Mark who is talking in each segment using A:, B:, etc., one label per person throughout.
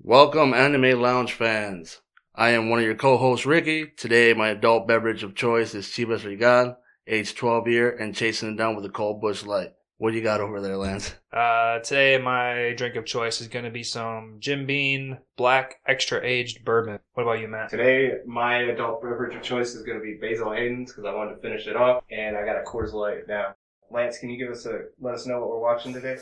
A: Welcome, Anime Lounge fans. I am one of your co-hosts, Ricky. Today, my adult beverage of choice is Chivas Regal, age 12 year, and chasing it down with a cold bush light. What do you got over there, Lance?
B: Uh, today, my drink of choice is going to be some Jim Bean Black Extra Aged Bourbon. What about you, Matt?
C: Today, my adult beverage of choice is going to be Basil Hayden's because I wanted to finish it off, and I got a Coors Light now. Lance, can you give us a let us know what we're watching today?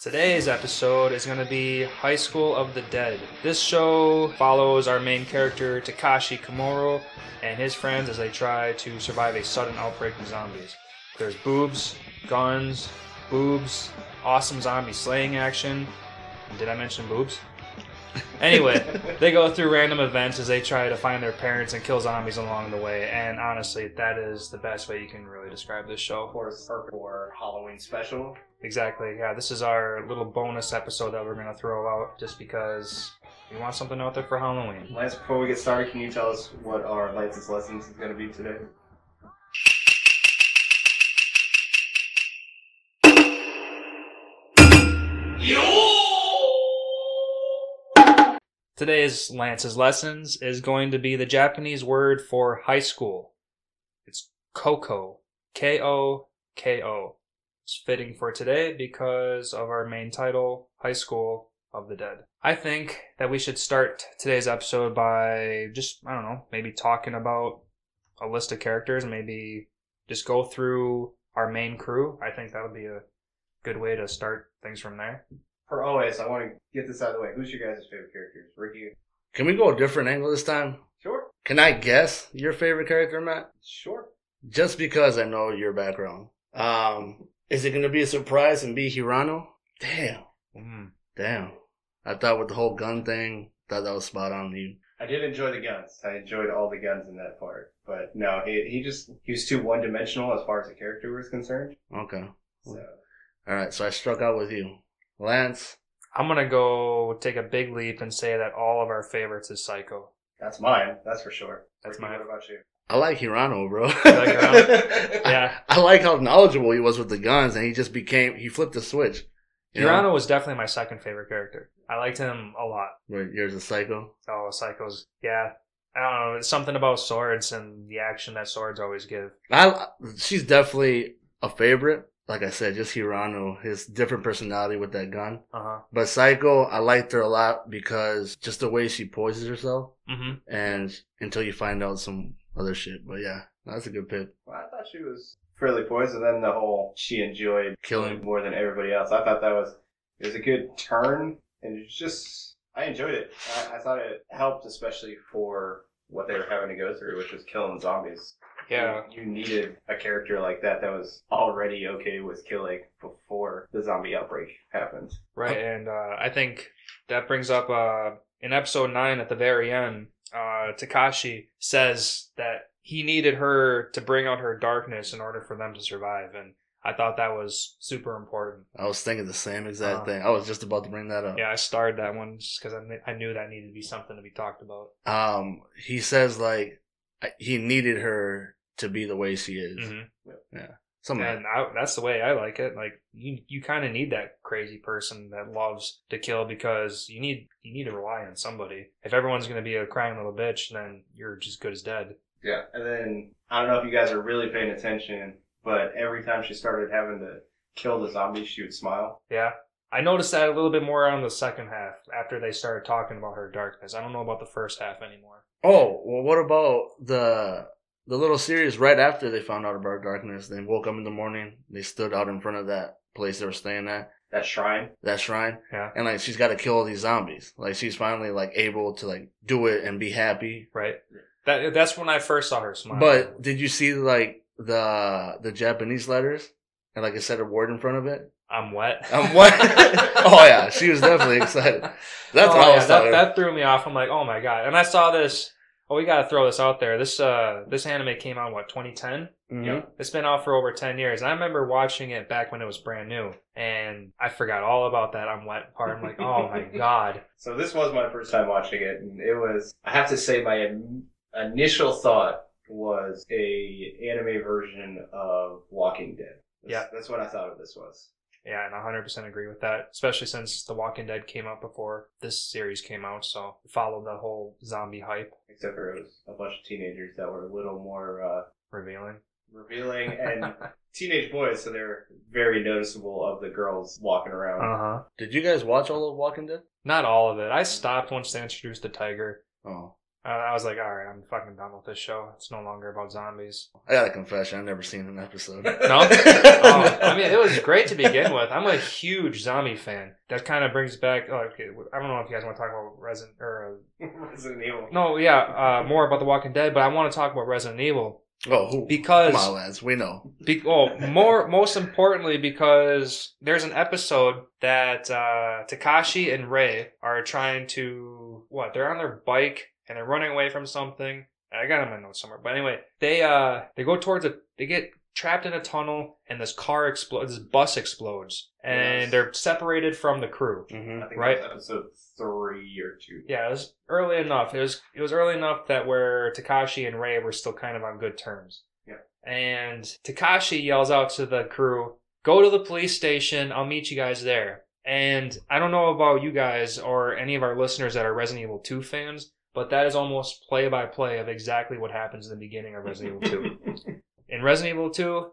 B: Today's episode is going to be High School of the Dead. This show follows our main character, Takashi Komoro, and his friends as they try to survive a sudden outbreak of zombies. There's boobs, guns, boobs, awesome zombie slaying action. Did I mention boobs? Anyway, they go through random events as they try to find their parents and kill zombies along the way. And honestly, that is the best way you can really describe this show.
C: Or for Halloween special.
B: Exactly. Yeah, this is our little bonus episode that we're gonna throw out just because we want something out there for Halloween.
C: Lance, before we get started, can you tell us what our Lance's lessons is going to be today?
B: Today's Lance's lessons is going to be the Japanese word for high school. It's koko. K O K O. It's fitting for today because of our main title, High School of the Dead. I think that we should start today's episode by just, I don't know, maybe talking about a list of characters, maybe just go through our main crew. I think that'll be a good way to start things from there.
C: For always, I want to get this out of the way. Who's your guys' favorite characters? Ricky?
A: Can we go a different angle this time?
C: Sure.
A: Can I guess your favorite character, Matt?
C: Sure.
A: Just because I know your background. Um, is it going to be a surprise and be Hirano? Damn.
B: Mm.
A: Damn. I thought with the whole gun thing, thought that was spot on. You
C: I did enjoy the guns. I enjoyed all the guns in that part. But no, he, he just, he was too one dimensional as far as the character was concerned.
A: okay?
C: So,
A: All right. So I struck out with you, Lance.
B: I'm gonna go take a big leap and say that all of our favorites is Psycho.
C: that's mine. That's for sure.
B: That's
C: Ricky,
B: mine.
C: What about you?
A: I like Hirano, bro.
B: like Hirano? Yeah,
A: I like how knowledgeable he was with the guns, and he just became he flipped the switch. You know?
B: Hirano was definitely my second favorite character. I liked him a lot.
A: Where yours is psycho.
B: Oh, Psycho's yeah. I don't know. It's something about swords and the action that swords always give.
A: I she's definitely a favorite. Like I said, just Hirano, his different personality with that gun.
B: Uh huh.
A: But Psycho, I liked her a lot because just the way she poises herself,
B: Mm-hmm.
A: and until you find out some other shit. But yeah, that's a good pick.
C: Well, I thought she was fairly poised, and then the whole she enjoyed
A: Killing.
C: more than everybody else. I thought that was it was a good turn, and it's just I enjoyed it. I, I thought it helped, especially for what they were having to go through, which was killing zombies.
B: Yeah.
C: you, you needed a character like that that was already okay with killing before the zombie outbreak happened.
B: Right, and uh, I think that brings up uh, in episode nine at the very end, uh, Takashi says that he needed her to bring out her darkness in order for them to survive, and I thought that was super important.
A: I was thinking the same exact
B: Uh-huh.
A: thing. I was just about to bring that up.
B: Yeah, I starred that one just because I, kn- I knew that needed to be something to be talked about.
A: Um, he says like I- he needed her to be the way she is.
B: Mm-hmm.
A: Something like
B: And I, that's the way I like it. Like you, you kind of need that crazy person that loves to kill because you need you need to rely on somebody. If everyone's gonna be a crying little bitch, then you're just good as dead.
C: Yeah. And then I don't know if you guys are really paying attention, but every time she started having to kill the zombies, she would smile.
B: Yeah. I noticed that a little bit more on the second half after they started talking about her darkness. I don't know about the first half anymore.
A: Oh, well, what about the the little series right after they found out about darkness? They woke up in the morning. They stood out in front of that place they were staying at,
C: That shrine.
A: that shrine.
B: Yeah.
A: And like, she's got to kill all these zombies. Like, she's finally like able to like do it and be happy.
B: Right? That that's when I first saw her smile.
A: But did you see like the the Japanese letters and like it said a word in front of it?
B: I'm wet.
A: Um, what? oh yeah, she was definitely excited. That's
B: Oh,
A: what I
B: yeah,
A: was
B: that,
A: talking about.
B: that threw me off. I'm like, oh my god. And I saw this oh we gotta throw this out there. This uh this anime came out what, twenty ten?
A: Mhm.
B: Yeah, It's been out for over 10 years. I remember watching it back when it was brand new, and I forgot all about that I'm wet part. I'm like, oh my god.
C: So this was my first time watching it, and it was. I have to say, my im- initial thought was a anime version of Walking Dead. That's,
B: Yeah.
C: that's what I thought of this was.
B: Yeah, and 100% agree with that, especially since The Walking Dead came out before this series came out, so follow the whole zombie hype
C: Except for it was a bunch of teenagers that were a little more uh,
B: revealing.
C: revealing and teenage boys, so they're very noticeable of the girls walking around.
B: Uh-huh.
A: Did you guys watch all of Walking Dead?
B: Not all of it. I stopped once they introduced the tiger.
A: Oh,
B: Uh, I was like, all right, I'm fucking done with this show. It's no longer about zombies.
A: I gotta confess, I've never seen an episode.
B: No? Oh, I mean, it was great to begin with. I'm a huge zombie fan. That kind of brings back. Oh, okay, I don't know if you guys want to talk about Resident or
C: Resident Evil.
B: uh, no, yeah, uh, more about The Walking Dead, but I want to talk about Resident Evil
A: Oh, who?
B: because
A: Come on, lads. We know.
B: Be- well, more most importantly, because there's an episode that uh, Takashi and Ray are trying to what? They're on their bike and they're running away from something. I got them in notes somewhere, but anyway, they uh they go towards a they get trapped in a tunnel and this car explodes, this bus explodes, and
C: Yes.
B: they're separated from the crew.
A: Mm-hmm.
C: I think
B: Right.
C: that was episode three or two.
B: Yeah, it was early enough. It was it was early enough that where Takashi and Ray were still kind of on good terms.
C: Yeah.
B: And Takashi yells out to the crew, "Go to the police station. I'll meet you guys there." And I don't know about you guys or any of our listeners that are Resident Evil 2 fans, but that is almost play by play of exactly what happens in the beginning of Resident Evil 2 in Resident Evil 2,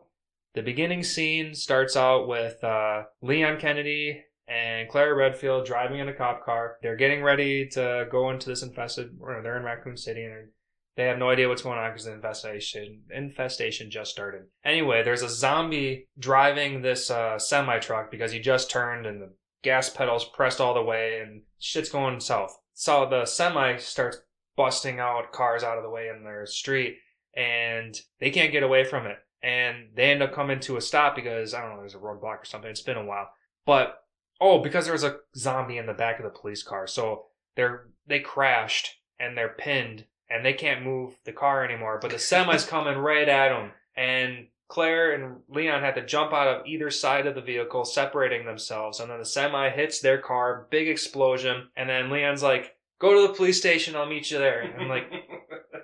B: the beginning scene starts out with uh, Leon Kennedy and Claire Redfield driving in a cop car. They're getting ready to go into this infested, or they're in Raccoon City, and they have no idea what's going on because the infestation infestation just started. Anyway, there's a zombie driving this uh, semi truck because he just turned and the gas pedals pressed all the way, and shit's going south. So the semi starts busting out cars out of the way in their street and they can't get away from it. And they end up coming to a stop because I don't know, there's a roadblock or something. It's been a while, but oh, because there was a zombie in the back of the police car, so they're they crashed and they're pinned and they can't move the car anymore. But the semi's coming right at them, and Claire and Leon had to jump out of either side of the vehicle, separating themselves. And then the semi hits their car, big explosion, and then Leon's like, "Go to the police station, I'll meet you there." And I'm like.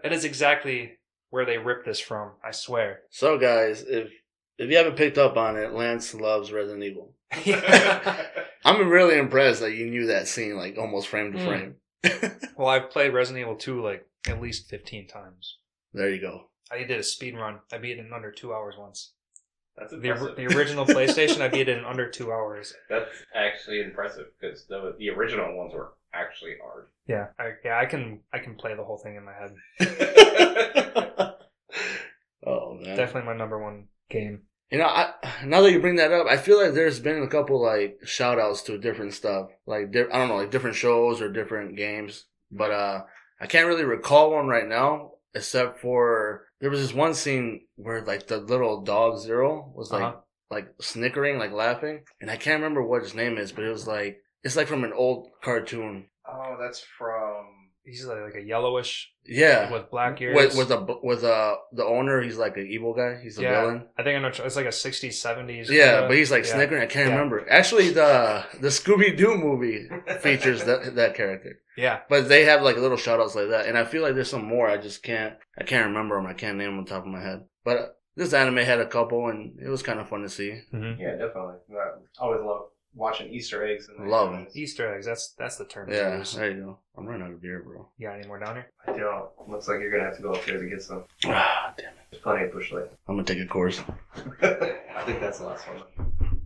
B: That is exactly where they ripped this from. I swear.
A: So, guys, if if you haven't picked up on it, Lance loves Resident Evil. I'm really impressed that you knew that scene like almost frame to
B: Hmm.
A: frame.
B: well, I've played Resident Evil 2 like at least 15 times.
A: There you go.
B: I did a speed run. I beat it in under two hours once.
C: That's
B: The,
C: impressive.
B: the original PlayStation, I beat it in under two hours.
C: That's actually impressive because the the original ones were actually hard.
B: Yeah, I, yeah, I can, I can play the whole thing in my head.
A: oh man.
B: Definitely my number one game.
A: You know, I, now that you bring that up, I feel like there's been a couple like shout outs to different stuff. Like, di- I don't know, like different shows or different games. But, uh, I can't really recall one right now, except for there was this one scene where like the little dog Zero was like,
B: Uh-huh.
A: like snickering, like laughing. And I can't remember what his name is, but it was like, it's like from an old cartoon.
C: oh, that's from.
B: He's like, like a yellowish
A: Yeah.
B: with black ears.
A: With, with a, with a, the owner, he's like an evil guy. He's a
B: Yeah.
A: villain.
B: I think I know. It's like a 60s, 70s.
A: Yeah,
B: kinda-
A: but he's like
B: yeah.
A: snickering. I can't
B: Yeah.
A: remember. Actually, the the Scooby Doo movie features that that character,
B: Yeah,
A: but they have like little shout outs like that. And I feel like there's some more. I just can't. I can't remember them. I can't name them on top of my head. But this anime had a couple, and it was kind of fun to see.
C: Yeah, definitely. That- I always love watching Easter eggs. And
A: Love 'em.
B: Easter eggs. That's that's the term. to
A: Yeah,
B: use.
A: there you go. I'm running out of beer, bro.
B: You got any more down here?
C: I don't. Looks like you're gonna have to go upstairs and get some.
A: Ah, damn.
C: There's plenty of bushlight.
A: I'm gonna take a course.
C: I think that's the last one.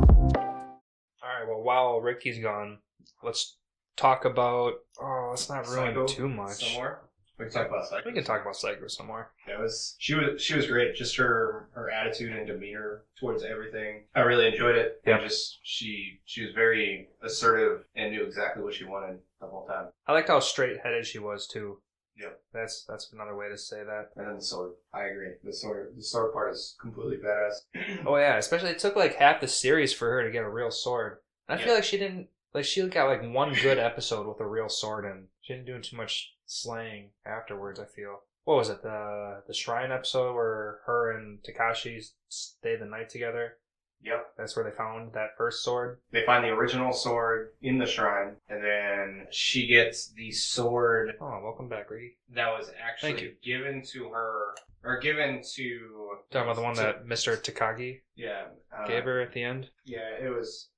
B: All right. Well, while Ricky's gone, let's talk about. Oh, let's not ruin
C: Psycho
B: too much.
C: Some more? We can talk about Psycho.
B: We can talk about Psycho some more.
C: That was she was she was great. Just her her attitude and demeanor towards everything. I really enjoyed it.
B: Yeah.
C: And just she she was very assertive and knew exactly what she wanted the whole time.
B: I liked how straight-headed she was too.
C: Yeah.
B: That's that's another way to say that.
C: And then the sword. I agree. The sword the sword part is completely badass.
B: Oh yeah, especially it took like half the series for her to get a real sword. I
C: Yeah.
B: feel like she didn't. Like she got like one good episode with a real sword, and she didn't do too much slaying afterwards. I feel. What was it? The the shrine episode where her and Takashi stayed the night together.
C: Yep.
B: That's where they found that first sword.
C: They find the original sword in the shrine, and then she gets the sword
B: Oh, welcome back, Ricky.
C: that was actually
B: Thank you.
C: given to her, or given to.
B: Talking about the one that Mr. Takagi
C: Yeah. uh,
B: gave her at the end.
C: Yeah, it was.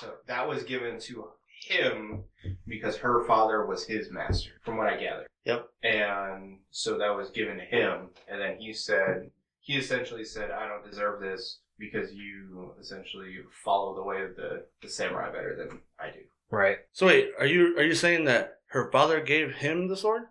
C: So that was given to him because her father was his master, from what I gather.
A: Yep.
C: And so that was given to him, and then he said, he essentially said, "I don't deserve this because you essentially follow the way of the, the samurai better than I do."
B: Right.
A: So wait, are you are you saying that her father gave him the sword?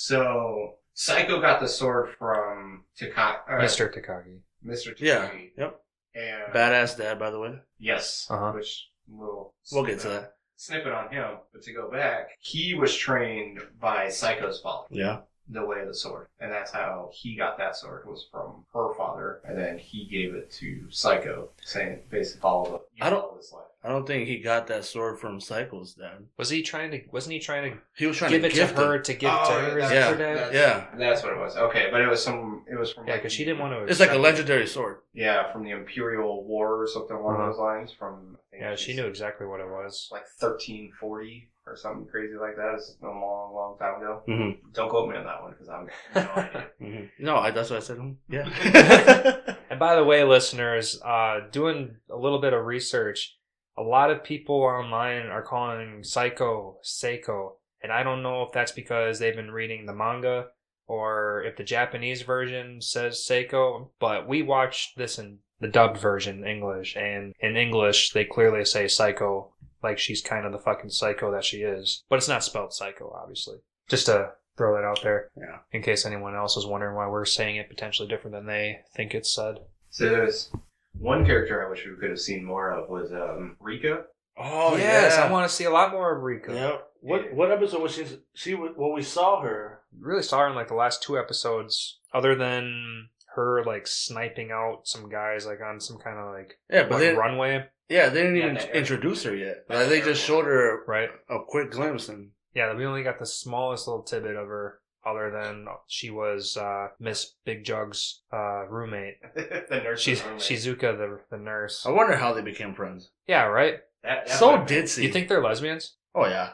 C: So Psycho got the sword from Taka, uh,
B: Mr. Takagi.
C: Mr.
A: Yeah.
C: Takagi,
A: Yep.
C: and
A: Badass dad, by the way.
C: yes,
B: Uh-huh.
C: which will
A: We'll get to that.
C: snippet on him, but to go back, he was trained by Psycho's father,
A: Yeah.
C: the way of the sword. And that's how he got that sword. It was from her father, and then he gave it to Psycho, saying basically follow the
A: I don't-
C: follow this life.
A: I don't think he got that sword from Cycles dad.
B: Was he trying to? Wasn't he trying to
A: He was trying
B: give
A: to
B: it to
A: gift
B: her to give it to
C: Oh,
B: her? as
A: yeah,
B: her dad?
C: that's-
A: Yeah.
C: That's what it was. Okay, but it was some it was from
B: Yeah, because she didn't want to.
A: It's like a
B: accept it.
A: legendary sword.
C: Yeah, from the Imperial War or something along
B: Uh-huh.
C: those lines from I think
B: Yeah, she
C: she's
B: knew exactly what it was.
C: like thirteen forty or something crazy like that. It's been a long, long time ago.
A: Mm-hmm.
C: Don't quote me on that one because I'm no idea.
A: Mm-hmm. No, I, that's what I said. Hmm. Yeah.
B: And by the way, listeners, uh, doing a little bit of research, a lot of people online are calling Psycho Seiko, and I don't know if that's because they've been reading the manga or if the Japanese version says Seiko, but we watched this in the dubbed version, English, and in English they clearly say Psycho, like she's kind of the fucking psycho that she is. But it's not spelled Psycho, obviously. Just to throw that out there
A: Yeah.
B: in case anyone else is wondering why we're saying it potentially different than they think it's said.
C: So there was one character I wish we could have seen more of was um, Rika.
A: oh
B: yes,
A: yeah.
B: I want to see a lot more of Rika.
A: Yep. What what episode was she? She was- well, we saw her.
B: Really saw her in like the last two episodes, other than her like sniping out some guys like on some kind of like,
A: Yeah, but
B: like,
A: they
B: runway,
A: yeah they didn't
C: Yeah,
A: even
C: that area.
A: introduce her yet.
C: That
A: Like, they just showed her
B: right?
A: a quick glimpse and
B: Yeah, we only got the smallest little tidbit of her, other than she was uh, Miss Big Jug's uh, roommate.
C: the nurse.
B: She's
C: roommate.
B: Shizuka, the the nurse.
A: I wonder how they became friends.
B: Yeah, right.
C: That- that
A: So
C: would've been-
A: ditzy.
B: You think they're lesbians?
A: Oh yeah.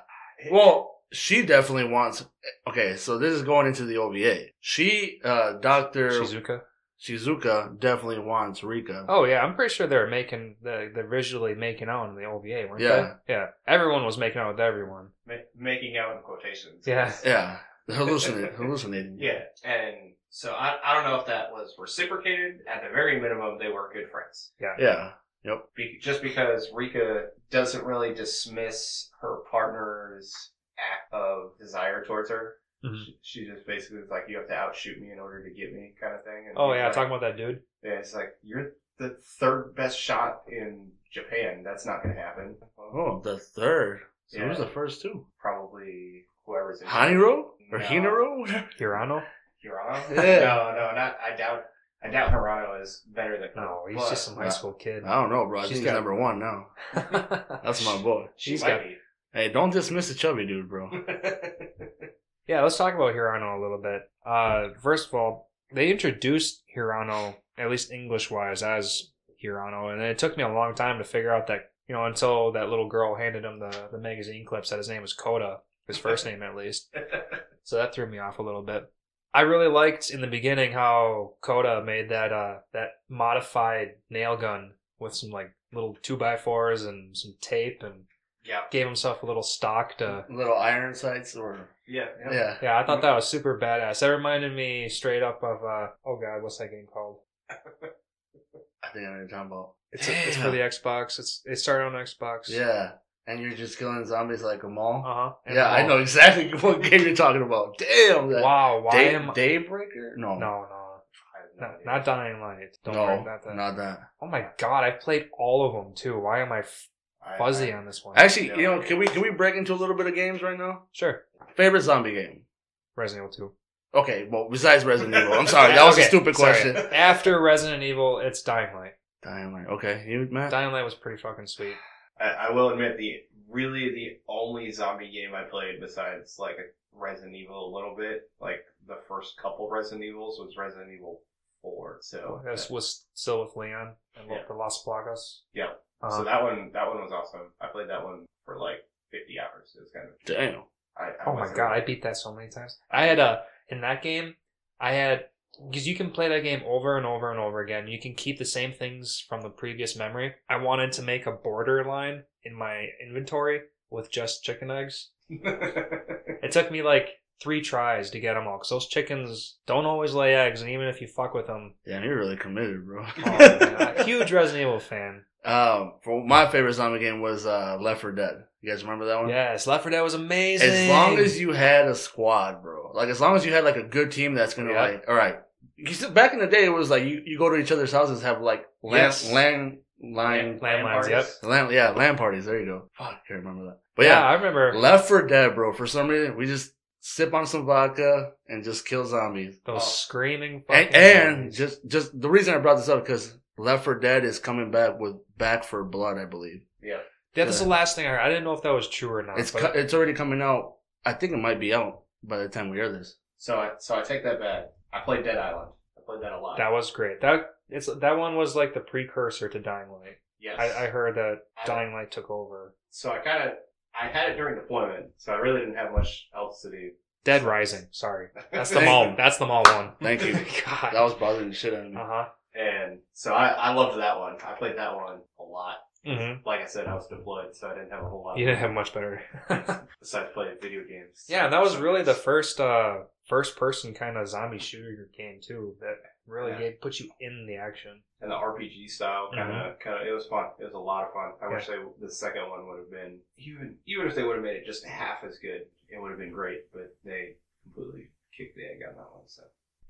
A: Well, she definitely wants. Okay, so this is going into the OVA. She, uh, Doctor
B: Shizuka.
A: Shizuka, definitely wants Rika.
B: Oh yeah, I'm pretty sure they're making they're, they're visually making out in the OVA, weren't
A: Yeah.
B: they? Yeah, everyone was making out with everyone.
C: ma- making out in quotations.
B: Yeah.
A: Yeah, hallucinating. hallucinating.
C: Yeah, and so I, I don't know if that was reciprocated. At the very minimum, they were good friends.
A: yeah.
C: Be- just because Rika doesn't really dismiss her partner's act of desire towards her.
B: Mhm.
C: She, she just basically was like, "You have to outshoot me in order to get me," kind of thing. And
B: Oh
C: he's
B: yeah,
C: like,
B: talking about that dude.
C: Yeah, it's like you're the third best shot in Japan. That's not gonna happen.
A: Oh, the third. So
C: Yeah.
A: who's the first two?
C: probably whoever's in
A: Haniro or
C: No.
A: Hinaro?
B: Hirano?
C: Hirano.
A: Yeah.
C: No, no, not. I doubt. I doubt Hirano is better than.
B: No, he's
C: but-
B: just some high school kid.
A: I don't know, bro. I
B: She's
A: think
B: got-
A: he's number one now. That's my boy.
C: She
B: She's
C: might
B: got-
C: be.
A: Hey, don't dismiss the chubby dude, bro.
B: yeah, let's talk about Hirano a little bit. Uh, first of all, they introduced Hirano, at least English wise, as Hirano, and it took me a long time to figure out that you know until that little girl handed him the the magazine clips that his name was Koda, his first name at least. So that threw me off a little bit. I really liked in the beginning how Coda made that uh that modified nail gun with some like little two by fours and some tape and
C: yeah.
B: gave himself a little stock to
A: Little iron sights or
C: Yeah.
A: yeah.
B: Yeah, I thought that was super badass. That reminded me straight up of uh oh god, what's that game called?
A: I think I know what you're talking about.
B: It's it's for the Xbox. It's it started on Xbox.
A: yeah. And you're just killing zombies like a
B: Uh
A: mall.
B: huh.
A: yeah, I know exactly what game you're talking about. Damn. That
B: Wow, why
A: Day,
B: am I
A: Daybreaker? No.
B: No, no.
C: I have no
B: No,
C: idea.
B: not Dying Light. Don't
A: no,
B: worry about that.
A: not that.
B: Oh my god, I've played all of them too. Why am I
C: I-
B: fuzzy
C: I-
B: on this one?
A: Actually,
C: Yeah.
A: you know, can we can we break into a little bit of games right now?
B: Sure.
A: Favorite zombie game?
B: Resident Evil Uh,
A: Okay, well, besides Resident Evil. I'm sorry, that was a
B: Okay,
A: stupid
B: sorry.
A: question.
B: 2. After Resident Evil, it's Dying Light.
A: Dying Light. Okay, you Matt.
B: Dying Light was pretty fucking sweet.
C: I, I will admit the really the only zombie game I played besides like Resident Evil a little bit, like the
A: Oh,
B: Oh,
C: first couple Resident Evils was Resident Evil Four. So
B: This was still with Leon. and Lo-
C: Yeah.
B: the Las Plagas.
C: Yeah.
B: Uh,
C: so that one, that one was awesome. I played that one for like 50 hours. It was kind of.
A: Damn.
C: I, I
B: oh my
C: wasn't-
B: god, I beat that so many times. I had a in that game, I had because you can play that game over and over and over again. You can keep the same things from the previous memory. I wanted to make a border line in my inventory with just chicken eggs. It took me like three tries to get them all because those chickens don't always lay eggs, and even if you fuck with them,
A: Damn, you're really committed, bro.
B: oh, man, a huge Resident Evil fan.
A: um, for my favorite zombie game was uh, Left 4 Dead. You guys remember that one?
B: Yes, Left 4 Dead was amazing.
A: Um, As long as you had a squad, bro. Like as long as you had like a good team that's gonna
B: Yeah.
A: like, all right. You see, back in the day, it was like you, you go to each other's houses, have like land,
C: Yes.
A: land, line,
C: Land-
B: Landmines,
C: landmarks.
B: yep.
A: land, yeah, land parties. There you go. Fuck, I can't remember that. But
B: yeah,
A: yeah,
B: I remember
A: Left for Dead, bro. For some reason, we just sip on some vodka and just kill zombies.
B: those screaming.
A: And,
B: fucking
A: and
B: zombies.
A: just, just the reason I brought this up because Left for Dead is coming back with Back for Blood, I believe.
C: Yeah.
B: Yeah, that's the last thing I heard. I didn't know if that was true or not.
A: It's
B: but-
A: cu- it's already coming out. I think it might be out by the time we hear this.
C: So I, so I take that back. I played Dead Island. I played that a lot.
B: That was great. That it's that one was like the precursor to Dying Light.
C: yes.
B: I, I heard that
C: I-
B: Dying Light took over.
C: so I kind of, I had it during deployment, so I really didn't have much else to do.
B: Dead Rising. Sorry, that's the
A: Thank
B: mall.
A: you.
B: That's the mall one.
A: Thank you. That
B: God.
A: was bothering the shit out of me.
B: Uh huh.
C: And so I, I loved that one. I played that one a lot.
B: hmm
C: Like I said, I was deployed, so I didn't have a whole lot.
B: You didn't have much better.
C: besides playing video games.
B: yeah, that was really the first uh first person kind of zombie shooter game too. That really
C: Yeah.
B: gave, put you in the action.
C: and the RPG style kind of kind of it was fun. It was a lot of fun. I wish they the second one would have been even even if they would have made it just half as good, it would have been great. But they completely kicked the egg on that one. So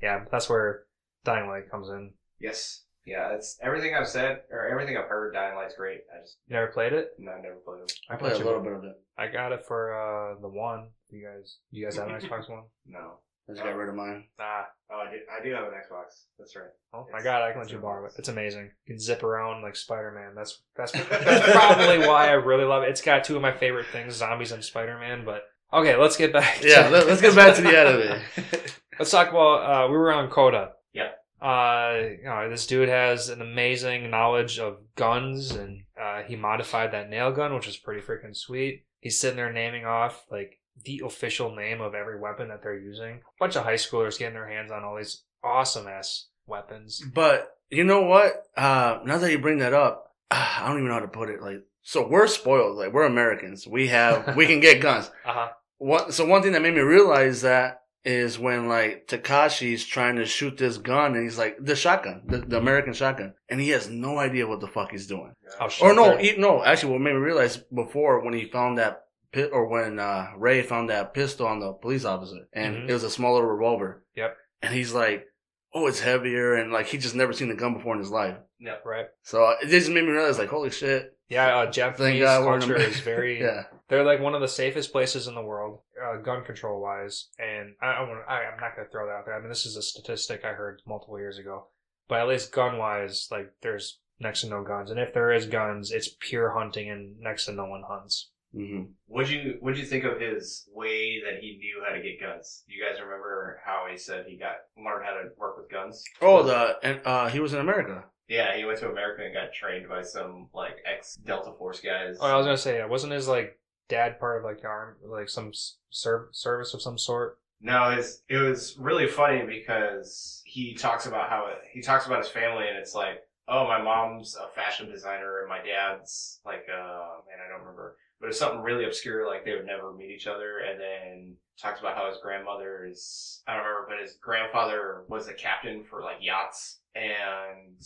B: Yeah, that's where Dying Light comes in.
C: yes, yeah, that's everything I've said or everything I've heard. Dying Light's great. I just
B: You never played it?
C: no, I've never played it.
A: I played a
B: you-
A: little bit of it.
B: I got it for uh the one. You guys, you guys have an Xbox One?
C: No.
A: I just got rid of mine.
B: Nah.
C: Oh, I do. I do have an Xbox. That's right.
B: Oh my
C: It's-
B: god, I can let
C: it's
B: you
C: a
B: borrow it.
C: box.
B: It's amazing. You can zip around like Spider Man. That's that's, that's probably why I really love it. It's got two of my favorite things, zombies and Spider Man, but okay, let's get back to-
A: Yeah, let, us get back to the end of it.
B: Let's talk about uh we were on Coda.
C: Yeah.
B: Uh you know, this dude has an amazing knowledge of guns and uh he modified that nail gun, which is pretty freaking sweet. He's sitting there naming off like the official name of every weapon that they're using. bunch of high schoolers getting their hands on all these awesome ass weapons.
A: But you know what? Uh, now that you bring that up, uh, I don't even know how to put it. Like, so we're spoiled. Like, we're Americans. We have, we can get guns.
B: Uh huh.
A: One, so one thing that made me realize that is when like Takashi's trying to shoot this gun and he's like the shotgun, the, the American shotgun, and he has no idea what the fuck he's doing.
B: Oh,
A: Or no,
B: shelter.
A: he, no. Actually, what made me realize before when he found that pit, or when uh, Ray found that pistol on the police officer, and
B: Mhm.
A: it was a small little revolver.
B: Yep.
A: And he's like, "Oh, it's heavier," and like he just never seen a gun before in his life.
C: No.
B: right?
A: So uh, it just made me realize, like, "Holy shit!"
B: Yeah, uh, Japanese
A: God we're in
B: culture
A: Amer-
B: is very.
A: Yeah.
B: They're like one of the safest places in the world, uh, gun control wise. And I, I wanna, I, I'm not going to throw that out there. I mean, this is a statistic I heard multiple years ago, but at least gun wise, like there's next to no guns, and if there is guns, it's pure hunting, and next to no one hunts.
A: hmm
C: What'd you What'd you think of his way that he knew how to get guns? You guys remember how he said he got learned how to work with guns?
A: Oh, the and uh, he was in America.
C: Yeah, he went to America and got trained by some like ex Delta Force guys.
B: Oh, I was going to say, uh, wasn't his like dad part of like the arm, like some s- serv- service of some sort?
C: No, it's it was really funny because he talks about how it, he talks about his family and it's like, oh, my mom's a fashion designer and my dad's like, uh, man, I don't remember, but it's something really obscure like they would never meet each other. And then talks about how his grandmother's I don't remember, but his grandfather was a captain for like yachts and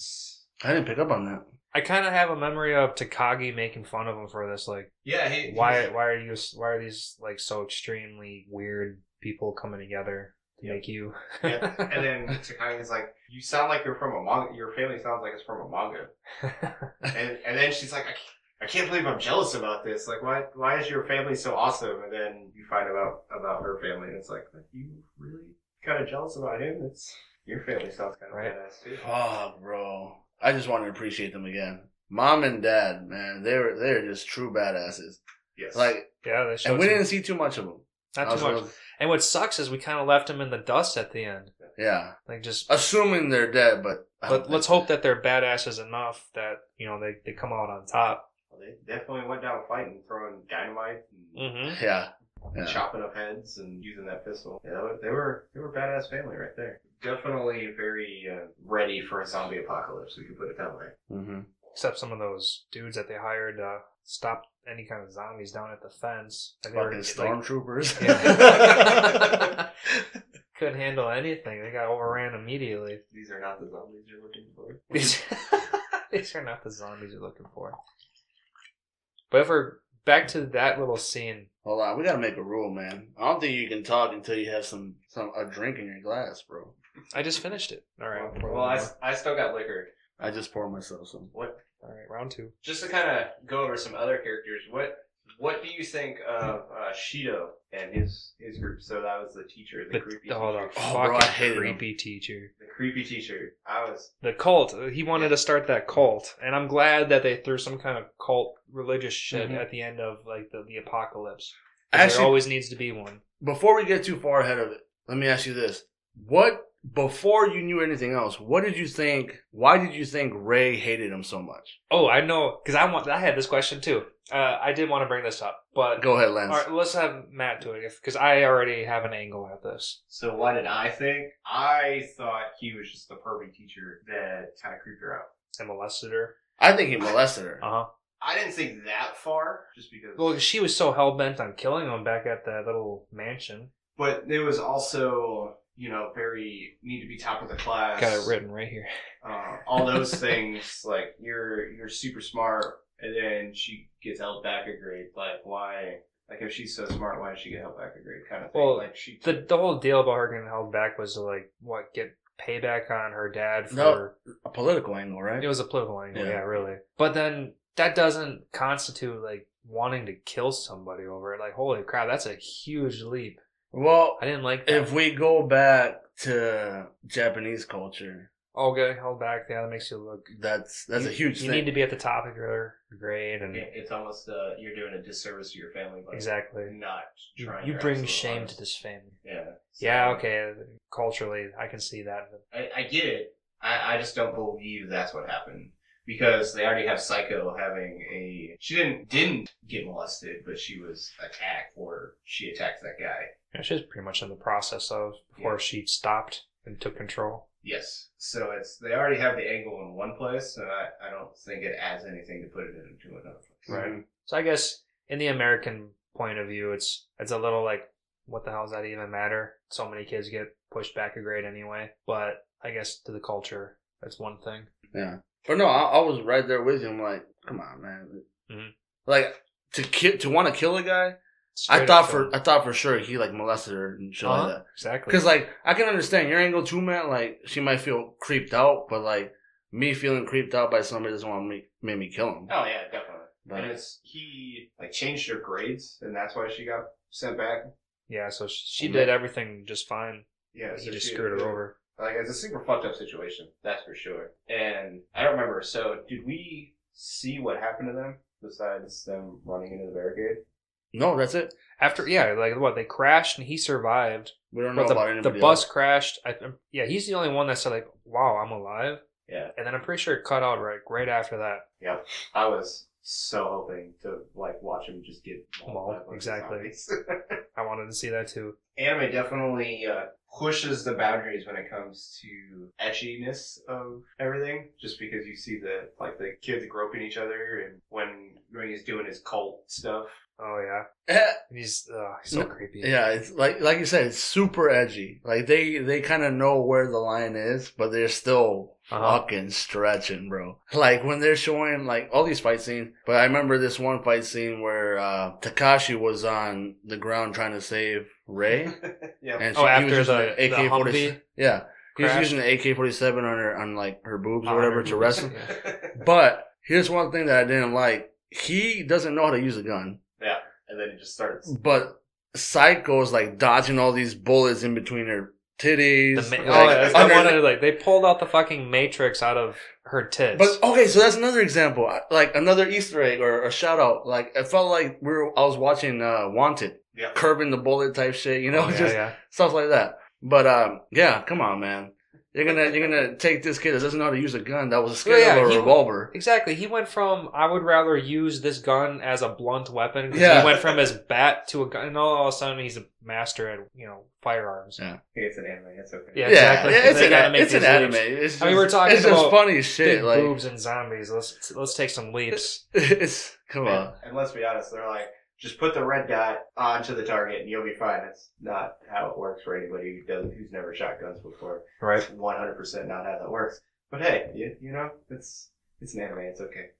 A: I didn't pick up on that.
B: I kind of have a memory of Takagi making fun of him for this, like.
C: yeah, he
B: why why are you why are these like so extremely weird people coming together to
C: Yeah.
B: make you
C: Yeah. And then Takagi's like, "You sound like you're from a manga. Your family sounds like it's from a manga." And and then she's like, I can't, "I can't believe I'm jealous about this. Like, why why is your family so awesome?" And then you find out about her family, and it's like, "You really kind of jealous about him? It's your family sounds kind of
B: Right.
C: badass too."
A: Oh, bro. I just want to appreciate them again. Mom and dad, man, they were they're just true badasses.
C: Yes,
A: Like,
B: yeah that shows
A: and we
B: you-
A: didn't see too much of them.
B: not too much and what sucks is we kind of left him in the dust at the end
A: Yeah.
B: Like
A: Uh,
B: just
A: Assuming they're dead, but. I don't
B: let,
A: think
B: let's hope that they're badasses enough that you know they, they come out on top.
C: Well, they definitely went down fighting, throwing dynamite and
B: Mm-hmm.
A: Yeah. Yeah.
C: chopping up heads and using that pistol. Yeah, they were- they were they were badass family right there. Definitely very uh, ready for a zombie apocalypse. We could put it that way.
A: hmm
B: Except some of those dudes that they hired to stop any kind of zombies down at the fence. Like, they were-
A: Fucking
B: like,
A: stormtroopers.
B: Yeah. couldn't handle anything. They got overran immediately.
C: These are not the zombies you're looking for.
B: These, these are not the zombies you're looking for. But if we're back to that little scene,
A: Hold on, we gotta make a rule, man. I don't think you can talk until you have some some a drink in your glass, bro.
B: I just finished it. All right.
C: Well, well, I, s- I still got liquor.
A: I just poured myself some.
C: What?
B: all right, round two.
C: Just to kind of go over some other characters. What What do you think of uh, Shido and his his group? So that was the teacher, the
B: But
C: creepy,
B: oh,
C: teacher.
B: the
A: Oh,
B: fucking
A: bro, I hated
B: creepy teacher.
C: the creepy teacher. I was
B: The cult. He wanted to start that cult, and I'm glad that they threw some kind of cult religious shit
A: Mhm.
B: at the end of like the, the apocalypse. 'Cause
A: Actually,
B: there always needs to be one.
A: before we get too far ahead of it, let me ask you this: What before you knew anything else, what did you think? Why did you think Ray hated him so much?
B: Oh, I know, because I want. I had this question too. Uh, I did want to bring this up, but
A: Go ahead, Lance.
B: all right, let's have Matt do it because I already have an angle at this.
C: So what did I think? I thought he was just the pervy teacher that kind of creeped her out.
B: I molested her.
A: I think he molested her.
B: Uh huh.
C: I didn't think that far, just because.
B: Well, she was so hell bent on killing him back at that little mansion.
C: but it was also, you know, very need to be top of the class.
B: Got it written right here.
C: Uh, all those things, like you're you're super smart, and then she gets held back a grade. Like why? Like if she's so smart, why did she get held back a grade? Kind of thing.
B: Well,
C: like she.
B: The the whole deal about her getting held back was to like what get payback on her dad for
A: No. A political angle, right?
B: it was a political angle,
A: Yeah.
B: yeah. really. But then that doesn't constitute like wanting to kill somebody over it. Like, holy crap, that's a huge leap.
A: well,
B: I didn't like that.
A: if we go back to Japanese culture,
B: oh, get held back, yeah, that makes you look.
A: that's that's a
B: You-
A: huge
B: You
A: thing.
B: need to be at the top of your grade, and
C: It- it's almost uh, you're doing a disservice to your family by
B: exactly,
C: not
B: you,
C: trying.
B: you
C: your
B: bring
C: absolute
B: shame to
C: hardest.
B: this family.
C: Yeah. so-
B: Yeah, okay, culturally, I can see that.
C: I, I get it. I, I just don't believe that's what happened because they already have Psycho having a. She didn't didn't get molested, but she was attacked or she attacked that guy.
B: Yeah, she was pretty much in the process of before
C: Yeah.
B: she stopped and took control.
C: Yes. So it's they already have the angle in one place, so I, I don't think it adds anything to put it into another
A: Mm-hmm.
C: place.
B: Right. So I guess in the American point of view, it's it's a little like, what the hell does that even matter? So many kids get pushed back a grade anyway. But I guess to the culture, that's one thing.
A: Yeah, but no, I, I was right there with him. Like, come on, man.
B: Mhm.
A: Like to ki- to want to kill a guy. I
B: Straight
A: thought
B: up
A: for
B: though.
A: I thought for sure he like molested her and shit like
B: Uh-huh,
A: that.
B: exactly
A: Because like I can understand your angle too, man. Like she might feel creeped out, but like me feeling creeped out by somebody doesn't want me make me kill him.
C: Oh yeah, definitely.
A: But-
C: And it's he like changed her grades, and that's why she got sent back.
B: yeah. So she, she
A: Mhm.
B: did everything just fine.
C: Yeah,
B: he
C: so
B: just
C: she-
B: screwed her over.
C: Like it's a super fucked up situation, that's for sure. And I don't remember. So did we see what happened to them besides them running into the barricade?
A: No, that's it.
B: After yeah, like what they crashed and he survived.
A: We don't know
B: But
A: about
B: the, the
A: anybody.
B: bus crashed. I, I'm- yeah, he's the only one that said like, "Wow, I'm alive."
C: Yeah.
B: And then I'm pretty sure it cut out right right after that.
C: I was so hoping to like watch him just get
B: Mauled,
C: by a bunch of
B: exactly.
C: zombies.
B: I wanted to see that too.
C: Anime definitely uh, pushes the boundaries when it comes to etchiness of everything, just because you see the like the kids groping each other, and when when he's doing his cult stuff.
B: Oh yeah,
A: Eh,
B: and he's uh, he's so
A: No,
B: creepy.
A: yeah, it's like like you said, it's super edgy. Like they they kind of know where the line is, but they're still
B: Uh-huh.
A: fucking stretching, bro. Like when they're showing like all these fight scenes, but I remember this one fight scene where uh Takashi was on the ground trying to save Ray,
C: yeah,
A: and
B: Oh,
A: he was using
B: after the-
A: an
B: the Humvee
A: Yeah, he was
B: crash?
A: using the AK forty seven on her on like her boobs
B: On
A: or whatever
B: her
A: to
B: boobs.
A: wrestle. But here's one thing that I didn't like: he doesn't know how to use a gun,
C: yeah, and then it just starts.
A: but Psycho's like dodging all these bullets in between her
B: The
A: titties.
B: ma-
A: like,
B: oh, that's the
A: under-
B: one that, like they pulled out the fucking Matrix out of her tits.
A: But okay, so that's another example, I- like another Easter egg or a shout out. Like it felt like we were, I was watching uh, Wanted,
C: Yeah.
A: curbing the bullet type shit, you know,
B: Oh, yeah,
A: just
B: yeah.
A: stuff like that. But um, yeah, come on, man. You're gonna you're gonna take this kid that doesn't know how to use a gun that was a
B: Well,
A: scared
B: yeah,
A: of a
B: he-
A: revolver.
B: Exactly. He went from I would rather use this gun as a blunt weapon. 'cause
A: Yeah.
B: He went from his bat to a gun, and all, all of a sudden he's a master at you know firearms.
A: Yeah.
C: it's an anime. It's okay.
B: Yeah,
A: Yeah,
B: exactly.
A: it's
B: They
A: an,
B: gotta make
A: it's an
B: these
A: anime.
B: leaps.
A: It's just,
B: I mean, we're talking
A: it's just
B: about
A: funny
B: Big
A: shit. Like
B: boobs and zombies. Let's let's take some leaps.
A: it's come on.
C: And let's be honest, they're like, just put the red dot onto the target and you'll be fine. That's not how it works for anybody who does who's never shot guns before.
B: Right.
C: That's 100% not how that works. But hey, you, you know, it's it's an anime. It's okay.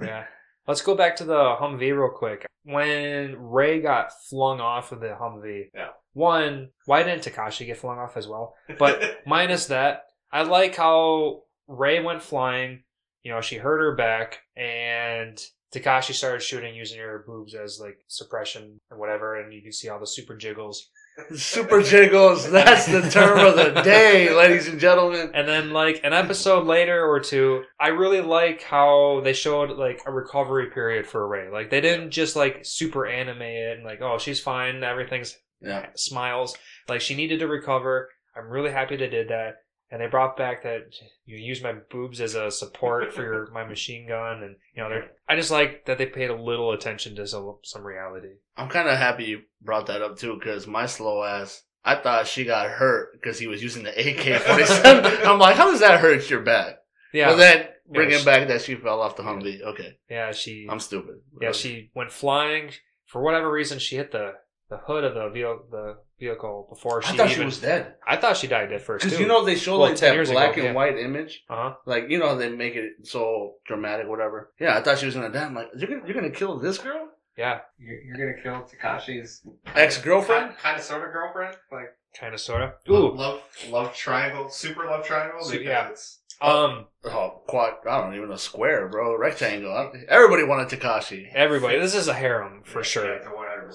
B: Yeah. Let's go back to the Humvee real quick. When Ray got flung off of the Humvee,
C: Yeah.
B: one, why didn't Takashi get flung off as well? But minus that, I like how Ray went flying. You know, she hurt her back, and Takashi started shooting using her boobs as like suppression or whatever, and you can see all the super jiggles.
A: Super jiggles. That's the term of the day, ladies and gentlemen.
B: And then like an episode later or two, I really like how they showed like a recovery period for Ray. Like they didn't just like super anime it and like, oh, she's fine, everything's
A: Yeah,
B: smiles. Like she needed to recover. I'm really happy they did that. And they brought back that you use my boobs as a support for your, my machine gun, and you know, they're, I just like that they paid a little attention to some some reality.
A: I'm kind of happy you brought that up too, because my slow ass. I thought she got hurt because he was using the AK-47. I'm like, how does that hurt your back?
B: Yeah,
A: Well, then bringing
B: she-
A: back that she fell off the Humvee. Okay,
B: yeah, she,
A: I'm stupid.
B: yeah, she went flying for whatever reason. She hit the the hood of the vehicle, the vehicle before she.
A: I thought she
B: even-
A: was dead
B: I thought she died at first
A: because
B: too.
A: you know they show
B: Well,
A: like
B: 10
A: that
B: years
A: black
B: ago,
A: and
B: yeah.
A: white image.
B: uh huh.
A: Like you know how they make it so dramatic, whatever. Yeah, I thought she was gonna die. I'm like, you're gonna, you're gonna kill this girl,
B: Yeah,
C: You're, you're going to kill Takashi's
A: ex girlfriend.
C: Kind of sort of girlfriend? Like,
B: kind of, sorta.
C: Ooh.
B: Ooh,
C: love love triangle, super love triangle?
B: So-
C: because
B: yeah.
C: It's,
B: um,
A: Oh, quad. I don't even know square, bro. Rectangle. I- Everybody wanted Takashi.
B: everybody, this is a harem for sure.
C: It's a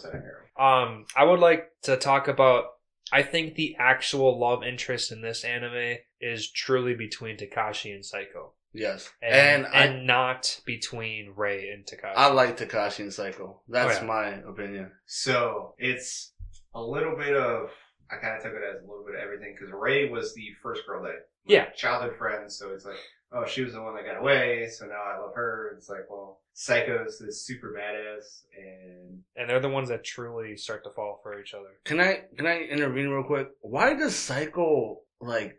C: 100% hero.
B: Um, I would like to talk about. I think the actual love interest in this anime is truly between Takashi and Psycho,
A: Yes,
B: and
A: and,
B: and, not between Ray and Takashi.
A: I I like Takashi and Psycho. That's
B: Oh, yeah.
A: my opinion.
C: So it's a little bit of I kind of took it as a little bit of everything because Ray was the first girl that
B: Yeah.
C: childhood friends. So it's like oh she was the one that got away, so now I love her. It's like well Psycho's is super badass and
B: and they're the ones that truly start to fall for each other.
A: Can I can I intervene real quick? Why does Psycho like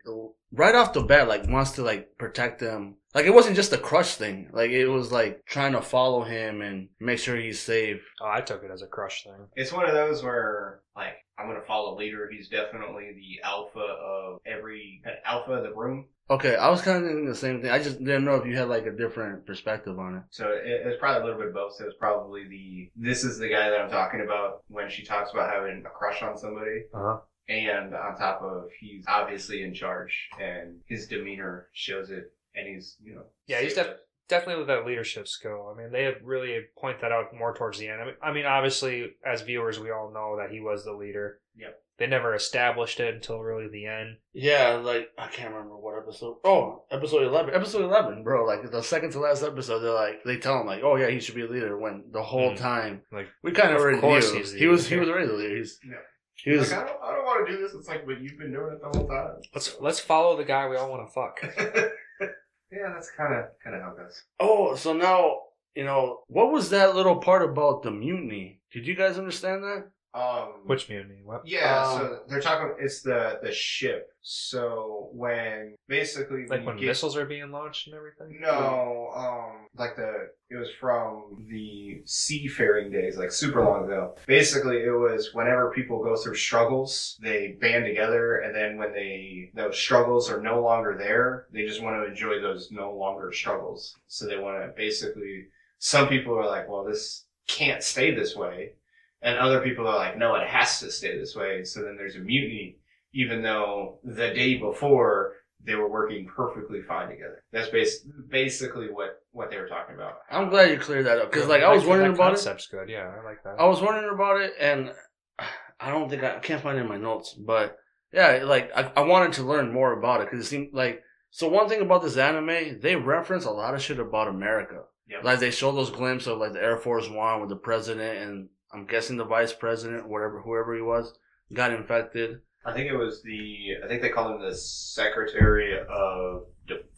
A: right off the bat like wants to like protect them? Like it wasn't just a crush thing. Like it was like trying to follow him and make sure he's safe.
B: Oh, I took it as a crush thing.
C: it's one of those where like I'm gonna follow leader. He's definitely the alpha of every alpha of the room.
A: Okay, I was kind of thinking the same thing. I just didn't know if you had like a different perspective on it.
C: So it, it was probably a little bit of both. So it's probably the this is the guy that I'm talking about when she talks about having a crush on somebody.
B: Uh-huh.
C: And on top of he's obviously in charge and his demeanor shows it and he's you know
B: Yeah, he's
C: safe.
B: def- Definitely with that leadership skill. I mean, they really point that out more towards the end. I mean, I mean, obviously, as viewers, we all know that he was the leader.
C: Yep.
B: They never established it until really the end.
A: Yeah, like I can't remember what episode. Oh, episode eleven. Episode eleven, bro. Like the second to last episode, they're like they tell him like, oh yeah, he should be a leader. When the whole
B: Mm.
A: time,
B: Like,
A: we kind
B: of
A: of already
B: course
A: knew
B: he's the
A: he was he
B: leader.
A: was already the leader. He's
C: Yeah.
A: he
C: He's
A: was
C: like, I don't, I don't want to do this. It's like, but you've been doing it the whole time.
B: let's let's follow the guy we all want to fuck.
C: yeah, that's kind of kind of how it goes.
A: Oh, so now you know what was that little part about the mutiny? Did you guys understand that?
C: Um,
B: Which mutiny? What?
C: Yeah,
A: Um,
C: so they're talking. It's the the ship. So when basically
B: Like
C: we
B: when
C: get-
B: missiles are being launched and everything?
C: No, um, like the it was from the seafaring days, like super long ago. Basically, it was whenever people go through struggles, they band together, and then when they those struggles are no longer there, they just want to enjoy those no longer struggles. So they want to basically. Some people are like, "Well, this can't stay this way," and other people are like, "No, it has to stay this way." So then there's a mutiny, even though the day before they were working perfectly fine together. That's bas- basically what, what they were talking about.
A: I'm glad you cleared that up because like I was
B: that-
A: wondering
B: that
A: about it.
B: concept's good. Yeah, I like that.
A: I was wondering about it, and I don't think I, I can't find it in my notes. But yeah, like I, I wanted to learn more about it because it seemed like so. One thing about this anime, they reference a lot of shit about America.
C: Yep.
A: Like they show those glimpses of like the Air Force One with the president and I'm guessing the vice president, whatever whoever he was, got infected.
C: I think it was the. I think they called him the Secretary of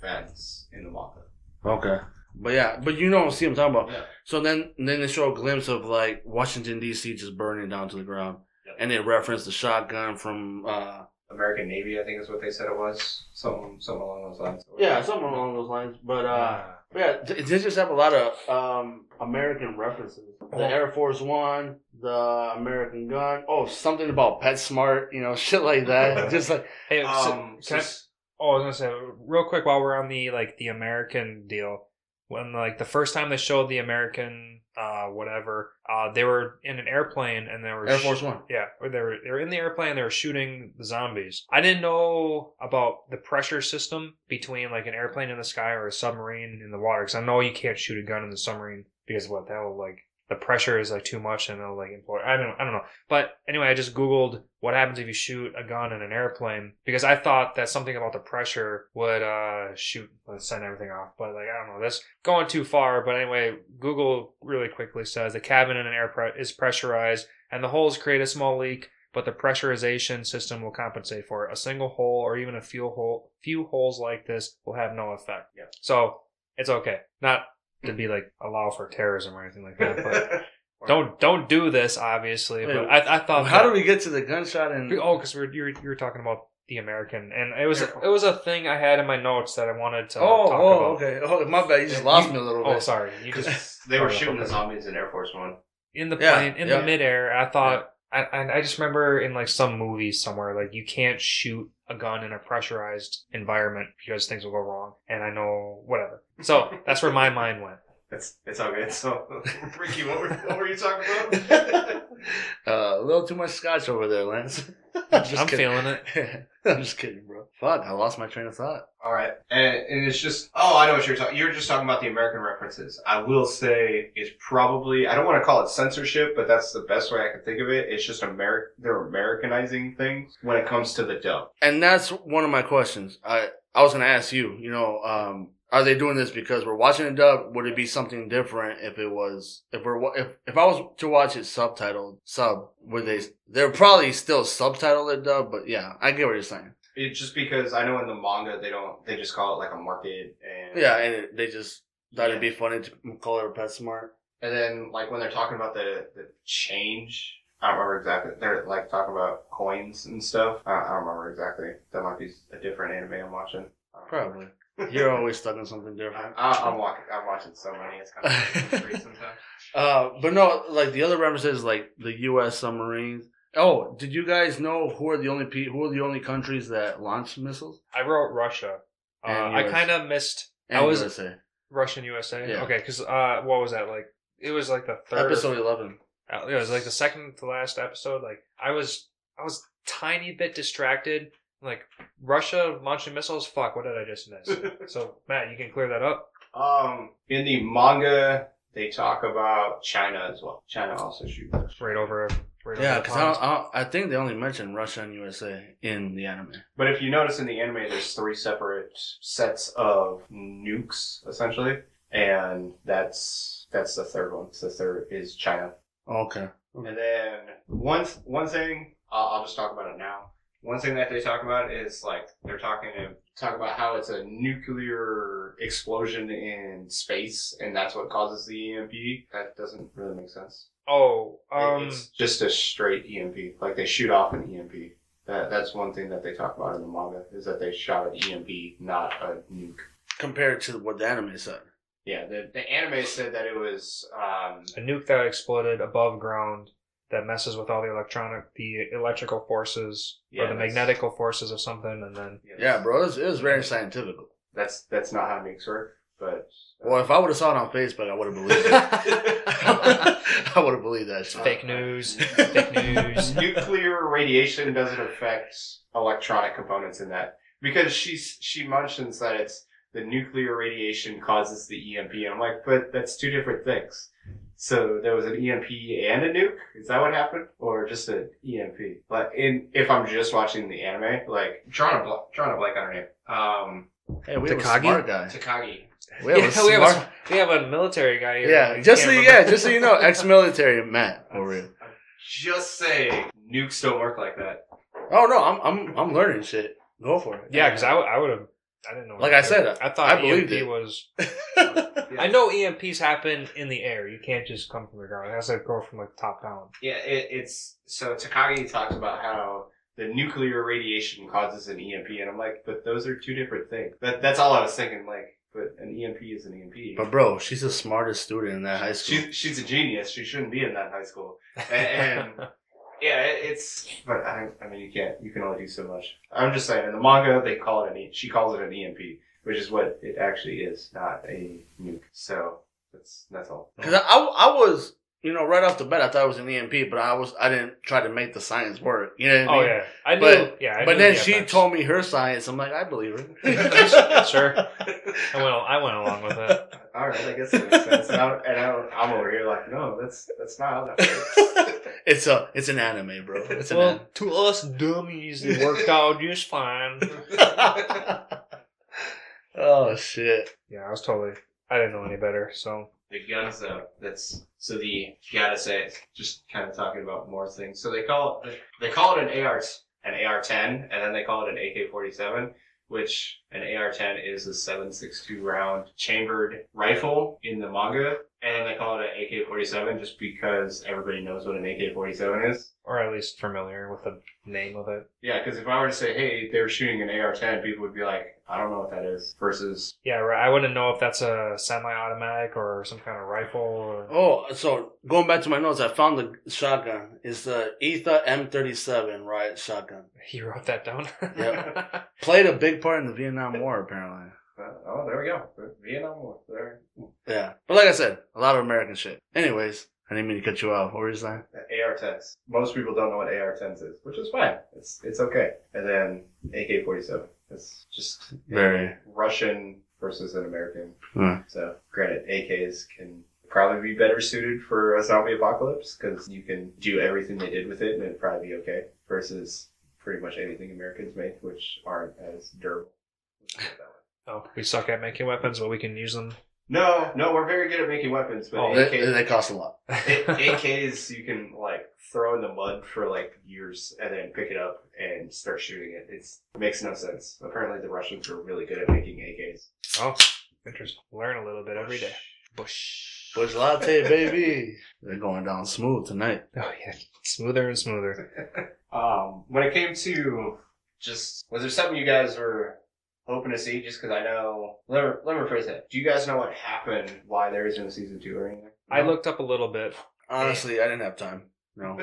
C: Defense in the manga.
A: Okay. But yeah, but you know what I'm talking about.
C: Yeah.
A: So then, then they show a glimpse of like Washington D.C. just burning down to the ground,
C: Yep.
A: and they reference the shotgun from uh,
C: American Navy, I think is what they said it was. Something, something along those lines.
A: yeah, something along those lines. But uh, but yeah, th- they just have a lot of um American references. The Air Force One, the American gun. Oh, something about PetSmart, you know, shit like that. just like
B: Hey, so-
C: Um,
B: can I-
C: so-
B: oh, I was gonna say real quick while we're on the like the American deal. When like the first time they showed the American uh whatever, uh they were in an airplane and they were
A: Air
B: sh-
A: Force One.
B: Yeah, or they were they were in the airplane. They were shooting the zombies. I didn't know about the pressure system between like an airplane in the sky or a submarine in the water. Because I know you can't shoot a gun in the submarine because what that will like the pressure is like too much and it'll like implode. I don't I don't know. But anyway, I just googled what happens if you shoot a gun in an airplane because I thought that something about the pressure would uh shoot let's send everything off. But like I don't know, that's going too far. But anyway, Google really quickly says the cabin in an air pre- is pressurized and the holes create a small leak, but the pressurization system will compensate for it. A single hole or even a few hole few holes like this will have no effect.
C: Yeah.
B: So it's okay. Not to be like allow for terrorism or anything like that, but don't don't do this, obviously.
A: Wait,
B: but I, I thought
A: How do we get to the gunshot and
B: we? Oh, because we were you were, you were talking about the American, and it was
C: Air Force.
B: it was a thing I had in my notes that I wanted to
A: oh,
B: talk
A: oh,
B: about.
A: okay. Oh, my bad. You just lost me a little bit.
B: Oh, sorry. You just
C: Because they were shooting the zombies in Air Force One.
B: in the
A: Yeah,
B: plane in
A: yeah.
B: the midair. and I thought, I, and I just remember in like some movies somewhere, like you can't shoot a gun in a pressurized environment because things will go wrong. And I know whatever. So that's where my mind went.
C: It's it's all good. So, Ricky, what were, what were you talking about?
A: uh, a little too much scotch over there, Lance.
B: I'm feeling it.
A: feeling. I'm just kidding, bro. Fuck, I lost my train of thought.
C: all right, and, and it's just oh, I know what you're talking. You're just talking about the American references. I will say it's probably I don't want to call it censorship, but that's the best way I can think of it. It's just Ameri- they're Americanizing things when it comes to the dub.
A: And that's one of my questions. I I was gonna ask you. You know, um, are they doing this because we're watching it dub? Would it be something different if it was if we're wa- if if I was to watch it subtitled sub? Would they? They're probably still subtitled it dub, but yeah, I get what you're saying.
C: It's just because I know in the manga they don't they just call it like a market and
A: Yeah, and it, they just thought it'd be funny to call it a pet smart.
C: And then, like, when they're talking about the, the change, I don't remember exactly. They're, like, talking about coins and stuff. I I don't remember exactly. That might be a different anime I'm watching. I don't remember.
A: Probably. You're always stuck in something
C: I,
A: different.
C: I, I'm, walking, I'm watching so many. It's kind of free sometimes.
A: Uh, but no, like the other references, like the U.S. submarines. Oh, did you guys know who are the only pe- who are the only countries that launch missiles?
B: I wrote Russia. Uh,
A: And
B: I
A: US.
B: kind of missed I was-
A: USA.
B: Russian USA.
A: Yeah.
B: Okay, because uh, what was that like? It was like the third or
A: episode eleven.
B: Uh, it was like the second to last episode like i was i was tiny bit distracted like russia launching missiles fuck what did i just miss so matt you can clear that up
C: Um, in the manga, they talk about China as well. China also shoots.
B: right over right
A: Yeah,
B: over the
A: because I,
B: pond.
A: don't- I, don't- I think they only mentioned Russia and USA in the anime.
C: But if you notice in the anime, there's three separate sets of nukes, essentially. And that's, that's the third one. It's the third is China.
A: Okay.
C: And then one one thing I'll, I'll just talk about it now. One thing that they talk about is like they're talking talk about how it's a nuclear explosion in space, and that's what causes the EMP. That doesn't really make sense.
B: oh
C: It-
B: um
C: it's just a straight EMP. Like they shoot off an EMP. That that's one thing that they talk about in the manga is that they shot an EMP, not a nuke.
A: Compared to what the anime said.
C: Yeah, the, the anime said that it was um,
B: a nuke that exploded above ground that messes with all the electronic the electrical forces
C: Yeah,
B: or the
C: that's-
B: magnetical forces of something and then
A: Yeah, bro, it was, it was very scientific.
C: That's that's not how nukes work, but
A: Well, if I would have saw it on Facebook, I would have believed it. I would have believed that shit.
C: uh,
B: fake news fake news
C: nuclear radiation doesn't affect electronic components in that because she's she mentions that it's the nuclear radiation causes the EMP, and I'm like, but that's two different things. So there was an EMP and a nuke. Is that what happened, or just an EMP? Like, in if I'm just watching the anime, like drawing a bl- drawing a blank on her name, um,
A: Hey, we have a
B: Takagi?
A: smart guy.
C: Takagi.
A: We have
B: yeah,
A: a
B: we, have a,
A: smart.
B: s- we have a military guy here.
A: Yeah,
B: We
A: just so
B: can't
A: you,
B: remember-
A: yeah, just so you Oh, know, ex-military Matt over here.
C: Just saying, nukes don't work like that.
A: Oh no, I'm I'm I'm learning shit. Go for it.
B: Yeah, because I, w- I would have. I didn't know.
A: Like I said,
B: I thought
A: I believed
B: EMP
A: it.
B: was.
C: Yeah.
B: I know EMPs happen in the air. You can't just come from the ground. It has to go from like top down.
C: Yeah, it, it's so Takagi talks about how the nuclear radiation causes an EMP, and I'm like, but those are two different things. That, that's all I was thinking. Like, but an EMP is an E EMP.
A: but bro, she's the smartest student in that high school.
C: She's she's a genius. She shouldn't be in that high school. And, and yeah, it, it's but I, I mean you can't you can only do so much. I'm just saying in the manga they call it an e, she calls it an EMP, which is what it actually is, not a nuke. So that's that's all.
A: Because I, I, I was, you know, right off the bat, I thought it was an EMP, but I was, I didn't try to make the science work. You know what I
B: oh
A: mean?
B: yeah, I knew.
A: But-
B: yeah, I
A: But
B: knew E
A: then
B: the
A: she
B: effects.
A: told me her science. I'm like, I believe her.
B: Sure. I went. al- I went along with it.
C: All right, I guess that makes sense. And, I, and I don't, I'm over here like, no, that's that's not how that works.
A: it's a, it's an anime, bro. It's an
B: well, to us dummies, it worked out just fine.
A: anime. oh shit!
B: Yeah, I was totally. I didn't know any better. So
C: the guns though that's so the gotta say just kind of talking about more things so they call it they call it an ar an ar-10 and then they call it an ak-47 which an ar-10 is a 7.62 round chambered rifle in the manga and then they call it an ak-47 just because everybody knows what an ak-47 is
B: or at least familiar with the name of it.
C: yeah because if i were to say hey they were shooting an ar-10 people would be like i don't know what that is versus
B: Yeah, right. I wouldn't know if that's a semi-automatic or some kind of rifle. Or...
A: Oh, so going back to my notes, I found the shotgun. It's the Etha M37 riot shotgun.
B: He wrote that down.
A: Yep. Played a big part in the Vietnam War, apparently.
C: uh, oh there we go vietnam war there
A: Yeah, but like I said, a lot of American shit. Anyways, I didn't mean to cut you off. What were you saying?
C: AR tens. Most people don't know what AR tens is, which is fine. It's it's okay. And then AK forty seven. It's just
A: Very.
C: Russian versus an American.
A: Hmm.
C: So granted, AKs can probably be better suited for a zombie apocalypse because you can do everything they did with it and it'd probably be okay. Versus pretty much anything Americans make, which aren't as durable.
B: oh, we suck at making weapons, but we can use them.
C: No, no, we're very good at making weapons, but
B: Oh,
A: They,
C: AK,
A: they- they cost a lot.
C: A- AKs you can like throw in the mud for like years and then pick it up and start shooting it. It's, it makes no sense. Apparently the Russians are really good at making AKs.
B: oh, interesting. Learn a little bit every day. Bush.
A: Bush latte, baby. They're going down smooth tonight.
B: Oh yeah, smoother and smoother.
C: Um, when it came to just was there something you guys were hoping to see? Just because I know. Let me, let me rephrase that. Do you guys know what happened? Why there isn't a season two or anything?
B: I looked up a little bit.
A: Honestly, I didn't have time. No.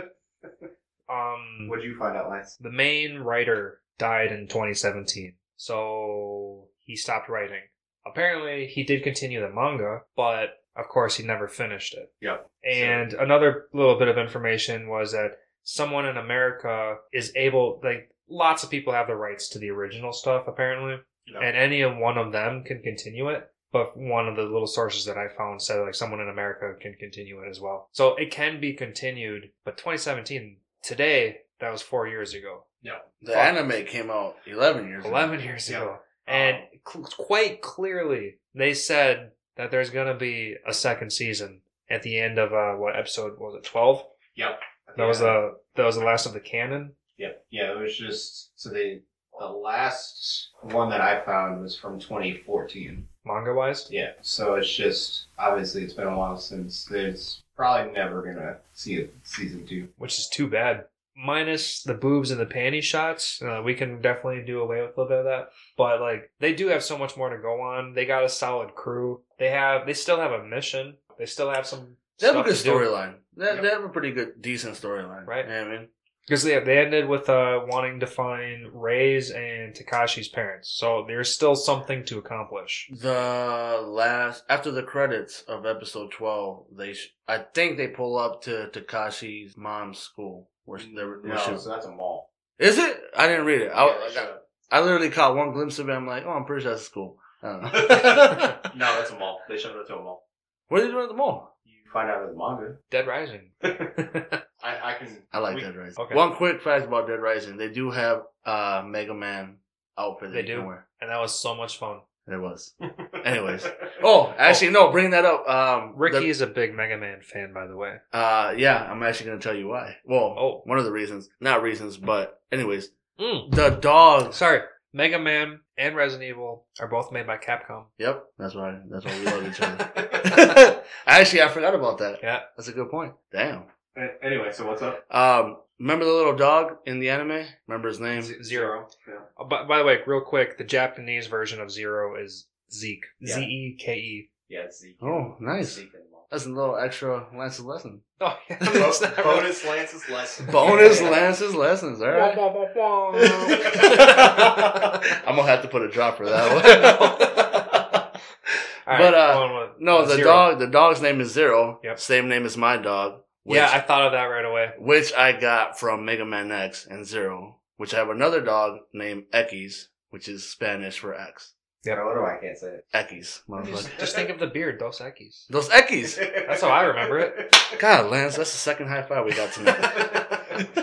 B: Um,
C: What'd you find out, Lance?
B: the main writer died in 2017, so he stopped writing. Apparently, he did continue the manga, but of course, he never finished it.
C: Yep.
B: And another little bit of information was that someone in America is able, like, lots of people have the rights to the original stuff, apparently,
C: No.
B: and any of one of them can continue it. But one of the little sources that I found said, like, someone in America can continue it as well. So it can be continued, but 2017, today, that was four years ago,
C: no.
A: The
B: Fuck.
A: anime came out 11 years ago.
B: 11 years
C: Yeah.
B: ago. And cl- quite clearly, they said that there's going to be a second season at the end of, uh, what episode was it, 12?
C: Yep.
B: That was uh, the that was the last of the canon.
C: Yep. Yeah, it was just so the the last one that I found was from 2014.
B: manga wise.
C: Yeah. So it's just obviously it's been a while since there's probably never gonna see a season two.
B: Which is too bad. Minus the boobs and the panty shots, uh, we can definitely do away with a little bit of that. But like, they do have so much more to go on. They got a solid crew. They have they still have a mission. They still have some.
A: They have a
B: stuff
A: good
B: to do.
A: storyline. They,
C: Yep.
A: they have a pretty good, decent storyline.
B: Right.
A: You know what I mean?
B: Because they, they ended with uh, wanting to find Ray's and Takashi's parents. So there's still something to accomplish.
A: The last, after the credits of episode 12, they, sh- I think they pull up to Takashi's mom's school. Where they Oh, were, where she-
C: so that's a mall.
A: Is it? I didn't read it. I,
C: Yeah,
A: I,
C: shut up.
A: I literally caught one glimpse of it. I'm like, oh, I'm pretty sure that's cool. I don't know.
C: no, that's a mall. They showed it to a mall.
A: what are they doing at the mall?
C: You find out in the manga.
B: Dead Rising.
C: I, I can.
A: I like
C: we-
A: Dead Rising.
B: okay.
A: One quick fact about Dead Rising: they do have a Mega Man outfit.
B: They
A: that you can
B: do?
A: wear.
B: and that was so much fun.
A: It was. Anyways. Oh, actually, no. Bring that up. Um,
B: Ricky is a big Mega Man fan, by the way.
A: the- uh, yeah, I'm actually gonna tell you why. Well,
B: Oh.
A: one of the reasons, not reasons, but anyways,
B: Mm.
A: The dogs.
B: Sorry, Mega Man and Resident Evil are both made by Capcom.
A: Yep, that's right. That's why we love each other.
B: yeah,
A: Actually, I forgot about that.
B: Yeah.
A: that's a good point. Damn.
C: Oh, A- Anyway, so what's up?
A: Um, remember the little dog in the anime? Remember his name?
B: Z- Zero.
C: Yeah.
B: Oh, by, by the way, real quick, the Japanese version of Zero is Zeke.
C: Yeah.
B: Z E K E.
C: Yeah, it's Zeke.
A: Oh, nice.
C: Zeke and Mom.
A: That's a little extra Lance's lesson.
B: Oh, yeah.
C: Bo-
B: it's not really-
C: bonus Lance's lesson.
A: Bonus Lance's lessons. All
B: Wah,
A: right.
B: wah, wah, wah.
A: I'm gonna have to put a drop for that one.
B: All right,
A: But, uh,
B: going with,
A: no,
B: uh,
A: the
B: Zero.
A: dog. The dog's name is Zero.
B: Yep.
A: Same name as my dog. Which,
B: Yeah, I thought of that right away.
A: which I got from Mega Man X and Zero. Which I have another dog named Ekis, which is Spanish for X.
C: I wonder why I can't say it.
A: Ekis, motherfucker.
B: Just think of the beard, Dos Equis.
A: Those Ekis.
B: That's how I remember it.
A: God, Lance, that's the second high five we got tonight.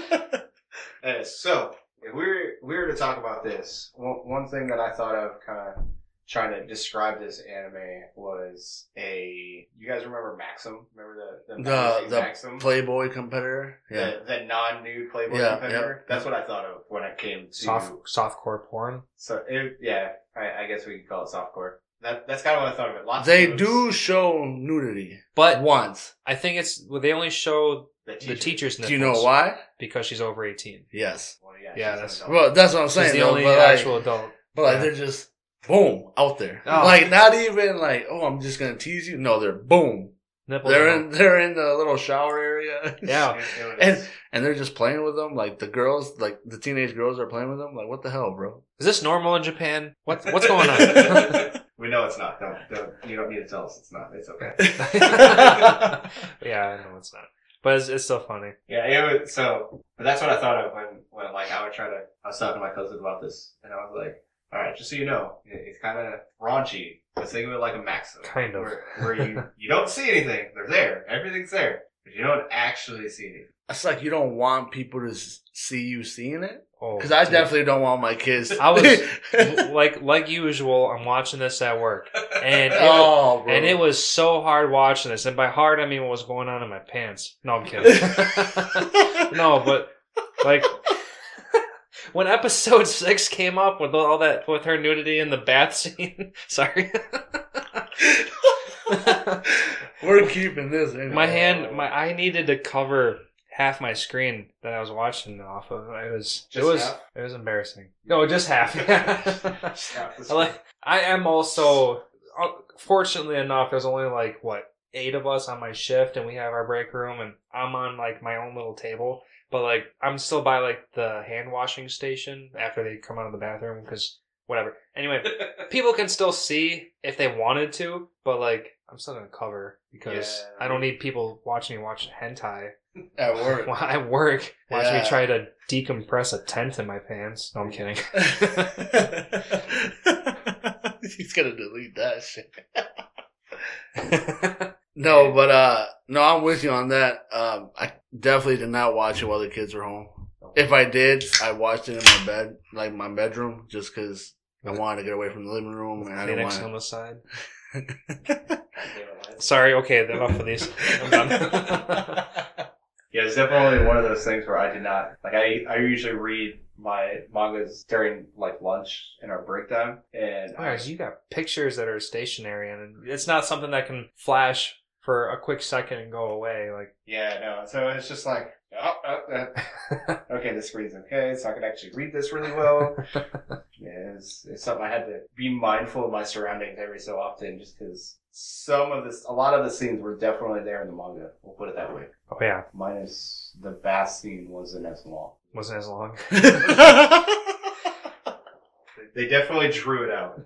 C: Uh, so, if we were, we were to talk about this, one, one thing that I thought of kind of trying to describe this anime was a. You guys remember Maxim? Remember the, the,
A: the
C: magazine
A: the
C: Maxim?
A: Playboy competitor. Yeah.
C: The, the non nude Playboy
A: Yeah,
C: competitor? That's what I thought of when it came to.
B: Soft, softcore porn.
C: So, it, yeah, I, I guess we could call it softcore. That, that's kind of what I thought of it. Lots
A: They
C: of
A: do show nudity
B: But
A: once.
B: I think it's well, they only show
C: The
B: the teacher's nipples.
A: Do you know why?
B: Because she's over eighteen.
A: Yes.
C: Well, yeah,
B: Yeah,
C: she's
B: that's-
C: an adult.
A: Well, that's what I'm saying.
B: She's the
A: though,
B: only
A: but like,
B: actual adult.
A: but like
B: yeah.
A: they're just boom out there.
B: Oh.
A: Like not even like oh I'm just gonna tease you. No, they're boom.
B: Nipples.
A: They're
B: are
A: in they're in the little shower area.
B: Yeah.
C: You know what it
A: And
C: is.
A: and they're just playing with them. Like the girls, like the teenage girls are playing with them. Like what the hell, bro?
B: Is this normal in Japan? What's what's going on?
C: we know it's not. Don't, don't, you don't need to tell us it's not. It's okay.
B: yeah, I know it's not, but it's, it's still funny.
C: Yeah, it was, so, but that's what I thought of when, when, like, I would try to, I was talking to my cousin about this, and I was like, alright, just so you know, it, it's kind of raunchy, but think of it like a maxim.
B: Kind of.
C: Where, where you, you don't see anything. They're there. Everything's there. But you don't actually see anything.
A: It's like you don't want people to s- see you seeing it.
B: Oh,
A: Because I
B: dude.
A: definitely don't want my kids.
B: I was like like usual. I'm watching this at work, and it,
A: oh, bro.
B: and it was so hard watching this. And by hard, I mean what was going on in my pants. No, I'm kidding. no, but like when episode six came up with all that with her nudity in the bath scene. sorry.
A: We're keeping this. In
B: my hand, my I needed to cover half my screen that I was watching off of. It was it
C: Just
B: was
C: half?
B: it was embarrassing. No, just half. I like I am also uh, fortunately enough there's only like what eight of us on my shift and we have our break room and I'm on like my own little table but like I'm still by like the hand washing station after they come out of the bathroom because whatever anyway people can still see if they wanted to but like I'm still gonna cover because
C: Yeah.
B: I don't need people watching me watch hentai
A: at work.
B: while I work watch
A: Yeah.
B: me try to decompress a tent in my pants no I'm kidding
A: He's gonna delete that shit. no, but uh, no, I'm with you on that. Um, I definitely did not watch it while the kids were home. If I did, I watched it in my bed, like my bedroom, just because I wanted to get away from the living room and I didn't
B: Kleenex
A: want.
B: homicide
C: like,
B: Sorry, okay, enough of these. I'm done.
C: Yeah, it's definitely one of those things where I did not like. I I usually read my mangas during like lunch and our break time, and I
B: Whereas you got pictures that are stationary, and it's not something that can flash for a quick second and go away. Like,
C: yeah, no. So it's just like, oh, oh, uh, okay, this reads okay, so I can actually read this really well. yeah, it's it's something I had to be mindful of my surroundings every so often, just because some of this, a lot of the scenes were definitely there in the manga. We'll put it that way.
B: oh yeah,
C: Minus the bath scene wasn't as long.
B: wasn't as long.
C: They definitely drew it out.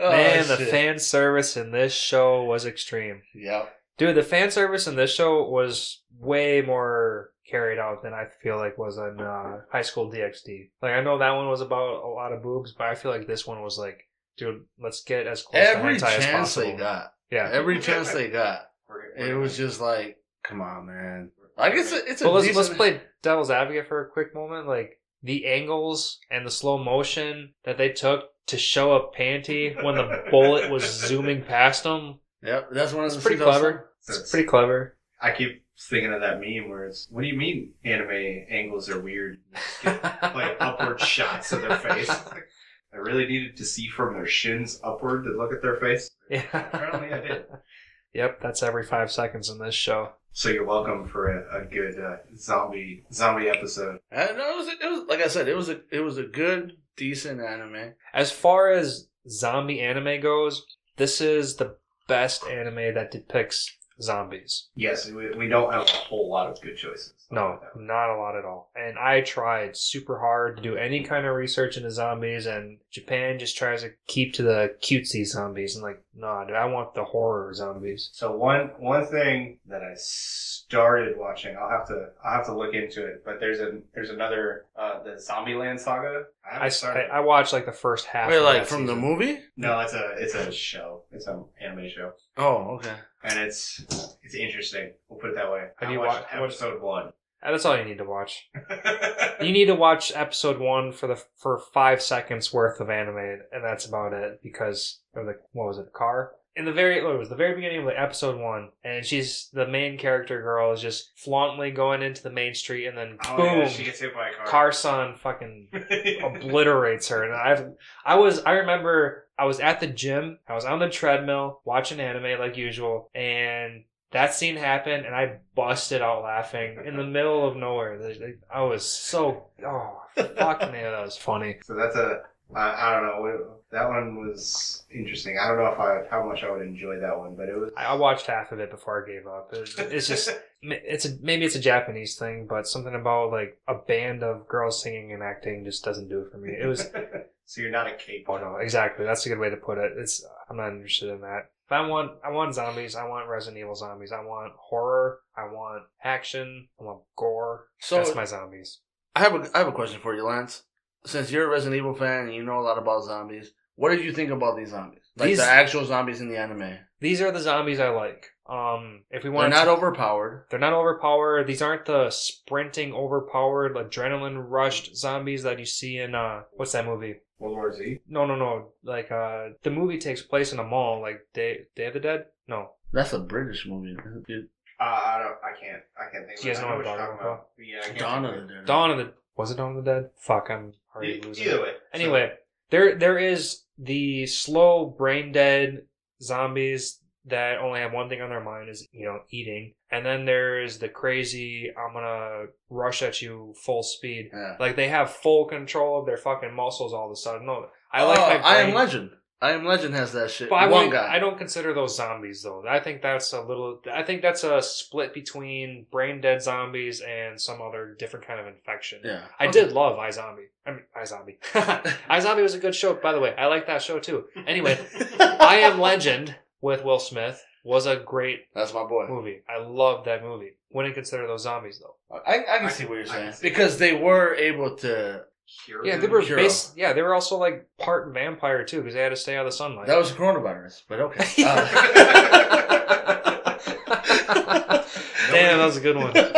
A: Oh,
B: Man, the
A: shit.
B: fan service in this show was extreme.
A: Yep.
B: Dude, the fan service in this show was way more carried out than I feel like was on uh, High School DxD. Like, I know that one was about a lot of boobs, but I feel like this one was like, dude, let's get as close
A: Every
B: to hentai as
A: chance
B: possible.
A: they got,
B: Yeah.
A: every chance they got,
C: We're-
A: it
C: we're-
A: was just like, come on, man. Like it's a, it's a.
B: But let's let's
A: decent-
B: play devil's advocate for a quick moment. Like the angles and the slow motion that they took to show a panty when the bullet was zooming past them.
A: Yep, that's one of
B: It's
A: the
B: pretty
A: things I was
B: clever.
C: So
B: It's pretty clever.
C: I keep thinking of that meme where it's, what do you mean anime angles are weird? Get, like upward shots of their face. I really needed to see from their shins upward to look at their face. Apparently I
B: Yeah.
C: did.
B: yep, that's every five seconds in this show.
C: So you're welcome for a, a good uh, zombie zombie episode.
A: I know Uh, it was, it was like I said, it was a it was a good, decent anime.
B: As far as zombie anime goes, this is the best anime that depicts zombies.
C: Yes, we, we don't have a whole lot of good choices.
B: No, not a lot at all. And I tried super hard to do any kind of research into zombies, and Japan just tries to keep to the cutesy zombies. And like, nah, dude, I want the horror zombies.
C: So one one thing that I started watching, I'll have to I'll have to look into it. But there's a there's another uh, the Zombieland saga. I haven't
B: I, I,
C: started.
B: I watched like the first half.
A: Wait,
B: of
A: like
B: that
A: from the
B: season.
A: movie?
C: no, it's a it's a show. It's an anime show,
A: Oh, okay.
C: and it's it's interesting. We'll put it that way.
B: Have
C: I
B: you
C: watched
B: watched-
C: episode one?
B: And Uh, That's all you need to watch. You need to watch episode one for the for five seconds worth of anime, and that's about it. Because of the what was it, the car? In the very what was the very beginning of like episode one, and she's the main character girl is just flauntly going into the main street, and then
C: oh,
B: boom,
C: yeah, she gets hit by a car.
B: car son fucking
C: Car.
B: obliterates her. And I I was I remember I was at the gym, I was on the treadmill watching anime like usual, and that scene happened, and I busted out laughing in the middle of nowhere. Like, I was so oh fuck man, that was funny.
C: So that's a I, I don't know that one was interesting. I don't know if I how much I would enjoy that one, but it was.
B: I I watched half of it before I gave up. It- It's just it's a, maybe it's a Japanese thing, but something about like a band of girls singing and acting just doesn't do it for me. It was
C: so you're not a cape.
B: Oh no, exactly. That's a good way to put it. It's I'm not interested in that. But I want I want zombies. I want Resident Evil zombies. I want horror. I want action. I want gore.
A: So
B: That's my zombies.
A: I have a I have a question for you, Lance. Since you're a Resident Evil fan and you know a lot about zombies, what did you think about these zombies? Like
B: These-
A: the actual zombies in the anime.
B: These are the zombies I like. Um, if we
A: They're
B: want,
A: not overpowered.
B: they're not overpowered. These aren't the sprinting, overpowered, adrenaline rushed zombies that you see in uh, what's that movie?
C: World War Z.
B: No, no, no. Like uh, the movie takes place in a mall. Like Day Day of the Dead. No,
A: That's a British movie. isn't it?
C: Uh, I don't. I can't. I can't think.
B: You guys
C: of it.
B: know
C: I
B: what I'm
C: you're
B: talking about.
C: Yeah. I can't
A: Dawn
C: think
A: of the Dead.
B: Dawn of the was it Dawn of the Dead? Fuck, I'm already
C: E-
B: losing. it.
C: Either way.
B: Anyway, there there is the slow brain dead zombies that only have one thing on their mind is you know eating, and then there's the crazy I'm gonna rush at you full speed.
A: Yeah.
B: Like they have full control of their fucking muscles all of a sudden. No, I like
A: Oh,
B: my brain.
A: I Am Legend. I Am Legend has that shit.
B: But I,
A: One
B: wouldn't-
A: guy.
B: I don't consider those zombies though. I think that's a little. I think that's a split between brain dead zombies and some other different kind of infection.
A: Yeah.
B: I
A: Okay.
B: did love iZombie. I mean, iZombie. iZombie was a good show, by the way. I like that show too. Anyway, I Am Legend with Will Smith was a great
A: That's my boy.
B: movie. I loved that movie. Wouldn't consider those zombies though.
A: I, I can see what you're saying because they were able to.
C: Cure
B: Yeah, they
C: them?
B: were
A: Hero.
B: based, Yeah, they were also like part vampire too because they had to stay out of the sunlight.
A: That was coronavirus, but okay. Uh,
B: Damn, that was a good one.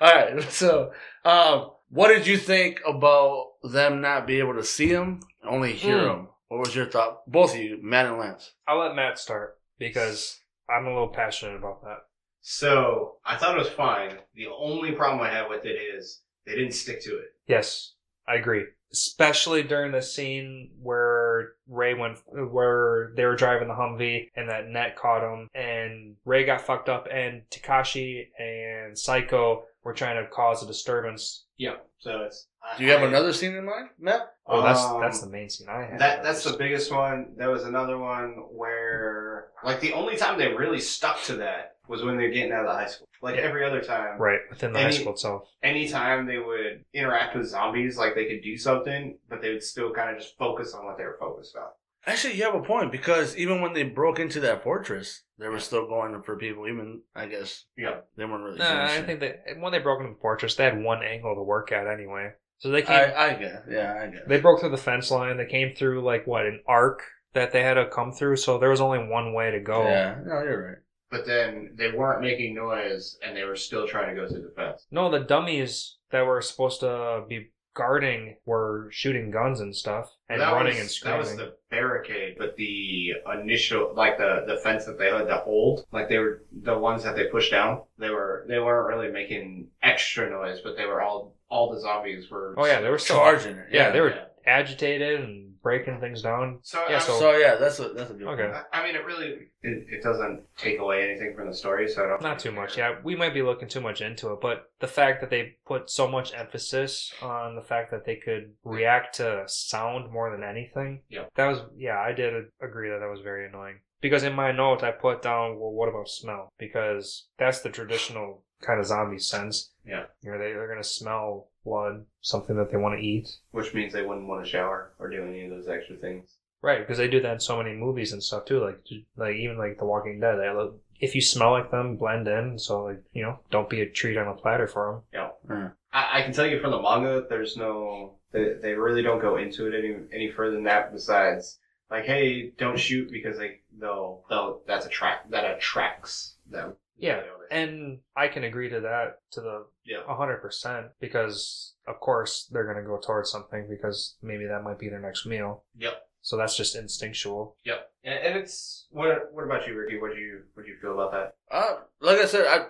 A: All right. So, um, what did you think about them not being able to see him, only hear
B: Hmm.
A: him? What was your thought, both of you, Matt and Lance?
B: I'll let Matt start because I'm a little passionate about that.
C: So I thought it was fine. The only problem I have with it is they didn't stick to it.
B: Yes, I agree. Especially during the scene where Ray went, where they were driving the Humvee and that net caught him, and Ray got fucked up, and Takashi and Psycho were trying to cause a disturbance.
C: Yeah. So it's. I-
A: Do you have
C: I-
A: another scene in mind, Matt?
B: Oh, that's
C: Um,
B: that's the main scene I had.
C: That that's the biggest one. There was another one where like the only time they really stuck to that was when they're getting out of the high school. Like
B: Yeah.
C: every other time,
B: right within the high
C: Any-
B: school itself.
C: anytime they would interact with zombies, like they could do something, but they would still kind of just focus on what they were focused on.
A: Actually, you have a point because even when they broke into that fortress, they were still going for people. Even I guess
C: Yeah.
A: they weren't really. doing
B: Nah, I
A: shit.
B: think that when they broke into the fortress, they had one angle to work at anyway, so they came.
A: I, I get. Yeah, I get.
B: They broke through the fence line. They came through like what an arc that they had to come through. So there was only one way to go.
A: Yeah, no, you're right.
C: But then they weren't making noise, and they were still trying to go through the fence.
B: No, the dummies that were supposed to be guarding were shooting guns and stuff and
C: That
B: running
C: was-
B: and screaming.
C: That was the barricade, but the initial, like the the fence that they had to hold, like they were the ones that they pushed down. They were they weren't really making extra noise, but they were all all the zombies were.
B: oh yeah, they were still
A: Charging it.
B: Yeah, they were
C: Yeah.
B: agitated and breaking things down.
C: So
B: Yeah,
C: I,
B: so-
A: So yeah, that's a that's a good.
B: Okay.
A: Point.
C: I- I mean, it really it, it doesn't take away anything from the story, so I don't.
B: Not too much. Yeah, we might be looking too much into it, but the fact that they put so much emphasis on the fact that they could react to sound more than anything.
C: Yeah.
B: That was yeah, I did agree that that was very annoying. Because in my note I put down, well, what about smell? Because that's the traditional kind of zombie sense.
C: Yeah.
B: You know, they, they're gonna smell blood, something that they want to eat.
C: Which means they wouldn't want to shower or do any of those extra things.
B: Right, because they do that in so many movies and stuff too. Like, like even like The Walking Dead. They look, if you smell like them, blend in. So like, you know, don't be a treat on a platter for them.
C: Yeah.
A: Hmm.
C: I, I can tell you from the manga, there's no. They, they really don't go into it any any further than that. Besides, like, hey, don't shoot because they they'll they'll that's a track that attracts them.
B: Yeah, And I can agree to that to the
C: yeah,
B: hundred percent because of course they're gonna go towards something because maybe that might be their next meal.
C: yep,
B: So that's just instinctual.
C: yep. And, and it's what what about you, Ricky? What do you what do you feel about that?
A: Uh, like I said, I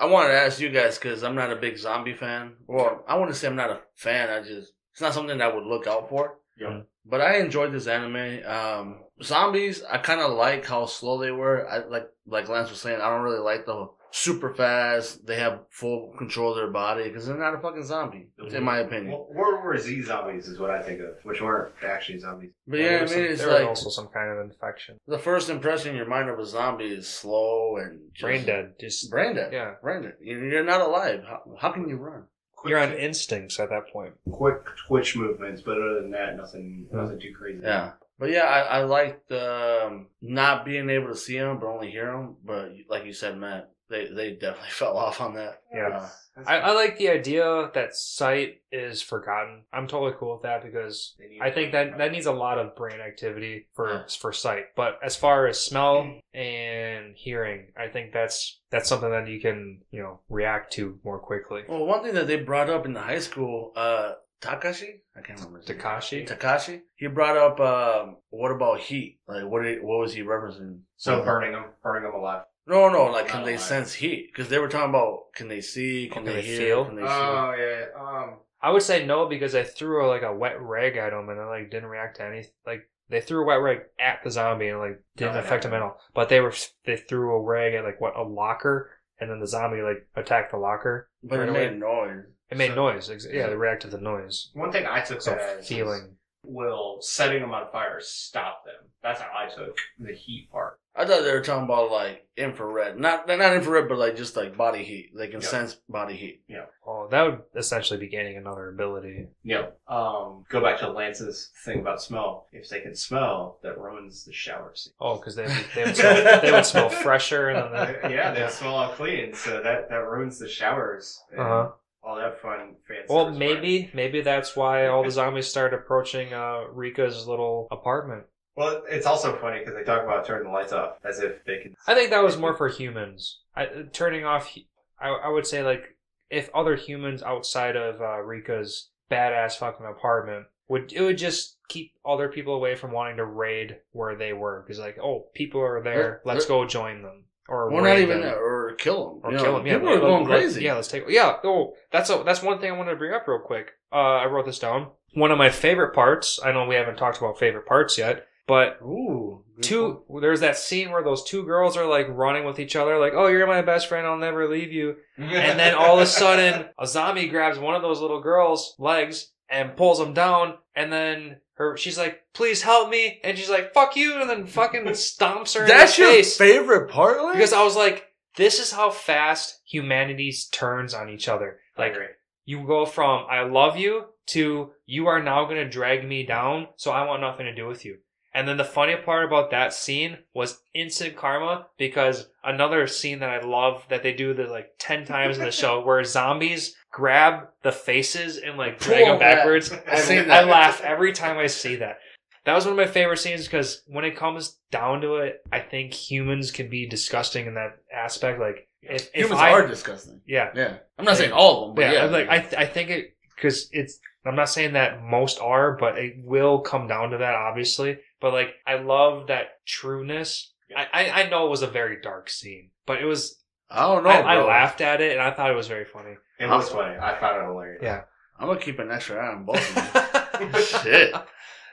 A: I wanted to ask you guys because I'm not a big zombie fan. Well, I want to say I'm not a fan. I just it's not something that I would look out for.
C: Yeah.
A: But I enjoyed this anime. Um, zombies, I kind of like how slow they were. I like like Lance was saying, I don't really like the super fast. They have full control of their body because they're not a fucking zombie, in my opinion.
C: Well, World War Z zombies is what I think of, which weren't actually zombies.
A: But yeah,
B: there
A: I
B: was
A: mean,
B: some-
A: it's
B: there was
A: like
B: also some kind of infection,
A: the first impression your mind of a zombie is slow and just-
B: brain dead. Just
A: Brain dead.
B: yeah,
A: Brain dead. You- You're not alive. How, how can you run?
C: Quick,
B: you're on instincts at that point.
C: quick twitch movements, but other than that, nothing
B: Yeah.
C: nothing too crazy.
A: Yeah. But yeah, I, I liked um, not being able to see them, but only hear them. But like you said, Matt, they, they definitely fell off on that. Uh,
B: Yeah.
C: That's- that's-
B: I, I like the idea that sight is forgotten. I'm totally cool with that because
C: they need
B: I think that that needs a lot of brain activity for for sight. But as far as smell and hearing, I think that's that's something that you can you know react to more quickly.
A: Well, one thing that they brought up in the high school, uh, Takashi, I can't remember. his name.
B: Takashi,
A: Takashi, he brought up, um, what about heat? Like, what did, what was he referencing? Uh,
C: So burning them, burning them alive.
A: No, no, like, can
C: Oh,
A: they
C: I-
A: sense heat? Because they were talking about, can they see? Can
B: Oh,
A: they, hear? Feel? Can they
B: Uh,
C: Oh yeah. Um.
B: I would say no because I threw like a wet rag at him and I like didn't react to anything. Like they threw a wet rag at the zombie and like didn't
A: Oh,
C: No,
B: affect
C: no.
B: him at all. But they were they threw a rag at like what a locker and then the zombie like attacked the locker.
A: see? But
B: right
A: it
B: away.
A: made noise.
B: It made
C: So-
B: noise. Ex- Yeah, they reacted to the noise.
C: One thing I took
B: So
C: that as is,
B: feeling.
C: will setting them on fire stop them. That's how I took the heat part.
A: I thought they were talking about like infrared, not not infrared, but like just like body heat. They can
C: Yeah.
A: sense body heat.
B: Oh, that would essentially be gaining another ability.
C: Yeah. Um. Go back to Lance's thing about smell. If they can smell, that ruins the shower scene.
B: Oh, because they, they, would smell- they would smell fresher and uh, then they,
C: yeah, they smell all clean, so that that ruins the showers. and
B: Uh-huh.
C: All that fun fancy.
B: Well, maybe maybe that's why all the zombies start approaching uh, Rika's little apartment.
C: Well, it's also funny because they talk about turning the lights off as if they can.
B: I think that was more for humans. I, turning off, hu- I, I would say like if other humans outside of uh, Rika's badass fucking apartment would it would just keep other people away from wanting to raid where they were because like oh people are there
A: Let-
B: let's go join them or
A: Well,
B: raid
A: not even
B: them.
A: that, or kill them.
B: or kill him. Yeah,
A: people
B: let-
A: are going
B: let-
A: crazy.
B: Yeah, let's take. Yeah. Oh, that's a, that's one thing I wanted to bring up real quick. Uh, I wrote this down. One of my favorite parts. I know we haven't talked about favorite parts yet, but
A: Ooh, good point.
B: two. There's that scene where those two girls are like running with each other, like, "Oh, you're my best friend. I'll never leave you." And then all of a sudden, a zombie grabs one of those little girls' legs and pulls them down, and then. Her, she's like, please help me, and she's like, fuck you, and then fucking stomps her. in
A: That's
B: the
A: your
B: face.
A: favorite part, Lance?
B: Because I was like, this is how fast humanity turns on each other.
C: I
B: Like,
C: agree.
B: you go from I love you to you are now going to drag me down, so I want nothing to do with you. And then the funny part about that scene was instant karma because another scene that I love that they do the like 10 times in the show where zombies grab the faces and like drag
A: Cool.
B: them backwards.
A: I've seen
B: I
A: that.
B: laugh every time I see that. That was one of my favorite scenes because when it comes down to it, I think humans can be disgusting in that aspect. Like if, if
A: humans
B: I,
A: are disgusting.
B: yeah,
A: Yeah, I'm not saying all of them, but
B: yeah,
A: yeah,
B: I'm like I, th- I think it because it's I'm not saying that most are, but it will come down to that, obviously. But like, I love that trueness.
C: Yeah.
B: I, I I know it was a very dark scene, but it was
A: I don't know.
B: I, I
A: bro.
B: laughed at it and I thought it was very funny.
C: It was funny. I found it hilarious.
B: Yeah.
A: I'm gonna keep an extra eye on both of them. Shit.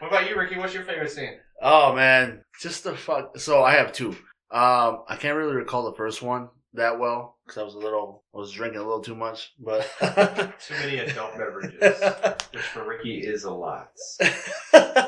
C: What about you, Ricky? What's your favorite scene?
A: Oh man, just the fuck. So I have two. Um, I can't really recall the first one that well because I was a little, I was drinking a little too much. But
C: Too many adult beverages, which for Ricky is a lot.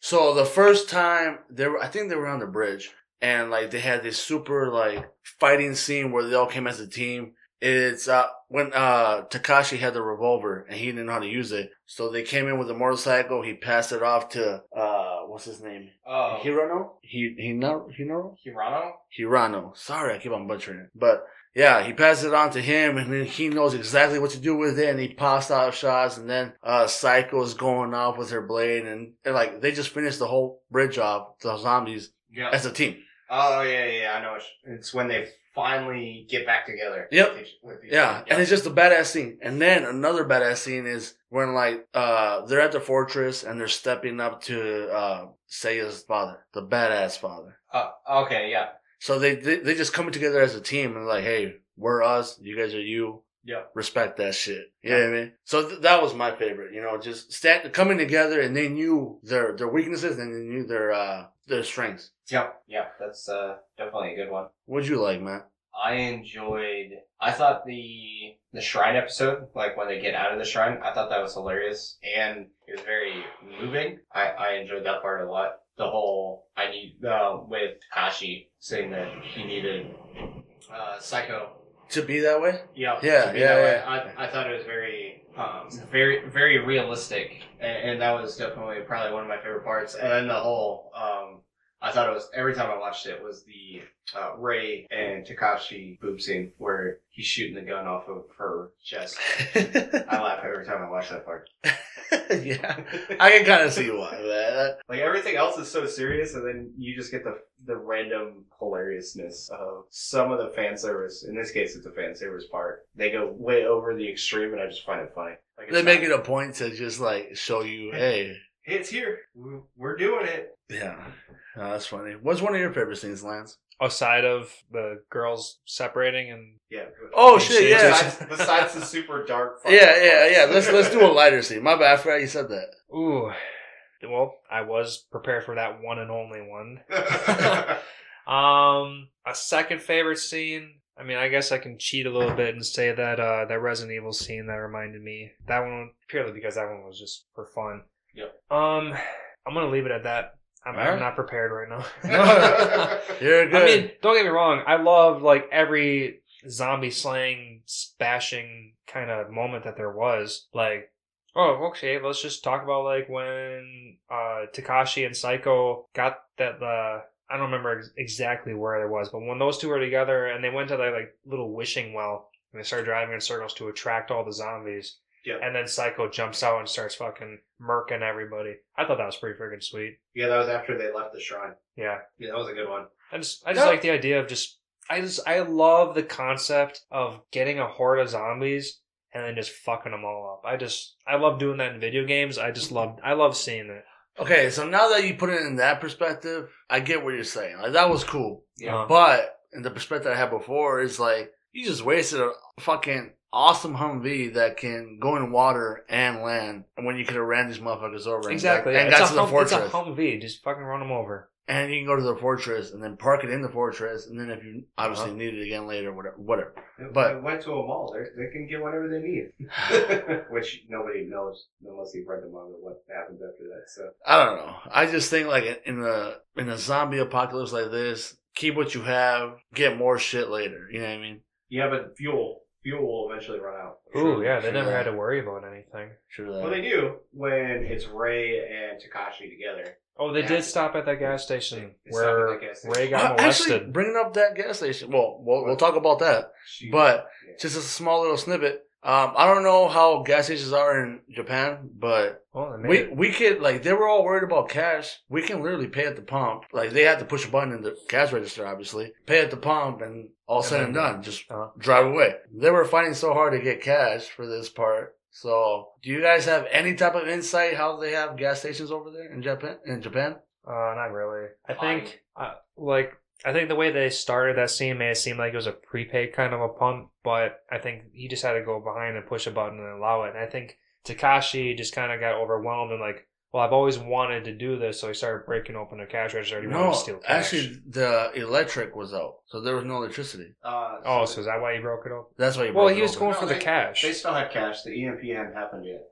A: so the first time they were, I think they were on the bridge, and like they had this super like fighting scene where they all came as a team. It's uh when uh Takashi had the revolver and he didn't know how to use it, so they came in with a motorcycle. He passed it off to uh what's his name
C: Oh,
A: Hirono. He he no Hirono.
C: Hirano?
A: Hirano. Sorry, I keep on butchering it. But yeah, he passed it on to him, and then he knows exactly what to do with it, and he pops out shots, and then uh, Psycho's going off with her blade, and, and like they just finished the whole bridge off, the zombies,
C: Yeah.
A: as a team.
C: Oh yeah, yeah. I know. It's, it's when they finally get back together.
A: Yep.
C: With each- with each-
A: Yeah, and it's just a badass scene. And then another badass scene is when like uh they're at the fortress and they're stepping up to uh Seiya's father, the badass father.
C: Oh, okay. Yeah.
A: So they, they they just coming together as a team and like, hey, we're us. You guys are you.
C: Yeah.
A: Respect that shit. You know what I mean? So th- that was my favorite. You know, just stand, coming together and they knew their their weaknesses and they knew their uh their strengths.
C: Yep. Yeah. That's uh, definitely a good one.
A: What'd you like, man?
C: I enjoyed. I thought the the shrine episode, like when they get out of the shrine, I thought that was hilarious and it was very moving. I I enjoyed that part a lot. The whole I need uh, with Kashi saying that he needed uh, Psycho.
A: To be that way?
C: Yeah,
A: Yeah,
C: to be
A: yeah,
C: that way.
A: yeah.
C: I I thought it was very um very very realistic, and, and that was definitely probably one of my favorite parts. And then the whole um. I thought it was every time I watched it was the uh, Ray and Takashi boob scene where he's shooting the gun off of her chest. I laugh every time I watch that part.
A: yeah. I can kind of see why, man.
C: Like everything else is so serious, and then you just get the the random hilariousness of some of the fan service. In this case, it's the fan service part. They go way over the extreme, and I just find it funny. Like
A: They make it a point to just like show you, hey.
C: It's here. We're- We're doing it.
A: Yeah. Oh, that's funny. What's one of your favorite scenes, Lance?
B: Aside of the girls separating and
C: Yeah.
A: Oh, shit, yeah.
C: Besides, besides the super dark.
A: Yeah, yeah, yeah. Let's let's do a lighter scene. My bad. I forgot you said that.
B: ooh, well, I was prepared for that one and only one.
C: a.
B: Um, a second favorite scene. I mean, I guess I can cheat a little bit and say that uh, that Resident Evil scene that reminded me that one purely because that one was just for fun.
C: Yep.
B: Um, I'm gonna leave it at that. I'm, I'm
A: Alright.
B: not prepared right now.
A: You're good.
B: I mean, don't get me wrong. I love like every zombie slaying, spashing kind of moment that there was. Like, oh, okay, let's just talk about like when uh Takashi and Psycho got that Uh, I don't remember ex- exactly where it was, but when those two were together and they went to that like little wishing well and they started driving in circles to attract all the zombies.
C: Yeah.
B: And then Psycho jumps out and starts fucking murking everybody. I thought that was pretty freaking sweet.
C: yeah, that was after they left the shrine.
B: Yeah.
C: Yeah, that was a good one.
B: I just I just
A: No.
B: like the idea of just I just I love the concept of getting a horde of zombies and then just fucking them all up. I just I love doing that in video games. I just love I love seeing it.
A: Okay, so now that you put it in that perspective, I get what you're saying. Like that was cool,
C: Yeah.
B: Uh,
A: Uh-huh. but in the perspective I had before is like you just wasted a fucking awesome Humvee that can go in water and land when you could have ran these motherfuckers over and
B: exactly.
A: got,
B: yeah.
A: and
B: it's,
A: got
B: a
A: to the
B: hum, it's a
A: fortress.
B: Humvee. Just fucking run them over.
A: And you can go to the fortress and then park it in the fortress, and then if you obviously
B: Uh-huh.
A: need it again later, whatever, whatever. But-
C: But they went to a mall. They're, they can get whatever they need, which nobody knows unless you've read the manga what happens after that. So
A: I don't know. I just think like in- in the in a zombie apocalypse like this, keep what you have, get more shit later. You know what I mean?
C: yeah, but fuel fuel will eventually run out.
B: Ooh yeah, they
A: sure
B: never
A: that.
B: had to worry about anything.
A: Sure.
C: Well, they do when it's Ray and Takashi together.
B: Oh, they
C: Yeah.
B: did stop at that gas station
C: They stopped
B: where
C: at that gas
B: Ray
C: station.
A: Uh,
B: got molested.
A: Actually, bringing up that gas station. Well, we'll, we'll talk about that.
C: She-
A: But
C: yeah.
A: Just as a small little snippet. Um, I don't know how gas stations are in Japan, but
B: oh, they made
A: we
B: it.
A: we could like they were all worried about cash. We can literally pay at the pump. Like they had to push a button in the cash register, obviously. Pay at the pump, and all
B: And
A: said
B: then-
A: and done, just
B: Uh-huh.
A: drive away. They were fighting so hard to get cash for this part. So, do you guys have any type of insight how they have gas stations over there in Japan? In Japan,
B: Uh, not really. I think, uh, like, I think the way they started that scene made it seem like it was a prepaid kind of a pump, but I think he just had to go behind and push a button and allow it. And I think Takashi just kind of got overwhelmed and like, well, I've always wanted to do this, so he started breaking open a cash register. He wanted
A: no.
B: to steal cash.
A: Actually, the electric was out, so there was no electricity.
C: Uh,
B: oh,
C: so
B: so is that why he broke it open?
A: That's why. You
B: Well,
A: broke
B: he
A: it
B: was
A: open.
B: going
C: No,
B: for the cash.
C: they still have cash. The E EMP hadn't happened yet.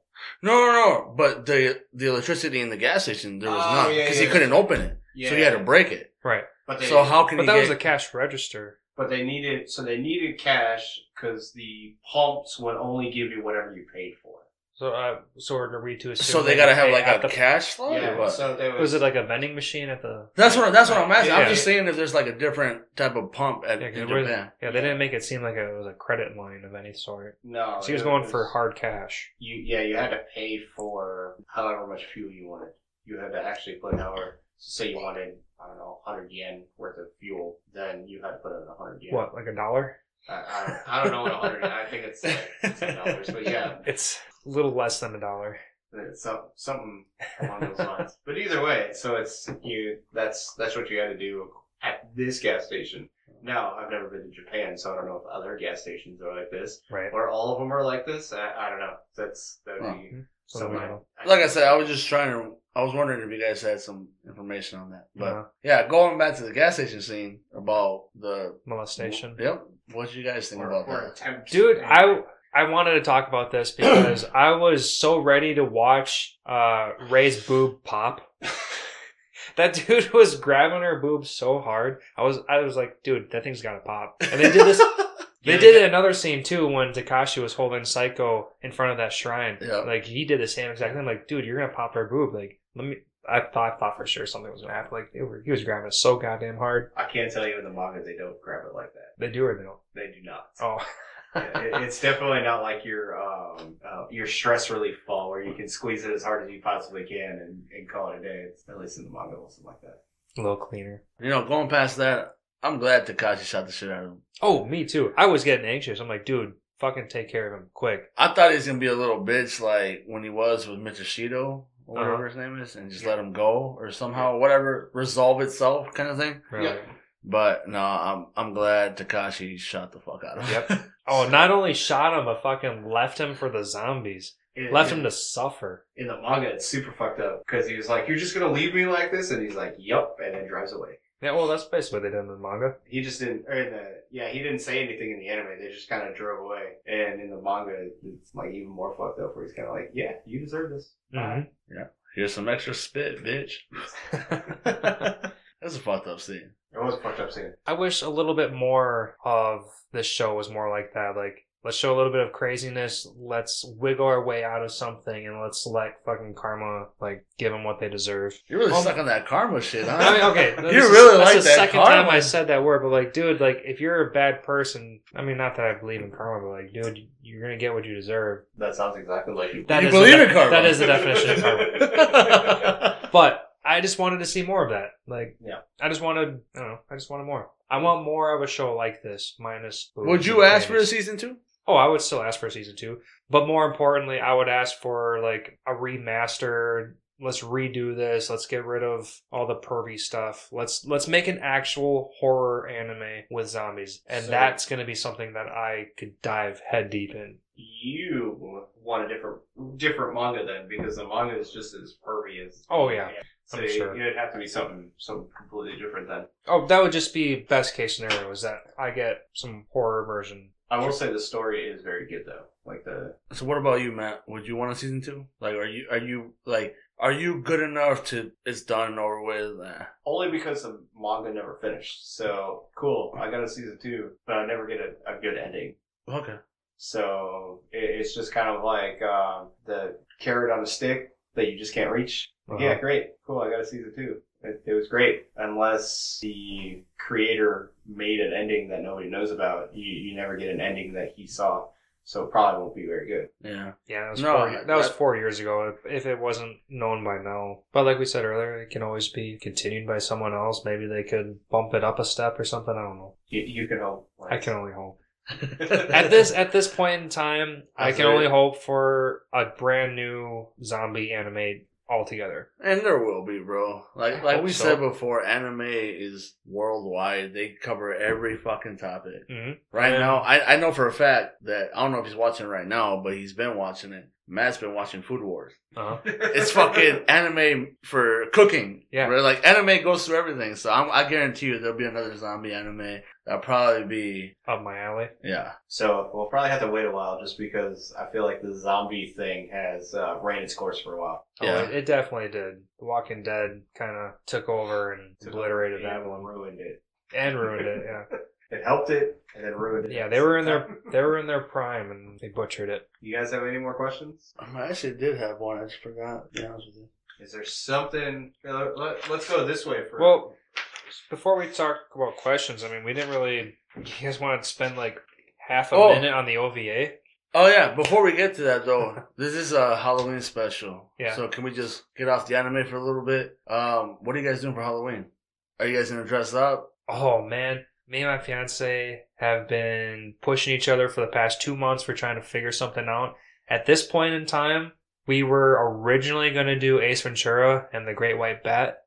A: No, no, no. But the the electricity in the gas station there was
C: Oh,
A: none
C: yeah,
A: because
C: yeah.
A: he couldn't open it,
C: Yeah.
A: so he had to break it.
B: right,
C: But they,
A: So how can
B: but
A: he
B: that
A: get?
B: was a cash register.
C: But they needed. So they needed cash because the pumps would only give you whatever you paid for.
B: So, uh, so are we to assume?
A: so they
B: that
A: gotta
B: he
A: have
B: paid
A: like
B: at
A: a
B: the-
A: cash slot. or what?
C: So there was.
B: Was it like a vending machine at the?
A: that's what that's what I'm asking.
B: Yeah.
A: I'm just saying if there's like a different type of pump at
B: Yeah, 'cause
A: in
B: there was-
A: Japan.
B: Yeah, they didn't make it seem like it was a credit line of any sort.
C: no.
B: So he was
C: Oh, it
B: going for hard cash.
C: You yeah. You had to pay for however much fuel you wanted. You had to actually put however. Say you wanted I don't know 100 yen worth of fuel, then you had to put in 100 yen.
B: What, like a dollar?
C: I, I, don't, I don't know what 100. yen- I think it's like dollars, but yeah.
B: It's a little less than a dollar.
C: some, something along those lines. But either way, so it's you. That's that's what you had to do at this gas station. Now I've never been to Japan, so I don't know if other gas stations are like this
B: Right.
C: or all of them are like this. I, I don't know. That's that would be
B: Huh. So
C: something.
B: Hmm. we don't-
A: Like I said, I was just trying to. I was wondering if you guys had some information on that. But
B: Uh,
A: yeah, going back to the gas station scene about the
B: molestation.
A: Yep. What do you guys think
C: or,
A: about
C: or
A: that?
C: attempt-
B: Dude, I I wanted to talk about this because I was so ready to watch uh Ray's boob pop. that dude was grabbing her boob so hard. I was I was like, dude, that thing's gotta pop. And they did this They
C: Yeah,
B: did
C: yeah.
B: another scene too when Takashi was holding Psycho in front of that shrine.
A: Yeah.
B: Like he did the same exact thing. I'm like, dude, you're gonna pop her boob. Like, let me. I thought, I thought for sure something was gonna happen. Like, they were, he was grabbing it so goddamn hard.
C: I can't tell you in the manga they don't grab it like that.
B: They do or they don't.
C: They do not.
B: Oh,
C: Yeah, it, it's definitely not like your um, uh, your stress relief ball where you can squeeze it as hard as you possibly can and, and call it a day. It's, at least in the manga, it wasn't like that.
B: a little cleaner.
A: You know, going past that, I'm glad Takashi shot the shit out of him.
B: Oh, me too. I was getting anxious. I'm like, dude, fucking take care of him quick.
A: I thought he was gonna be a little bitch like when he was with Mitsushito or whatever
B: Uh-huh.
A: his name is, and just let him go or somehow whatever resolve itself kind of thing.
B: Really.
A: But no, I'm I'm glad Takashi shot the fuck out of him.
B: Yep. Oh, not only shot him, but fucking left him for the zombies.
C: It-
B: Left
C: it-
B: him to suffer.
C: in the manga. It's super fucked up because he was like, "You're just gonna leave me like this," and he's like, "Yup," and then drives away.
B: Yeah, well, that's basically what they did in the manga.
C: He just didn't, or in the yeah, he didn't say anything in the anime. They just kind of drove away. And in the manga, it's like even more fucked up, where he's kind of like, "Yeah, you deserve this."
B: Mhm.
A: Here's some extra spit, bitch.
B: Mm-hmm.
A: That's a fucked up scene.
C: It was a fucked up scene.
B: I wish a little bit more of this show was more like that. Like, let's show a little bit of craziness. Let's wiggle our way out of something, and let's let fucking karma like give them what they deserve.
A: You're really
B: Um,
A: stuck on that karma shit, huh?
B: I mean, okay,
A: You really
B: that's
A: like
B: the
A: that
B: second time
A: karma.
B: I said that word, but like, dude, like if you're a bad person, I mean, not that I believe in karma, but like, dude, you're gonna get what you deserve.
C: That sounds exactly like you.
B: That
A: You
B: is the
A: believe
B: de-
A: in karma.
B: That is the definition of karma. But I just wanted to see more of that. Like,
C: Yeah.
B: I just wanted, I don't know, I just wanted more. I want more of a show like this, minus.
A: Would you ask for
B: this?
A: a season two?
B: Oh, I would still ask for season two, but more importantly, I would ask for like a remaster. Let's redo this. Let's get rid of all the pervy stuff. Let's let's make an actual horror anime with zombies, and
C: So-
B: that's going to be something that I could dive head deep in.
C: you want a different different manga then, because the manga is just as pervy as.
B: Oh, yeah.
C: So
B: I'm sure.
C: it'd have to be something something completely different then.
B: Oh, that would just be best case scenario is that I get some horror version.
C: I will say the story is very good though. Like the
A: So what about you, Matt? Would you want a season two? Like, are you are you like are you good enough to it's done and over with? Eh.
C: only because the manga never finished. So cool, I got a season two, but I never get a, a good ending.
A: Okay.
C: So it, it's just kind of like um, the carrot on a stick that you just can't reach.
B: Uh-huh.
C: Yeah, great, cool. I got a season two. It, it was great, unless the creator made an ending that nobody knows about. You you never get an ending that he saw, so it probably won't be very good.
A: Yeah.
B: Yeah, that was,
A: No,
B: four, that was
A: that-
B: four years ago. If, if it wasn't known by now, but like we said earlier, it can always be continued by someone else. Maybe they could bump it up a step or something. I don't know.
C: You, you can hope. like-
B: I can only hope. at this at this point in time, I
A: That's
B: can
A: right.
B: only hope for a brand new zombie anime altogether.
A: And there will be, bro.
B: I
A: Like like
B: hope
A: we
B: so.
A: said before, anime is worldwide. They cover every fucking topic.
B: Mhm.
A: Right
D: Yeah.
A: now, I, I know for a fact that I don't know if he's watching it right now, but he's been watching it. Matt's been watching Food Wars.
B: Uh-huh.
A: It's fucking anime for cooking.
B: Yeah.
A: Right? Like anime goes through everything. So I'm, I guarantee you there'll be another zombie anime that'll probably be
B: Up my alley.
A: yeah.
C: So we'll probably have to wait a while just because I feel like the zombie thing has uh, ran its course for a while.
A: Yeah.
B: Oh, it, it definitely did. The Walking Dead kind of took over and obliterated that
C: And
B: one
C: ruined it.
B: and ruined it. Yeah,
C: It helped it and then ruined it.
B: yeah. They were in their they were in their prime and they butchered it.
C: You guys have any more questions?
A: Um, I actually did have one. I just forgot. To be honest with you.
C: Is there something? Let, let, us go this way first.
B: Well, before we talk about questions, I mean, we didn't really. You guys want to spend like half a
A: Oh.
B: minute on the OVA?
A: Oh yeah! Before we get to that though, this is a Halloween special.
B: Yeah.
A: So can we just get off the anime for a little bit? Um, what are you guys doing for Halloween? Are you guys gonna dress up?
B: Oh man, me and my fiance have been pushing each other for the past two months for trying to figure something out. At this point in time, we were originally going to do Ace Ventura and the Great White Bat.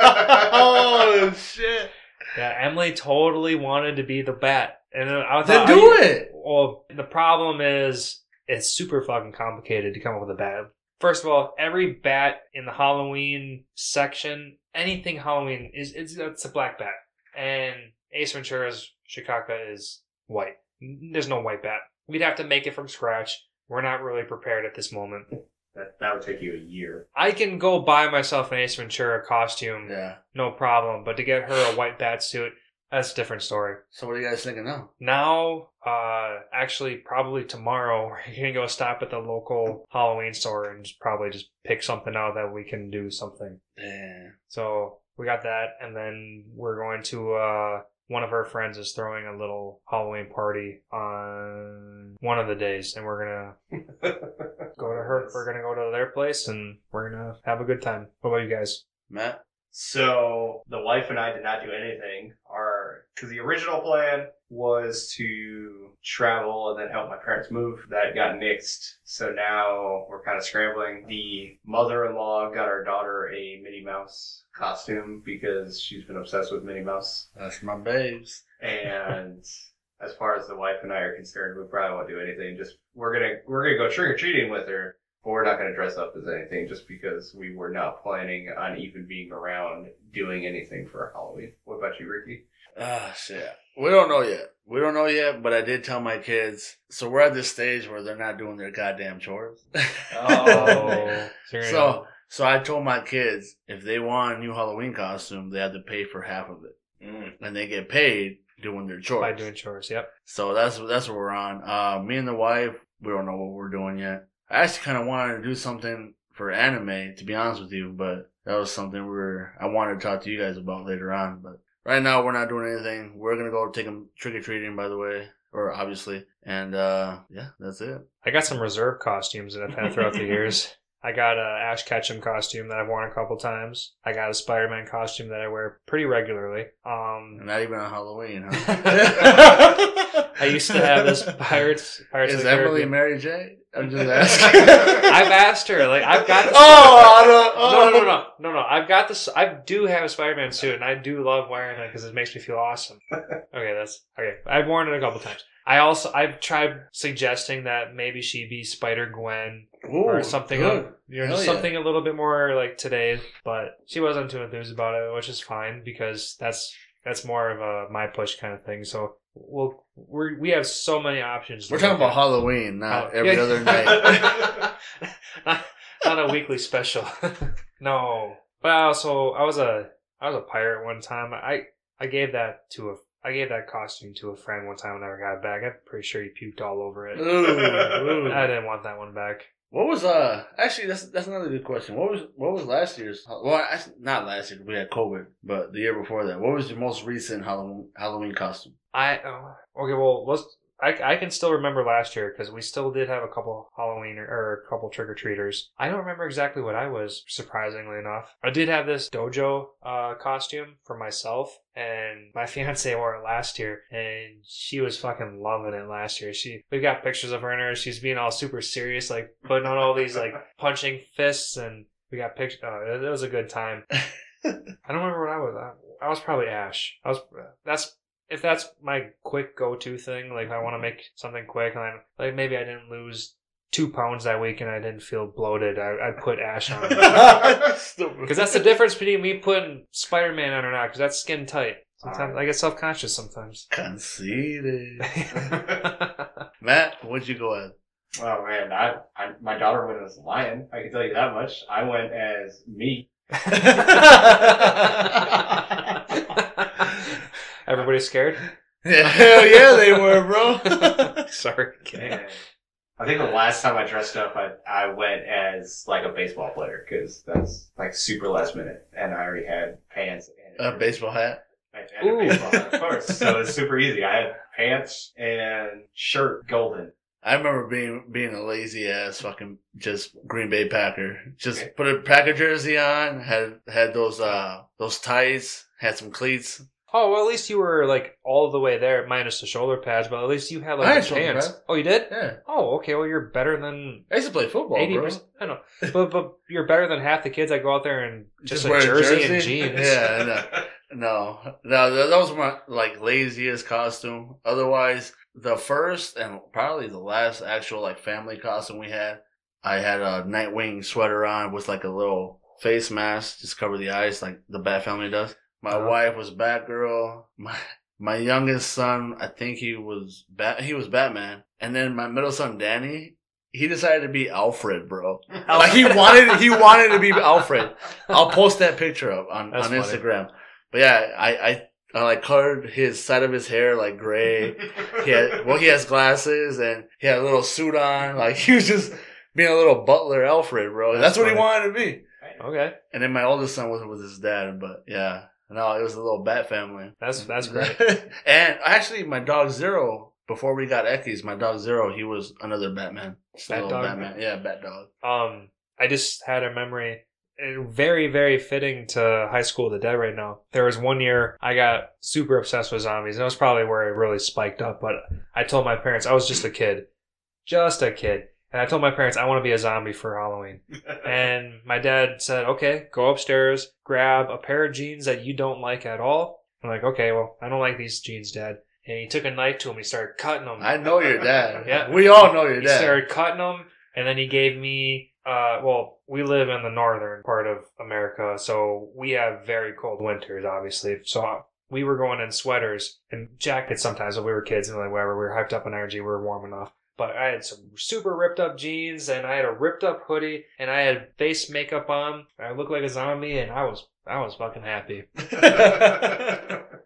A: oh shit!
B: Yeah, Emily totally wanted to be the bat, and then I
A: Then
B: thought,
A: do it.
B: Well, the problem is it's super fucking complicated to come up with a bat. First of all, every bat in the Halloween section, anything Halloween is it's, it's a black bat, and Ace Ventura's Shikaka is white. There's no white bat. We'd have to make it from scratch. We're not really prepared at this moment.
C: that, that would take you a year.
B: I can go buy myself an Ace Ventura costume,
A: Yeah.
B: no problem. But to get her a white bat suit, that's a different story
A: So what are you guys thinking now?
B: now uh actually probably tomorrow we're gonna go stop at the local halloween store and just probably just pick something out that we can do something
A: Damn.
B: so we got that and then we're going to uh one of our friends is throwing a little halloween party on one of the days and we're gonna go to her we're gonna go to their place and we're gonna have a good time what about you guys
A: Matt.
C: So the wife and I did not do anything. Our because the original plan was to travel and then help my parents move. That got nixed. So now we're kind of scrambling. The mother-in-law got our daughter a Minnie Mouse costume because she's been obsessed with Minnie Mouse.
A: That's my babes.
C: And as far as the wife and I are concerned, we probably won't do anything. Just we're gonna we're gonna go trick or treating with her, but we're not gonna dress up as anything just because we were not planning on even being around doing anything for Halloween. What about you, Ricky?
A: Ah, shit. We don't know yet. We don't know yet, but I did tell my kids. So we're at this stage where they're not doing their goddamn chores.
C: Oh.
B: so, you're gonna-
A: so, so I told my kids if they want a new Halloween costume, they have to pay for half of it, and they get paid doing their chores.
B: by doing chores yep
A: So that's that's what we're on. Uh, me and the wife, we don't know what we're doing yet. I actually kind of wanted to do something for anime, to be honest with you, but that was something we were I wanted to talk to you guys about later on. But right now, we're not doing anything. We're gonna go take them trick or treating, by the way, or obviously, and uh, yeah, that's it.
B: I got some reserve costumes that I've had throughout the years. I got a Ash Ketchum costume that I've worn a couple times. I got a Spider Man costume that I wear pretty regularly. Um,
A: Not even on Halloween, huh?
B: I used to have this Pirates Pirates of
A: Is
B: the
A: Emily
B: Caribbean.
A: Mary J? I'm just asking.
B: I've asked her like I've got.
A: oh, I don't,
B: no,
A: oh,
B: no, no, no, no. I've got this. I do have a Spider Man suit, and I do love wearing it because it makes me feel awesome. Okay, that's okay. I've worn it a couple times. I also I've tried suggesting that maybe she be Spider Gwen
A: Ooh,
B: or something,
A: good.
B: a, you know,
A: Hell
B: just
A: yeah.
B: something a little bit more like today. But she wasn't too enthused about it, which is fine because that's that's more of a my push kind of thing. So we'll we're, we have so many options. to
A: We're talking
B: look
A: about Halloween, not
B: Oh,
A: every
B: yeah.
A: other night.
B: at. not a weekly special. no, but I also I was a I was a pirate one time. I I gave that to a I gave that costume to a friend one time when I never got it back. I'm pretty sure he puked all over it.
A: Ooh, ooh.
B: I didn't want that one back.
A: What was uh? Actually, that's that's another good question. What was what was last year's? Well, actually, not last year. We had COVID, but the year before that. What was your most recent Halloween Halloween costume?
B: I oh, okay. Well, let's I, I can still remember last year because we still did have a couple Halloween or, or a couple trick or treaters. I don't remember exactly what I was, surprisingly enough. I did have this dojo uh, costume for myself, and my fiance wore it last year, and she was fucking loving it last year. She we got pictures of her and her. She's being all super serious, like putting on all these like punching fists, and we got pictures. Uh, it, it was a good time. I don't remember what I was. I, I was probably Ash. I was. That's if that's my quick go-to thing, like if I want to make something quick and I'm, like maybe I didn't lose two pounds that week and I didn't feel bloated, I, I'd put Ash on. Because that's the difference between me putting Spider-Man on or not. Because that's skin tight. Sometimes I get self-conscious sometimes.
A: Conceited. Matt, what'd you go as?
C: Oh man, I, I my daughter went as a lion. I can tell you that much. I went as me.
B: Everybody scared?
A: Yeah, Hell yeah, they were, bro.
B: Sorry, kidding.
C: And I think the last time I dressed up, I I went as like a baseball player because that's like super last minute, and I already had pants and
A: A baseball hat.
C: I had a
B: Ooh.
C: baseball hat, of course. So it's super easy. I had pants and shirt, golden.
A: I remember being being a lazy ass fucking just Green Bay Packer. Just put a Packer jersey on, had had those uh those tights, had some cleats.
B: Oh well, at least you were like all the way there, minus the shoulder pads. But at least you had
A: I
B: like
A: had
B: the
A: shoulder
B: pants.
A: pads.
B: Oh, you did?
A: Yeah,
B: Oh, okay. Well, you're better than
A: I used to play football,
B: eighty
A: bro.
B: percent. I know, but but you're better than half the kids that go out there and just, a
A: wear
B: jersey, and jeans.
A: Yeah, I know. No, no, that, that was my like laziest costume. Otherwise, the first and probably the last actual like family costume we had, I had a Nightwing sweater on with like a little face mask, just cover the eyes like the Bat Family does. My
B: Uh-huh.
A: wife was Batgirl. My my youngest son, I think he was Bat, he was Batman, and then my middle son Danny, he decided to be Alfred, bro. Like he wanted, he wanted to be Alfred. I'll post that picture up on, on
B: That's funny.
A: Instagram. But yeah, I, I, I like colored his side of his hair like gray. He had, well, he has glasses and he had a little suit on. Like he was just being a little butler Alfred, bro. That's,
B: That's
A: what he
B: funny.
A: wanted to be.
B: Okay,
A: And then my oldest son was with his dad, but yeah, no, it was a little bat family.
B: that's that's great.
A: and actually, my dog Zero, before we got Eckies, my dog Zero, he was another Batman. Just a
B: Bat
A: little
B: dog?
A: Batman. Yeah, Bat Dog.
B: Um, I just had a memory. uh, Very, very fitting to High School of the Dead right now. There was one year I got super obsessed with zombies, and that was probably where it really spiked up. But I told my parents I was just a kid, just a kid, and I told my parents I want to be a zombie for Halloween. And my dad said, "Okay, go upstairs, grab a pair of jeans that you don't like at all." I'm like, "Okay, well, I don't like these jeans, Dad." And he took a knife to him. He started cutting them.
A: I know your dad.
B: Yeah.
A: we all know your
B: He
A: dad.
B: started cutting them, and then he gave me. Uh, well, we live in the northern part of America, so we have very cold winters, obviously. So uh, we were going in sweaters and jackets sometimes when we were kids and like whatever. We were hyped up on energy, we were warm enough. But I had some super ripped up jeans, and I had a ripped up hoodie, and I had face makeup on. I looked like a zombie, and I was I was fucking happy.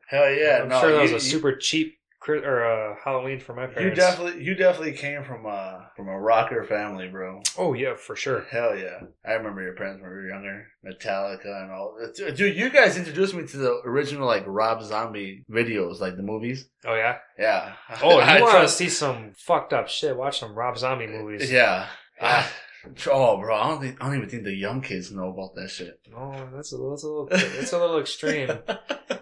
A: Hell yeah!
B: I'm
A: no,
B: sure that was
A: you-
B: a super cheap cri- or uh, Halloween for my
A: You, you
B: parents.
A: definitely, you definitely came from a from a rocker family, bro.
B: oh yeah, for sure.
A: Hell yeah! I remember your parents when we were younger, Metallica and all. Dude, you guys introduced me to the original like Rob Zombie videos, like the movies.
B: Oh yeah.
A: Yeah.
B: Oh, if
A: I
B: you want to
A: trust-
B: see some fucked up shit? Watch some Rob Zombie movies.
A: Yeah. Ah, oh, bro, I don't think I don't even think the young kids know about that shit.
B: Oh, that's a, that's a little that's a little extreme.
C: yeah.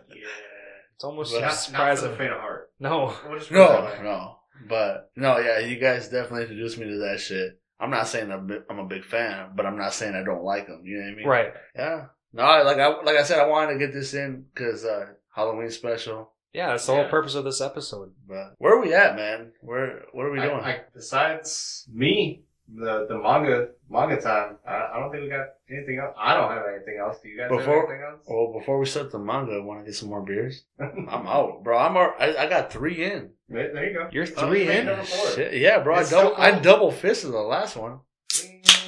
B: It's almost
A: Well,
C: Not, not for the
B: surprising.
C: faint of heart.
B: No,
C: We'll just put it
A: No,
C: that way.
A: no. But no, yeah, you guys definitely introduced me to that shit. I'm not saying I'm a bi- I'm a big fan, but I'm not saying I don't like them. You know what I mean?
B: right?
A: Yeah. No, I- like I like I said, I wanted to get this in because uh, Halloween special.
B: Yeah, that's the
C: Yeah.
B: whole purpose of this episode.
A: But where are we at, man? Where what are we doing?
C: I, I, besides me, the the manga manga time. I, I don't think we got anything else. I don't have anything else. Do you guys
A: Before-
C: have anything else?
A: well, before we start the manga, want to get some more beers? I'm out, bro. I'm al- I, I got three in.
C: There there you go.
B: You're
C: Oh,
B: three
C: you made
B: in.
C: number four.
A: Shit, yeah, bro. I
C: It's
A: double
C: so
A: I
C: cold.
A: double fisted the last one.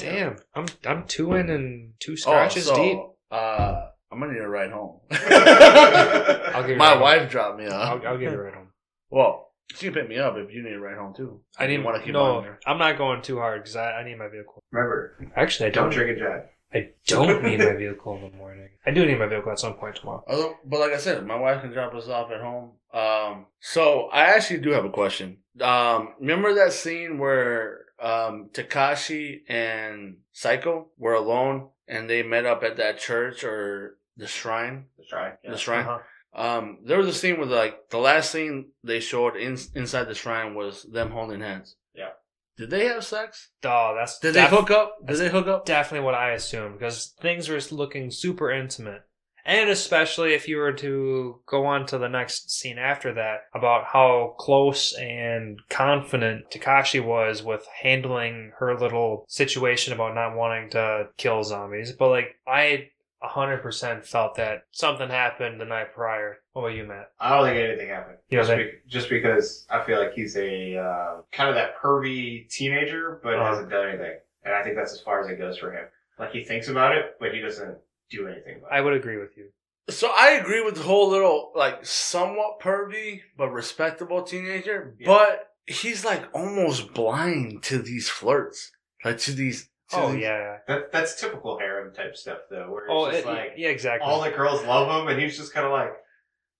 B: Damn, I'm I'm two in and two scratches
A: oh, so,
B: deep.
A: Uh, I'm gonna need a ride home.
B: I'll give you
A: My
B: right
A: wife dropped me
B: Home.
A: off.
B: I'll, I'll give you right home.
A: Well, she can pick me up if you need a ride home too.
B: I
A: You
B: didn't
A: wanna
B: want to No,
A: on there.
B: I'm not going too hard because I, I need my vehicle.
C: Remember,
B: Actually, I don't.
C: don't drink and drive.
B: I don't need my vehicle in the morning. I do need my vehicle at some point tomorrow.
A: Although, but like I said, my wife can drop us off at home. Um, so I actually do have a question. Um, remember that scene where um, Takashi and Psycho were alone and they met up at that church or the shrine?
C: The shrine. Yeah.
A: The shrine.
B: Uh-huh.
A: Um, there was a scene with like the last scene they showed in, inside the shrine was them holding hands.
C: Yeah.
A: Did they have sex?
B: Oh, that's
A: Did
B: def-
A: they hook up? Did they hook up?
B: definitely what I assumed because things were looking super intimate. And especially if you were to go on to the next scene after that about how close and confident Takashi was with handling her little situation about not wanting to kill zombies. But like, I 100% felt that something happened the night prior. What about you, Matt?
C: I don't think anything happened.
B: You don't
C: just, be- just because I feel like he's a uh, kind of that pervy teenager, but
B: Uh-huh.
C: hasn't done anything, and I think that's as far as it goes for him. Like he thinks about it, but he doesn't do anything about
B: I
C: it.
B: would agree with you.
A: So I agree with the whole little like somewhat pervy but respectable teenager,
C: Yeah.
A: but he's like almost blind to these flirts, like to these. To
B: Oh,
A: these-
B: yeah.
C: That, that's typical harem type stuff, though, where it's
B: Oh,
C: just
B: it-
C: like
B: yeah, exactly.
C: all the girls love him, and he's just kind of like,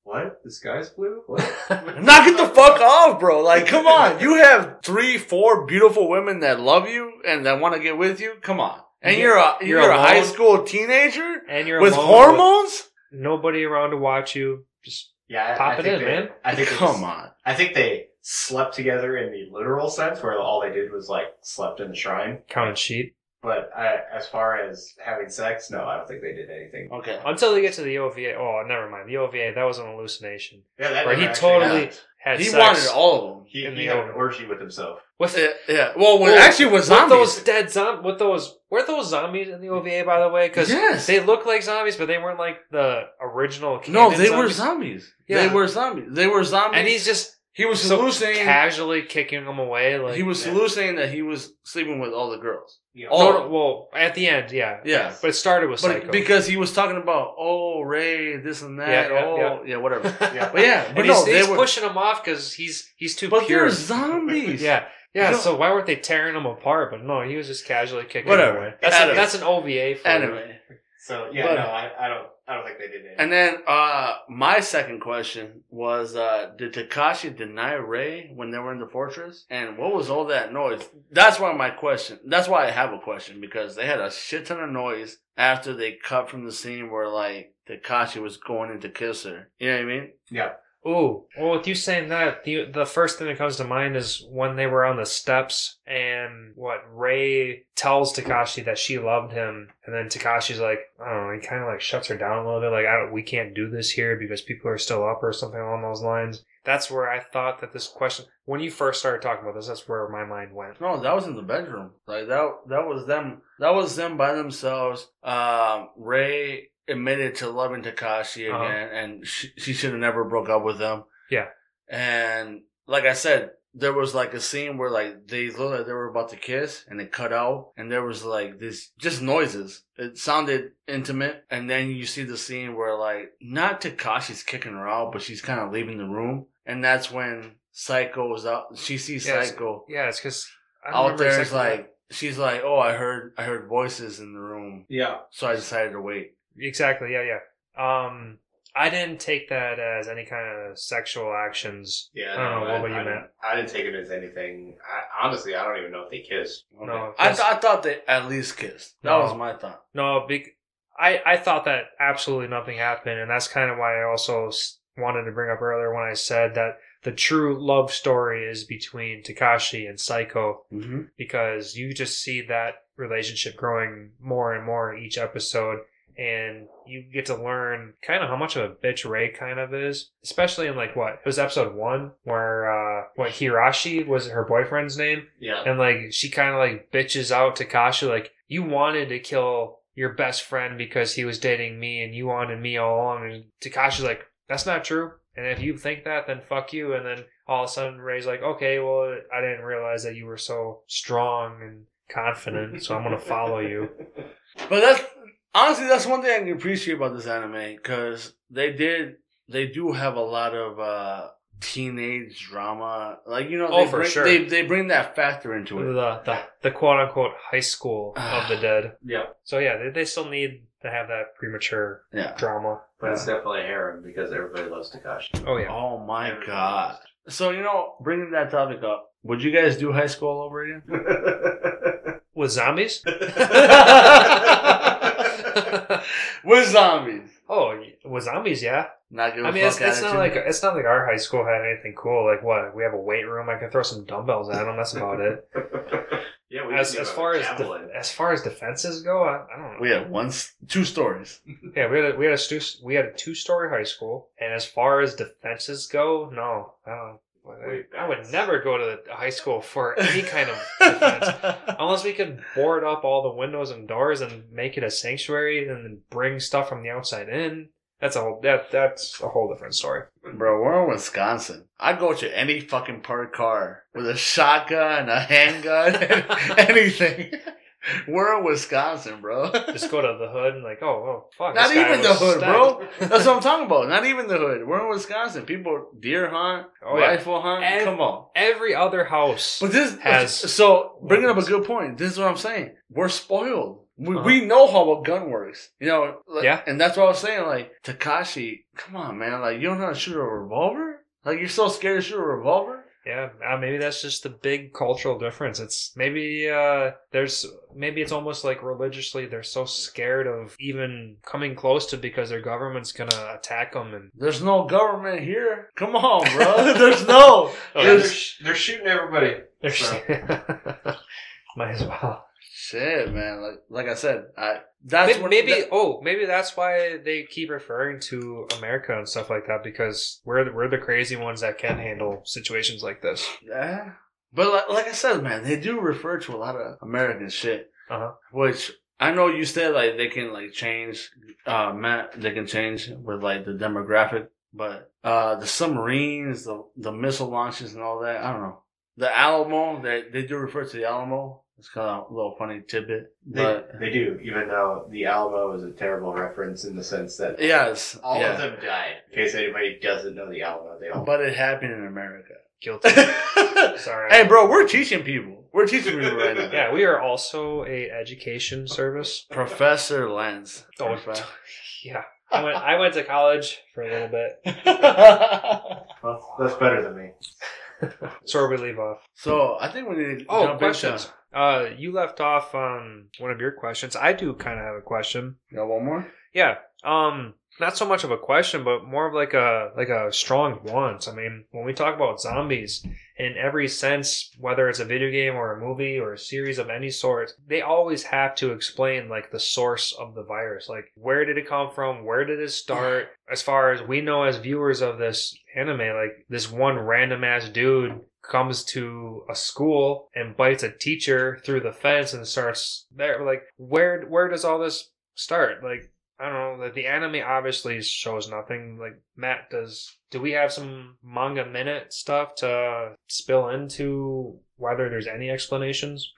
C: "What? This guy's blue? What?
A: Knock it the fuck off, bro! Like, come on, you have three, four beautiful women that love you and that want to get with you. Come on, and
B: Yeah,
A: you're a
B: you're
A: you're, a high
B: alone.
A: school teenager
B: and you're
A: with
B: alone
A: hormones.
B: with nobody around to watch you. Just
C: Yeah, I-
B: Pop
C: I
B: it
C: think
B: in,
C: they-
B: man.
C: I think they
A: come
C: just-
A: on,
C: I think they slept together in the literal sense, where all they did was like slept in the shrine.
B: count sheep.
C: But I, as far as having sex, no, I don't think they did anything.
A: okay.
B: Until they get to the OVA. Oh, never mind. The OVA, that was an hallucination.
C: Yeah, that
B: Where
C: never
B: he
C: actually
B: totally
C: happened.
B: had
A: He
B: sex
A: wanted all of them.
C: he,
B: in the
C: he had an
B: open.
C: orgy with himself.
B: with
A: Yeah, yeah. Well, when,
B: Well,
A: actually, with
B: with
A: zombies.
B: Oh, those dead zombies. With those were those zombies in the OVA, by the way? Because
A: yes.
B: they look like zombies, but they weren't like the original.
A: No,
B: canon
A: they were
B: zombies.
A: zombies.
B: Yeah.
A: They were zombies. They were zombies.
B: And he's just
A: he was
B: so
A: hallucinating.
B: casually kicking them away. Like
A: he was
C: Yeah.
A: hallucinating that he was sleeping with all the girls.
C: You know,
A: Oh,
B: No, no, well, at the end, yeah,
A: Yeah.
B: But it started with
A: But
B: Psycho.
A: because he was talking about oh Ray, this and that,
B: Yeah, yeah,
A: oh yeah, whatever.
C: Yeah.
A: But yeah, but
B: and
A: no,
B: he's,
A: they
B: he's
A: were.
B: pushing them off because he's he's too
A: but
B: pure.
A: they're zombies.
B: Yeah, yeah.
A: No.
B: So why weren't they tearing him apart? But no, he was just casually kicking.
A: Whatever.
B: Him away. That's,
A: Anime.
B: that's an OVA. For
A: Anyway,
C: so yeah,
A: But-
C: no, I, I don't, I don't think they did anything.
A: and then uh, my second question was: uh, Did Takashi deny Ray when they were in the fortress? And what was all that noise? That's why my question. That's why I have a question because they had a shit ton of noise after they cut from the scene where like Takashi was going in to kiss her. You know what I mean?
B: Ooh, well, with you saying that, the the first thing that comes to mind is when they were on the steps and what Ray tells Takashi that she loved him, and then Takashi's like, I don't know, he kind of like shuts her down a little bit, like, I don't, we can't do this here because people are still up or something along those lines. That's where I thought that this question, when you first started talking about this, that's where my mind went.
A: No, that was in the bedroom. Like that that was them that was them by themselves. Um Ray admitted to loving Takashi again
B: Uh-huh.
A: and she, she should have never broke up with him.
B: Yeah.
A: And like I said, there was like a scene where like they looked like they were about to kiss and it cut out and there was like this just noises. It sounded intimate and then you see the scene where like not Takashi's kicking her out, but she's kinda leaving the room and that's when Psycho is out she sees
B: Yes.
A: Psycho
B: Yeah, it's because I don't
A: out
B: remember
A: there is
B: exactly what-
A: like she's like, oh, I heard I heard voices in the room,
C: yeah,
A: so I decided to wait.
B: Exactly. Yeah, yeah. Um, I didn't take that as any kind of sexual actions.
C: yeah.
B: I don't know.
C: no,
B: What about you,
C: I,
B: Matt?
C: didn't- I didn't take it as anything. I, honestly, I don't even know if they kissed.
B: No,
A: I,
B: that's-
A: th- I thought they at least kissed. That
B: No.
A: was my thought.
B: No, big. I I thought that absolutely nothing happened, and that's kind of why I also s- wanted to bring up earlier when I said that the true love story is between Takashi and Psycho
A: Mm-hmm.
B: because you just see that relationship growing more and more each episode and you get to learn kind of how much of a bitch Ray kind of is especially in like what it was episode 1 where uh what Hirashi was her boyfriend's name
C: Yeah,
B: and like she kind of like bitches out Takashi like you wanted to kill your best friend because he was dating me and you wanted me all along and Takashi's like that's not true and if you think that then fuck you and then all of a sudden Ray's like okay well I didn't realize that you were so strong and confident so I'm gonna follow you
A: But that's honestly that's one thing I can appreciate about this anime because they did they do have a lot of uh teenage drama. Like you know,
B: Oh,
A: they,
B: for
A: bring,
B: sure.
A: they they bring that factor into it.
B: the the, the quote unquote high school of the dead.
C: Yeah,
B: So yeah, they, they still need to have that premature
A: Yeah.
B: drama.
C: but it's definitely a harem because everybody loves Takashi.
B: Oh yeah.
A: Oh my god. So you know, bringing that topic up, would you guys do high school all over again?
B: With zombies?
A: With zombies.
B: Oh, y- with zombies, yeah.
A: Not give a
B: I mean, it's,
A: fuck
B: it's not like
A: attitude.
B: it's not like our high school had anything cool. Like what? We have a weight room. I can throw some dumbbells at them. That's about it.
C: yeah, we
B: As,
C: used to
B: as
C: have a
B: far as
C: javelin.
B: de- as far as defenses go, I, I don't know.
A: we had one, s- two stories.
B: Yeah, we had a, we had a stu- we had a two story high school, and as far as defenses go, no, I don't.
C: Wait,
B: I would
C: that's-
B: never go to the high school for any kind of defense unless we could board up all the windows and doors and make it a sanctuary, and then bring stuff from the outside in. That's a whole that that's a whole different story.
A: Bro, we're in Wisconsin. I'd go to any fucking parked car with a shotgun, a handgun, anything. We're in Wisconsin, bro.
B: Just go to the hood and like, oh, oh, fuck.
A: Not
B: this guy
A: even the
B: was
A: hood,
B: stabbed.
A: bro. That's what I'm talking about. Not even the hood. We're in Wisconsin. People deer hunt,
B: Oh, yeah.
A: rifle hunt.
B: Ev-
A: Come on.
B: Every other house.
A: But this
B: has-
A: so bringing up a good point. This is what I'm saying. We're spoiled. We,
B: Uh-huh.
A: we know how a gun works, you know. like-
B: Yeah.
A: and that's what I was saying. Like Takashi, come on, man. Like you don't know how to shoot a revolver. Like you're so scared to shoot a revolver.
B: Yeah, uh, maybe that's just the big cultural difference. It's maybe uh, there's maybe it's almost like religiously they're so scared of even coming close to because their government's gonna attack them and
A: There's no government here. Come on, bro. There's no.
B: Oh,
C: yeah, they're,
A: There's,
C: sh- they're shooting everybody.
B: they're
C: So-
B: might as well.
A: shit, man. Like like I said, I that's
B: May-
A: what-
B: maybe
A: that-
B: oh maybe that's why they keep referring to America and stuff like that because we're the- we're the crazy ones that can handle situations like this.
A: Yeah. But like, like I said, man, they do refer to a lot of American shit.
B: Uh-huh.
A: Which I know you said like they can like change uh Matt they can change with like the demographic, but uh the submarines, the the missile launches and all that, I don't know. The Alamo, they they do refer to the Alamo. It's kinda a little funny tidbit.
C: They,
A: But
C: they do, even though the Alamo is a terrible reference in the sense that
A: yes.
C: all
A: yeah.
C: of them died. In case anybody doesn't know the Alamo, they all.
A: But it happened in America.
B: Guilty. Sorry.
A: hey bro, we're teaching people. We're teaching people right now.
B: Yeah, we are also a education service.
A: Professor Lens.
B: Oh,
A: Profe-
B: Yeah. I went I went to college for a little bit.
C: Well, that's better than me.
B: So where we leave off.
A: so I think we need to
B: Oh,
A: jump
B: questions.
A: into.
B: Uh you left off on one of your questions. I do kinda have a question.
A: Got one more?
B: Yeah. Um not so much of a question, but more of like a like a strong want. I mean, when we talk about zombies in every sense, whether it's a video game or a movie or a series of any sort, they always have to explain like the source of the virus. Like where did it come from? Where did it start? As far as we know as viewers of this anime, like this one random ass dude comes to a school and bites a teacher through the fence and starts there like where where does all this start? Like I don't know. Like the anime obviously shows nothing. Like Matt does. Do we have some manga minute stuff to spill into whether there's any explanations?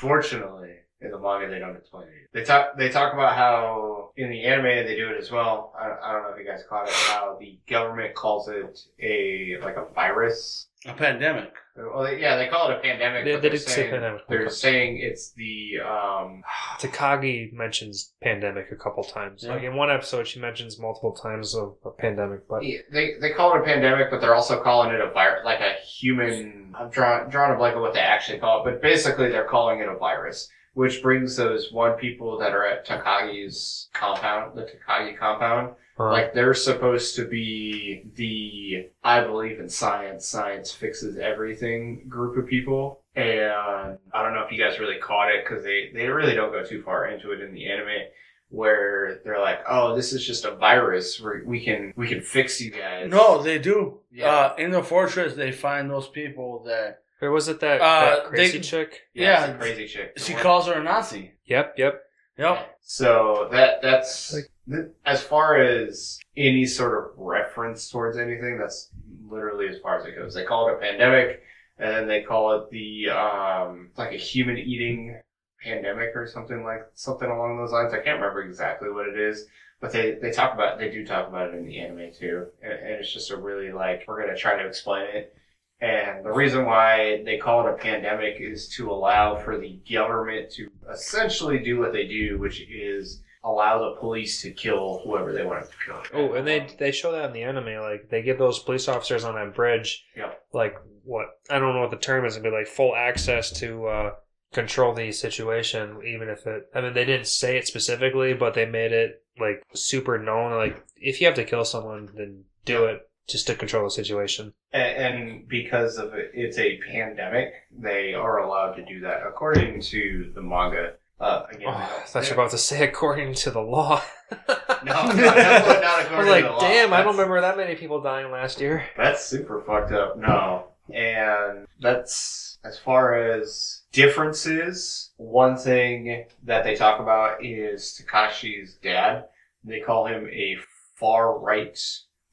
C: Fortunately, in the manga, they don't explain it. They talk. They talk about how in the anime they do it as well. I, I don't know if you guys caught it. How the government calls it a like a virus.
A: A pandemic.
C: Well, they, yeah, they call it a pandemic.
B: They-
C: but
B: they
C: they're
B: did say
C: saying-
B: pandemic.
C: They're saying it's the um.
B: Takagi mentions pandemic a couple times. Like in one episode, she mentions multiple times of a pandemic. But
C: They they call it a pandemic, but they're also calling it a virus, like a human. I'm drawing drawing a blank on what they actually call it, but basically they're calling it a virus, which brings those one people that are at Takagi's compound, the Takagi compound.
B: uh,
C: Like they're supposed to be the I believe in science, science fixes everything group of people. And I don't know if you guys really caught it because they, they really don't go too far into it in the anime where they're like, oh, this is just a virus. we we can we can fix you guys.
A: No, they do.
C: Yeah.
A: Uh, in the fortress, they find those people that.
B: or was it that,
A: uh,
B: that crazy
A: they-
B: chick?
C: yeah,
A: yeah,
C: it's a crazy chick. The
A: She
C: one-
A: calls her a Nazi.
B: Yep, yep.
A: Yep.
C: So that that's
B: Like-
C: th- as far as any sort of reference towards anything. That's literally as far as it goes. They call it a pandemic, and then they call it the um, like a human eating pandemic or something like something along those lines. I can't remember exactly what it is, but they they talk about they do talk about it in the anime too, and, and it's just a really like we're gonna try to explain it. And the reason why they call it a pandemic is to allow for the government to essentially do what they do, which is allow the police to kill whoever they want to kill.
B: Oh, and
C: Um,
B: they they show that in the anime. Like they give those police officers on that bridge,
C: Yep.
B: like what I don't know what the term is, it'd be like full access to uh, control the situation, even if it. I mean, they didn't say it specifically, but they made it like super known. Like if you have to kill someone, then do it just to control the situation.
C: And, and because of it, it's a pandemic, they are allowed to do that according to the manga. Uh, again,
B: Oh,
C: I
B: I
C: don't-
B: thought you were about to say according to the law.
C: No, no, definitely not according
B: I was like,
C: to the law.
B: damn, I
C: That's-
B: don't remember that many people dying last year.
C: That's super fucked up. No. And that's as far as differences, one thing that they talk about is Takashi's dad. They call him a far right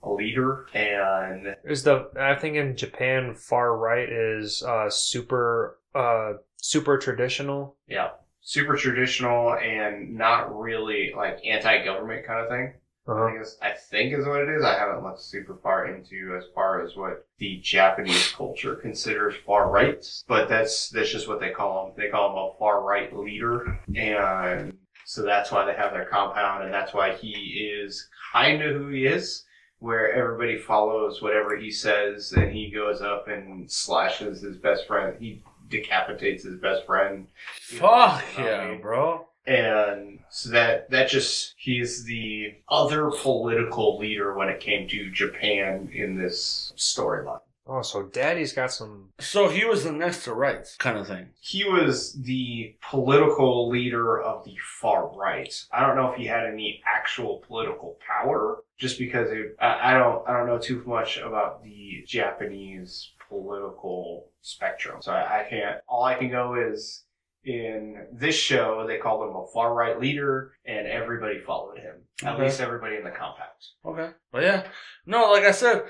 C: leader and
B: Is the I think in Japan far right is uh super uh super traditional.
C: yeah, super traditional and not really like anti-government kind of thing. I
B: Uh-huh.
C: think, is, I think is what it is. I haven't looked super far into as far as what the Japanese culture considers far right, but that's that's just what they call them. They call him a far right leader, and so that's why they have their compound, and that's why he is kind of who he is. Where everybody follows whatever he says, and he goes up and slashes his best friend. He decapitates his best friend.
A: Fuck
C: You know what I mean?
A: yeah, bro.
C: and so that that just he's the other political leader when it came to Japan in this storyline.
B: Oh, so Daddy's got some.
A: So he was the next to rights kind of thing.
C: He was the political leader of the far right. I don't know if he had any actual political power, just because it, I, I don't I don't know too much about the Japanese political spectrum, so I, I can't. All I can go is. In this show, they called him a far right leader, and everybody followed him. At
A: Okay.
C: least everybody in the compound.
A: Okay. But yeah. No, like I said,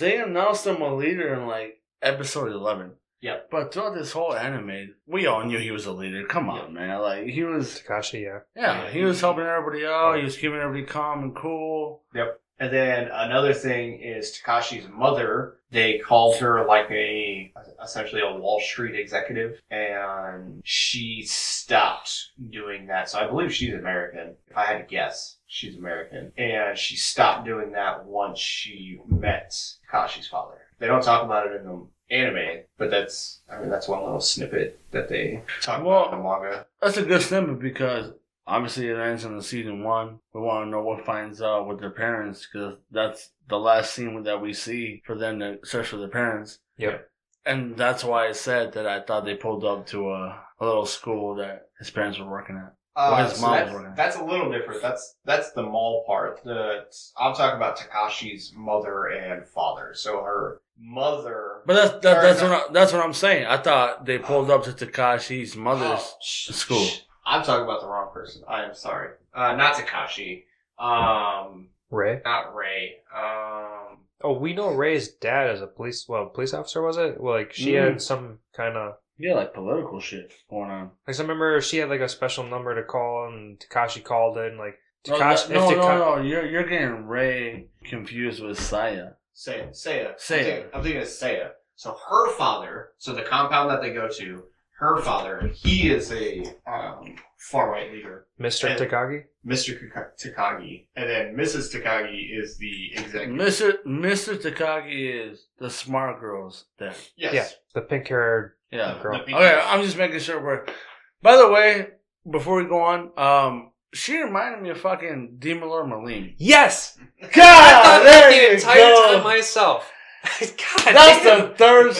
A: they announced him a leader in like episode 11.
C: Yep.
A: But throughout this whole anime, we all knew he was a leader. Come on,
C: Yep.
A: man. Like, he was,
B: Takashi, yeah.
A: yeah, he was helping everybody out. He was keeping everybody calm and cool.
C: And then another thing is Takashi's mother. They called her like a essentially a Wall Street executive, and she stopped doing that. So I believe she's American. If I had to guess, she's American, and she stopped doing that once she met Takashi's father. They don't talk about it in the anime, but that's I mean that's one little snippet that they talk about in the manga.
A: That's a good snippet because obviously it ends in the season one. We want to know what finds out with their parents because that's the last scene that we see for them to search for their parents.
B: Yep.
A: And that's why I said that I thought they pulled up to a, a little school that his parents were working at. Well, his mom was
C: Uh, that's,
A: working.
C: that's a little different. That's that's the mall part. The I'm talking about Takashi's mother and father. So her mother.
A: But that's that,
C: Fair
A: that's what
C: enough.
A: I, that's what I'm saying. I thought they pulled up to Takashi's mother's
C: Oh, sh-
A: school.
C: sh- I'm talking about the wrong person. I am sorry. Uh, not Takashi. Um,
B: Ray.
C: not Ray. Um,
B: Oh, we know Ray's dad is a police. Well, police officer was it? Well, like she
A: Mm.
B: had some kind of.
A: Yeah, like political shit going on.
B: Like I remember she had like a special number to call, and Takashi called in. Like
A: No,
B: Takashi.
A: Oh, no,
B: if
A: no,
B: Taka-
A: no, you're you're getting Ray confused with Saya.
C: Saya. Saya.
A: Saya.
C: I'm thinking, I'm thinking of Saya. So her father, so the compound that they go to, her father, he is a um, far right leader.
B: Mr. Takagi.
C: Mr. Kaka- Takagi, and then Mrs. Takagi is the executive.
A: Mr. Mr. Takagi is the smart girl's dad.
C: Yes. Uh,
B: The pink haired.
A: Yeah.
B: girl.
C: pink-
A: Okay, I'm just making sure we're. By the way, before we go on, um, she reminded me of fucking Demon Lord Maline.
B: Yes.
A: God,
B: myself. God.
A: That's the third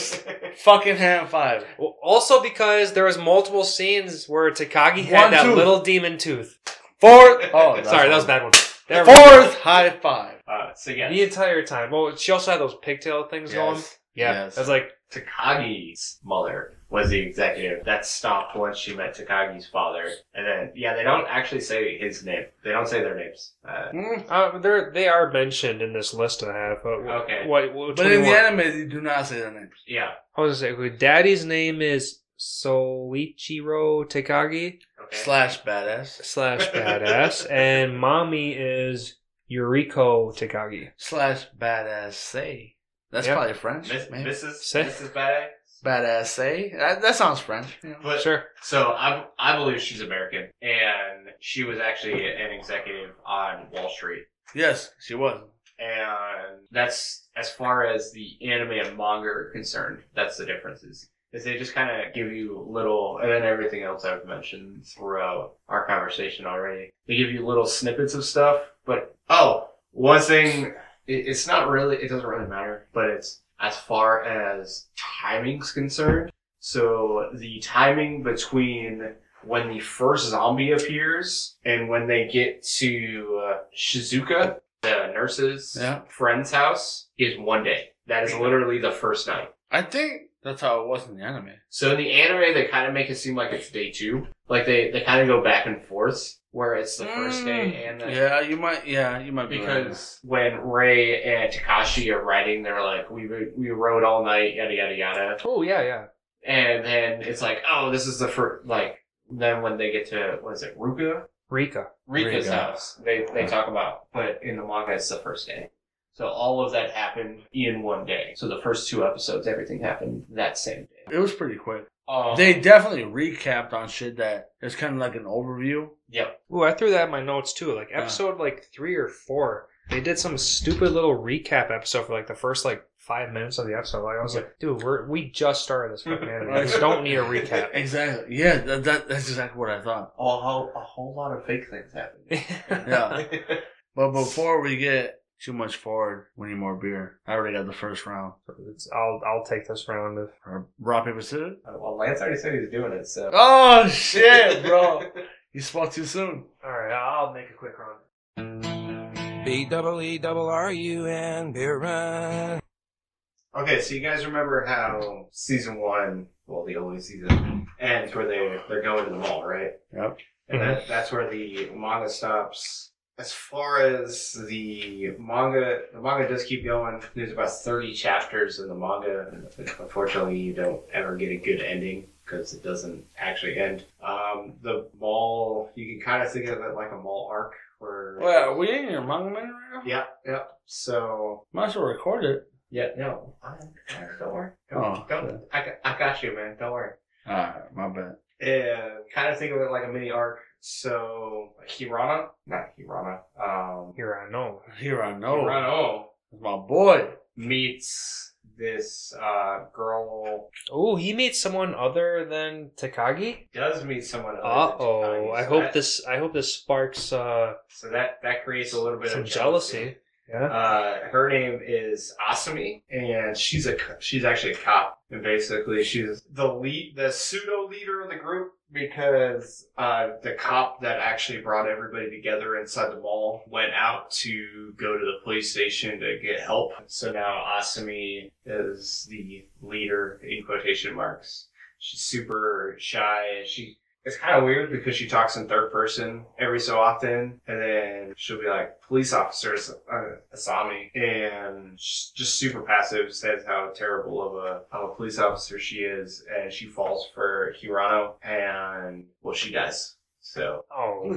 A: fucking hand five.
B: Well, also because there was multiple scenes where Takagi had
A: One
B: that
A: tooth.
B: little demon tooth.
A: Fourth. Oh, that's
B: Sorry, that was a
A: one.
B: bad one. There we go.
A: Fourth high five.
C: Uh, so yes,
B: The entire time. Well, she also had those pigtail things going.
A: Yes.
B: Yeah,
A: Yes.
B: I was like,
C: Takagi's mother was the executive. That stopped once she met Takagi's father, and then yeah, they don't actually say his name. They don't say their names. Uh,
A: Mm.
B: uh, they're they are mentioned in this list I have. But
C: Okay.
B: What? what
A: But in the
B: 21.
A: anime, they do not say the names.
C: yeah,
B: I was gonna say, okay, Daddy's name is Solichiro Takagi
C: Okay.
A: Slash badass.
B: slash badass, and mommy is Yuriko Takagi.
A: Slash badass say. That's
B: Yep.
A: probably French.
C: Miss,
A: maybe.
C: Mrs.
B: Say-
C: Mrs. Badass.
A: Badass say. That, that sounds French. you know.
C: But
B: Sure.
C: So I, I believe she's American, and she was actually an executive on Wall Street,
A: Yes, she was.
C: and that's as far as the anime and manga are concerned. That's the differences. Is they just kind of give you little, and then everything else I've mentioned throughout our conversation already. They give you little snippets of stuff, but oh, one thing, it, it's not really, it doesn't really matter, but it's as far as timing's concerned. So the timing between when the first zombie appears and when they get to uh, Shizuka, the nurse's
A: Yeah.
C: friend's house, is one day. That is literally the first night.
A: I think that's how it was in the anime.
C: So in the anime, they kind of make it seem like it's day two. Like they, they kind of go back and forth where it's the first
A: Mm.
C: day and the
A: Yeah, you might. Yeah, you might be right.
C: because when Ray and Takashi are writing, they're like, "We we rode all night, yada yada yada,"
B: Oh yeah, yeah.
C: and then it's like, "Oh, this is the first like." Then when they get to was it Ruka
B: Rika.
C: Rika's
D: Rika.
C: house, they they talk about, but in the manga, it's the first day. So all of that happened in one day. So the first two episodes, everything happened that same day.
A: It was pretty quick.
C: Um,
A: They definitely recapped on shit that it's kind of like an overview.
C: yep.
B: Ooh, I threw that in my notes too. Like
A: Yeah.
B: episode like three or four, they did some stupid little recap episode for like the first like five minutes of the episode. Like I was like, dude, we're, we just started this fucking anime. We don't need a recap.
A: Exactly. Yeah, that, that that's exactly what I thought.
C: A whole, a whole lot of fake things happened.
A: Yeah. But before we get too much forward, we need more beer. I already got the first round.
B: It's- I'll I'll take this round. Of,
A: Or rock paper scissors.
C: well, Lance already said he's doing it, so.
A: Oh shit, bro! you spoke too soon.
B: all right, I'll make a quick round.
E: B double E double R U N beer run.
C: Okay, so you guys remember how season one, well, the only season ends where they they're going to the mall, right?
A: Yep.
C: And that, that's where the manga stops. As far as the manga, the manga does keep going. There's about 30 chapters in the manga. and Unfortunately, you don't ever get a good ending because it doesn't actually end. Um, the mall, you can kind of think of it like a mall arc. Where,
A: Well, we ain't in your manga minute right now.
C: yeah, yeah. So
A: Might as well record it.
C: yeah, no. I- I- Don't worry. Don't,
A: Oh.
C: don't, I, got- I got you, man. Don't worry.
A: Alright, my bad.
C: And kind of think of it like a mini arc. So, Hirana? Not Hirana. Um,
B: Here I know.
A: Here I
B: Oh.
A: know.
C: Hirano
A: It's my boy.
C: meets this uh, girl,
B: Oh, he meets someone other than Takagi.
C: does meet someone
B: Uh
C: else.
B: oh. I hope this. I hope this sparks uh,
C: So that, that creates a little bit
B: some
C: of
B: jealousy. Yeah.
C: Uh, her name is Asami, and she's a co- she's actually a cop, and basically she's the lead, the pseudo leader of the group because uh, the cop that actually brought everybody together inside the mall went out to go to the police station to get help. So now Asami is the leader in quotation marks. She's super shy. She it's kind of weird because she talks in third person every so often, and then she'll be like, "Police officer uh, Asami," and she's just super passive, says how terrible of a of a police officer she is, and she falls for Hirano, and well, she dies. So,
B: Oh.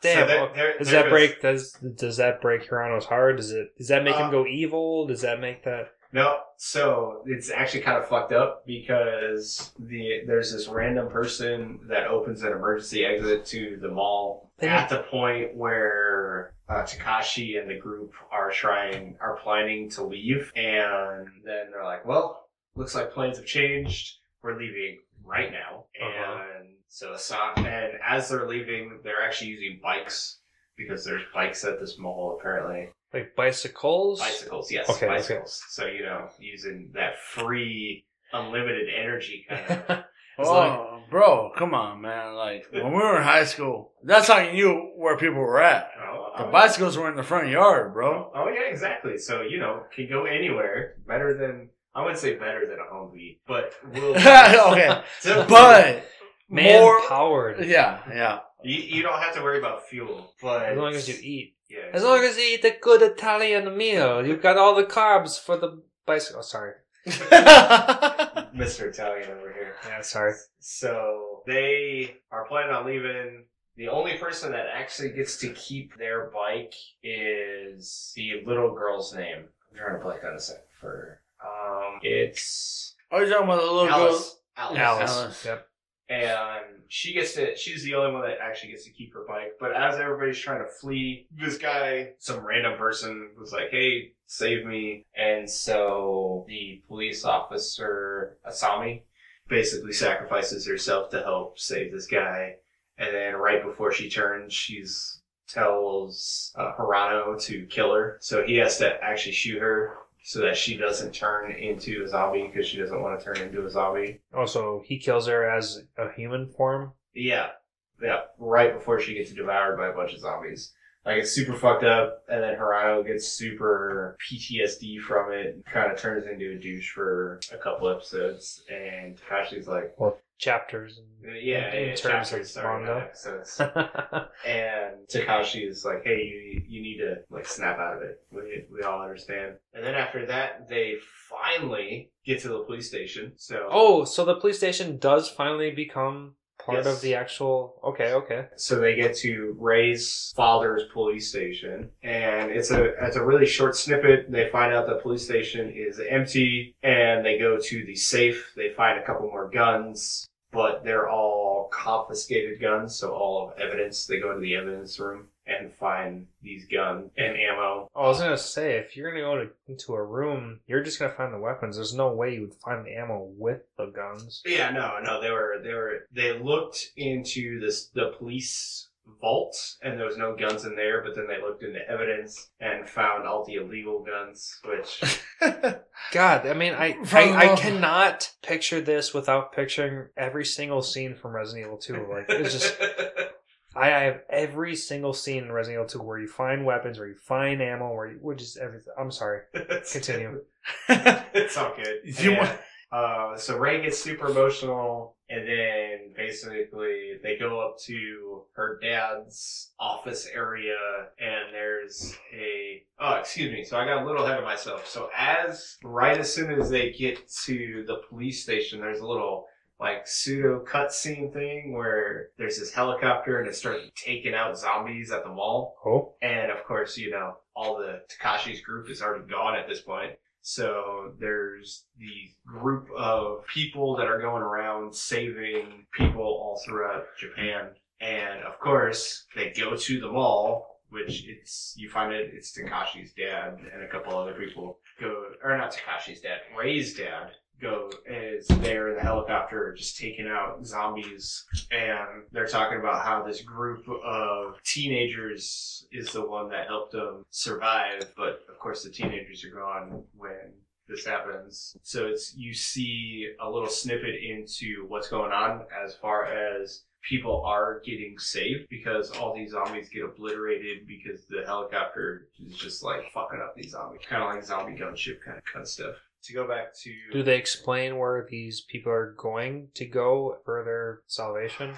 C: damn,
B: Damn, Does that break? Does does that break Hirano's heart? Does it? Does that make
C: Uh,
B: him go evil? Does that make that?
C: No, so it's actually kind of fucked up because the there's this random person that opens an emergency exit to the mall
B: They-
C: at the point where uh, Takashi and the group are trying are planning to leave, and then they're like, "Well, looks like plans have changed. We're leaving right now."
B: Uh-huh.
C: And so Asa- and as they're leaving, they're actually using bikes because there's bikes at this mall apparently.
B: Like bicycles.
C: Bicycles, yes,
B: Okay, okay.
C: bicycles. So you know, using that free, unlimited energy kind of.
A: Oh, bro, come on, man. Like, when we were in high school, that's how you knew where people were at.
C: oh,
A: The
C: oh,
A: bicycles were in the front yard,
C: Oh,
A: bro.
C: oh, yeah, exactly. So you know, can go anywhere. Better than I wouldn't say better than a Humvee, but we'll,
A: okay,
C: So-
A: but
B: Man
A: more,
B: powered.
A: yeah, yeah.
C: you, you don't have to worry about fuel. But
B: As long as you eat.
C: yeah,
B: As long as you eat a good Italian meal, you've got all the carbs for the bicycle. Oh, sorry.
C: Mr. Italian over here.
B: Yeah, sorry.
C: So they are planning on leaving. The only person that actually gets to keep their bike is the little girl's name. I'm trying to blank on a second for um it's
A: Are you talking about the little girl?
C: Alice. Alice.
B: Alice.
A: Alice.
B: Yep.
C: And she gets to she's the only one that actually gets to keep her bike. But as everybody's trying to flee, this guy, some random person, was like, Hey, save me and so the police officer Asami basically sacrifices herself to help save this guy. And then right before she turns, she's tells uh, Hirano to kill her. So he has to actually shoot her so that she doesn't turn into a zombie because she doesn't want to turn into a zombie.
B: Also, he kills her as a human form.
C: Yeah, yeah, right before she gets devoured by a bunch of zombies. Like it's super fucked up, and then Hirano gets super PTSD from it, kind of turns into a douche for a couple episodes, and Takashi's like,
B: Chapters.
C: Uh, yeah,
B: in
C: yeah,
B: terms
C: chapters,
B: of
C: sorry,
B: manga.
C: not episodes.
B: And
C: and Takashi is like, "Hey, you you need to like snap out of it. We we all understand." And then after that, they finally get to the police station. So
B: oh, so the police station does finally become part
C: Yes.
B: of the actual. Okay, okay.
C: so they get to Ray's father's police station, and it's a it's a really short snippet. They find out the police station is empty, and they go to the safe. They find a couple more guns, but they're all confiscated guns, so all of evidence. They go to the evidence room and find these guns and ammo.
B: Oh, I was gonna say if you're gonna go to, into a room, you're just gonna find the weapons. There's no way you would find the ammo with the guns.
C: Yeah, no, no, they were they were they looked into this the police vault and there was no guns in there, but then they looked into evidence and found all the illegal guns, which
B: God, I mean, I
A: From
B: I, I
A: the-
B: cannot picture this without picturing every single scene from Resident Evil 2. Like it's just I, I have every single scene in Resident Evil 2 where you find weapons, where you find ammo, where you which is everything. I'm sorry. Continue.
C: it's all good.
A: You
C: And, uh, so Ray gets super emotional, and then basically they go up to her dad's office area, and there's a. Oh, excuse me. So I got a little ahead of myself. So as right as soon as they get to the police station, there's a little like pseudo cutscene thing where there's this helicopter and it starts taking out zombies at the mall.
B: Oh,
C: And of course, you know, all the Takashi's group is already gone at this point. So there's the group of people that are going around saving people all throughout Japan. And of course, they go to the mall, which it's, you find it, it's Takashi's dad and a couple other people go, or not Takashi's dad, Ray's dad go is there in the helicopter just taking out zombies and they're talking about how this group of teenagers is the one that helped them survive but of course the teenagers are gone when this happens so it's you see a little snippet into what's going on as far as people are getting saved because all these zombies get obliterated because the helicopter is just like fucking up these zombies kind of like zombie gunship kind of kind of stuff to go back to
B: do they explain where these people are going to go for their salvation?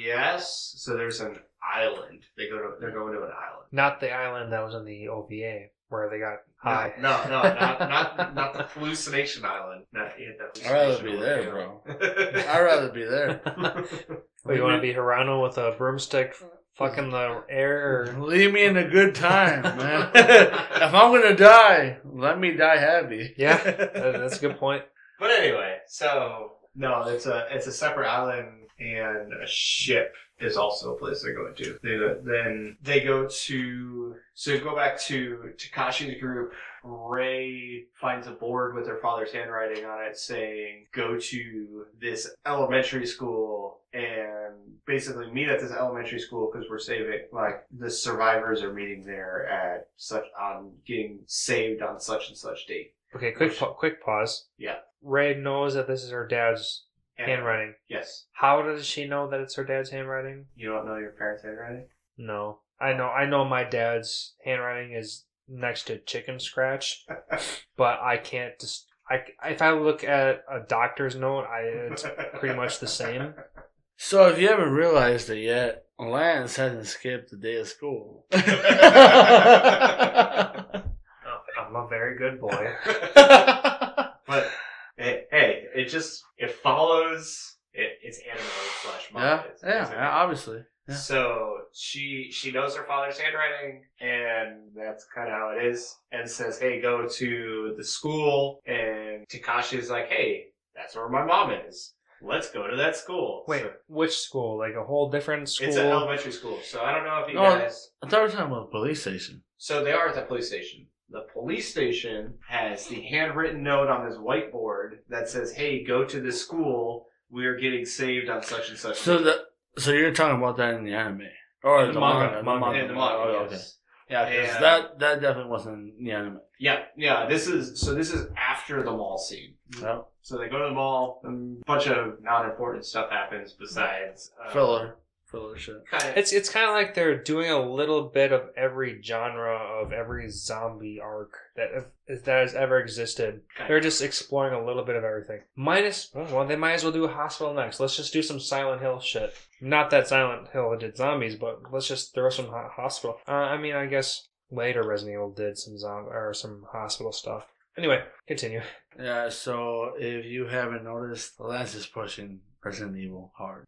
C: Yes. So there's an island. They go to. They're going to an island.
B: Not the island that was in the OVA where they got high.
C: No, no, no, not not not the hallucination island. Not yeah, the
A: I'd rather be there, bro. I'd rather be there.
B: Wait, you want to be Hirano with a broomstick fucking the air? Or...
A: Leave me in a good time, man. if I'm gonna die, let me die happy.
B: Yeah, that- that's a good point.
C: But anyway, so no, it's a it's a separate island, and a ship is also a place they're going to. They go- then they go to so go back to Takashi's group. Ray finds a board with her father's handwriting on it saying, "Go to this elementary school and basically meet at this elementary school because we're saving like the survivors are meeting there at such on getting saved on such and such date."
B: Okay, quick pa- quick pause.
C: Yeah.
B: Ray knows that this is her dad's
C: And-
B: handwriting.
C: Yes.
B: How does she know that it's her dad's handwriting?
C: You don't know your parents' handwriting?
B: No, I know. I know my dad's handwriting is next to chicken scratch, but I can't just. I if I look at a doctor's note, I it's pretty much the same.
A: So if you haven't realized it yet, Lance hasn't skipped a day of school. yeah,
B: I'm a Oh, very good boy.
C: but hey, hey, it just it follows. It, it's anime slash
A: Yeah,
C: manga. It's-
A: yeah,
C: it's
A: yeah, obviously. yeah.
C: So she she knows her father's handwriting, and that's kind of how it is. And says, "Hey, go to the school." And Takashi is like, "Hey, that's where my mom is. Let's go to that school."
B: Wait,
C: So
B: which school? Like a whole different school?
C: it's an elementary school, so I don't know if you
A: Oh.
C: guys.
A: I thought we were talking about the police station.
C: So they are at the police station. The police station has the handwritten note on this whiteboard that says, "Hey, go to this school. We are getting saved on such and such."
A: So the so you're talking about that in the anime or
B: In the manga,
A: the
B: manga.
C: in the manga,
A: Oh, okay.
C: yes.
A: Yeah, 'cause
C: Yeah.
A: that that definitely wasn't in the anime.
C: Yeah, yeah. This is so. This is after the mall scene.
A: No
C: So they go to the mall. A bunch of non-important stuff happens besides uh,
A: filler, filler shit.
C: Kind of,
B: It's it's kind of like they're doing a little bit of every genre of every zombie arc that if, that has ever existed. They're just exploring a little bit of everything. Minus oh, well, they might as well do a hospital next. Let's just do some Silent Hill shit. Not that Silent Hill did zombies, but let's just throw some ho- hospital. Uh, I mean, I guess later Resident Evil did some zombie or some hospital stuff. Anyway, continue.
A: Yeah. So if you haven't noticed, Lance is pushing Resident Evil hard.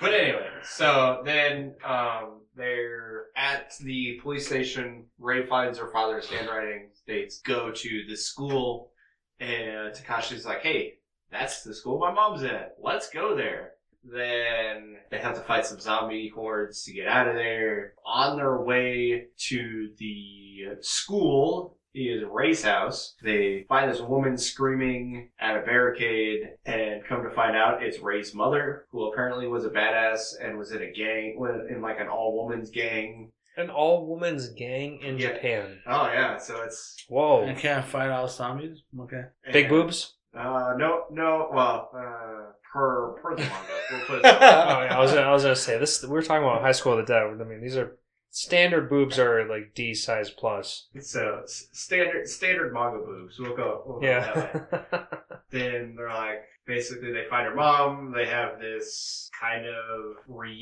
C: but anyway, so then um, they're at the police station. Ray finds her father's handwriting. They go to the school, and Takashi's like, "Hey, that's the school my mom's at. Let's go there." Then they have to fight some zombie hordes to get out of there. On their way to the school is Ray's house. They find this woman screaming at a barricade and come to find out it's Ray's mother, who apparently was a badass and was in a gang, in like an all woman's gang.
B: An all women's gang in
C: Yeah.
B: Japan.
C: Oh, yeah, so it's.
A: I
B: Whoa,
A: can't fight all zombies. Okay.
B: big boobs.
C: Uh, no, no, well, uh, per, per the manga. We'll put it that way.
B: oh, yeah, I was gonna, I was gonna say this. We're talking about High School of the Dead. I mean, these are standard boobs are like D size plus.
C: So s- standard standard manga boobs. We'll go. We'll go that way.
B: Yeah.
C: then they're like basically they find her mom they have this kind of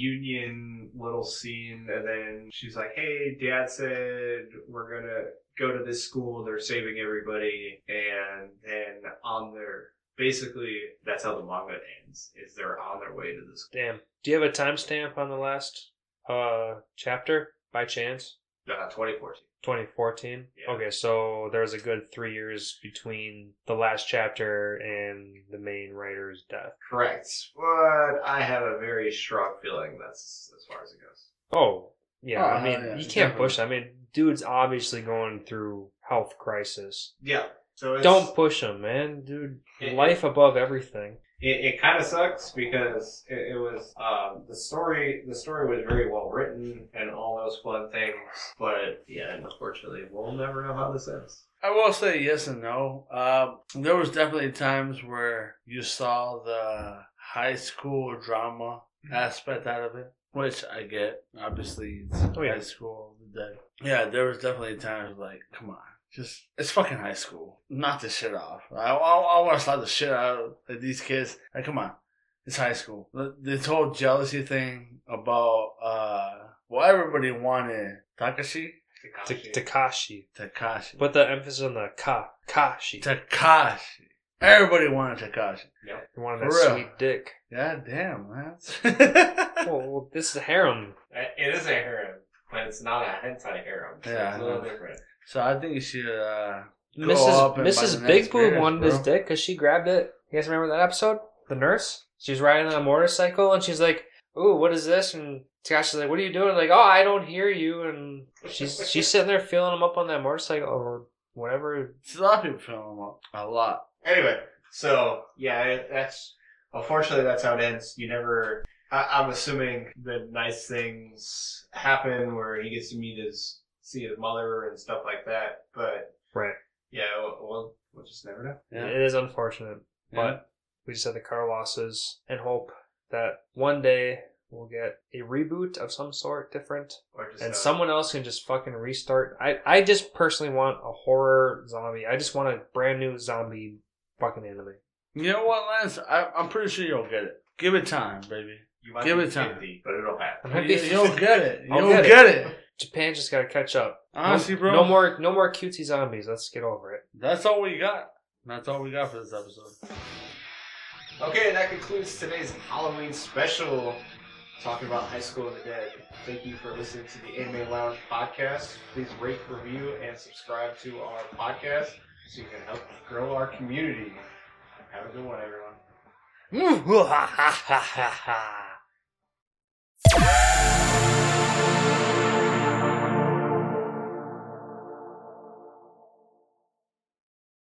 C: reunion little scene and then she's like hey dad said we're gonna go to this school they're saving everybody and then on their basically that's how the manga ends is they're on their way to the school
B: Damn. Do you have a timestamp on the last uh chapter by chance?
C: uh, 2014
B: 2014.
C: Yeah.
B: Okay, so there's a good three years between the last chapter and the main writer's death.
C: correct but i have a very strong feeling that's as far as it goes
B: Oh, yeah.
A: Oh,
C: Ah,
B: I mean,
A: yeah,
B: you can't
A: definitely.
B: push. that. I mean, dude's obviously going through health crisis.
C: yeah so it's,
B: Don't push him, man, dude.
C: It-
B: Life above everything.
C: it, it kind of sucks because it, it was um, the story. The story was very well written and all those fun things, but yeah, unfortunately, we'll never know how this ends.
A: I will say yes and no. Um, there was definitely times where you saw the high school drama
B: Mm-hmm.
A: aspect out of it, which I get. Obviously, it's
B: Oh, yeah.
A: high school. That, yeah, there was definitely times like, come on, just it's fucking high school. Knock this shit off. I, I, I want to slap the shit out of like, these kids. Like, come on, it's high school. The- This whole jealousy thing about uh, well, everybody wanted Takashi,
B: Ta- Takashi.
A: Takashi.
B: Put the emphasis on the ka kashi.
A: Takashi. Everybody wanted Takashi.
B: You wanted
A: For
B: that
A: real.
B: sweet dick.
A: God damn, man.
B: Well, well, this is a harem.
C: It is a harem, but it's not a hentai harem.
A: so Yeah, it's a I little know.
C: different.
A: so I think you should. Uh, Go
B: Mrs.
A: up and buy the
B: Mrs.
A: next
B: Big Boo
A: beers,
B: wanted his
A: bro.
B: dick because she grabbed it. You guys remember that episode? The nurse. She was riding on a motorcycle and she's like, "Ooh, what is this?" And Takashi's like, "What are you doing?" Like, "Oh, I don't hear you." And she's she's sitting there feeling him up on that motorcycle or whatever.
A: see, a lot of people fill him up. A lot.
C: Anyway, so yeah, it- that's unfortunately that's how it ends. You never. I, I'm assuming that nice things happen where he gets to meet his see his mother and stuff like that, but
B: Right.
C: Yeah, we'll, we'll, we'll just never know.
A: Yeah.
B: It is unfortunate, but we just have the car losses and hope that one day we'll get a reboot of some sort, different.
C: Or just
B: and
C: not.
B: someone else can just fucking restart. I I just personally want a horror zombie. I just want a brand new zombie fucking anime.
A: You know what, Lance? I, I'm pretty sure you'll get it. Give it time, baby.
C: You might
A: Give
C: be
A: it time.
C: 50, but it'll happen.
B: I might be-
A: You, you'll get it.
B: I'll
A: You'll get,
B: get it.
A: it.
B: Japan just gotta catch up.
A: Honestly,
B: no,
A: bro.
B: no more no more cutesy zombies. Let's get over it.
A: That's all we got.
F: that's all we got for this episode.
C: Okay, that concludes today's Halloween special talking about High School of the Dead. Thank you for listening to the Anime Lounge podcast. Please rate, review, and subscribe to our podcast so you can help grow our community. Have a good one, everyone.
B: Ha ha ha ha ha.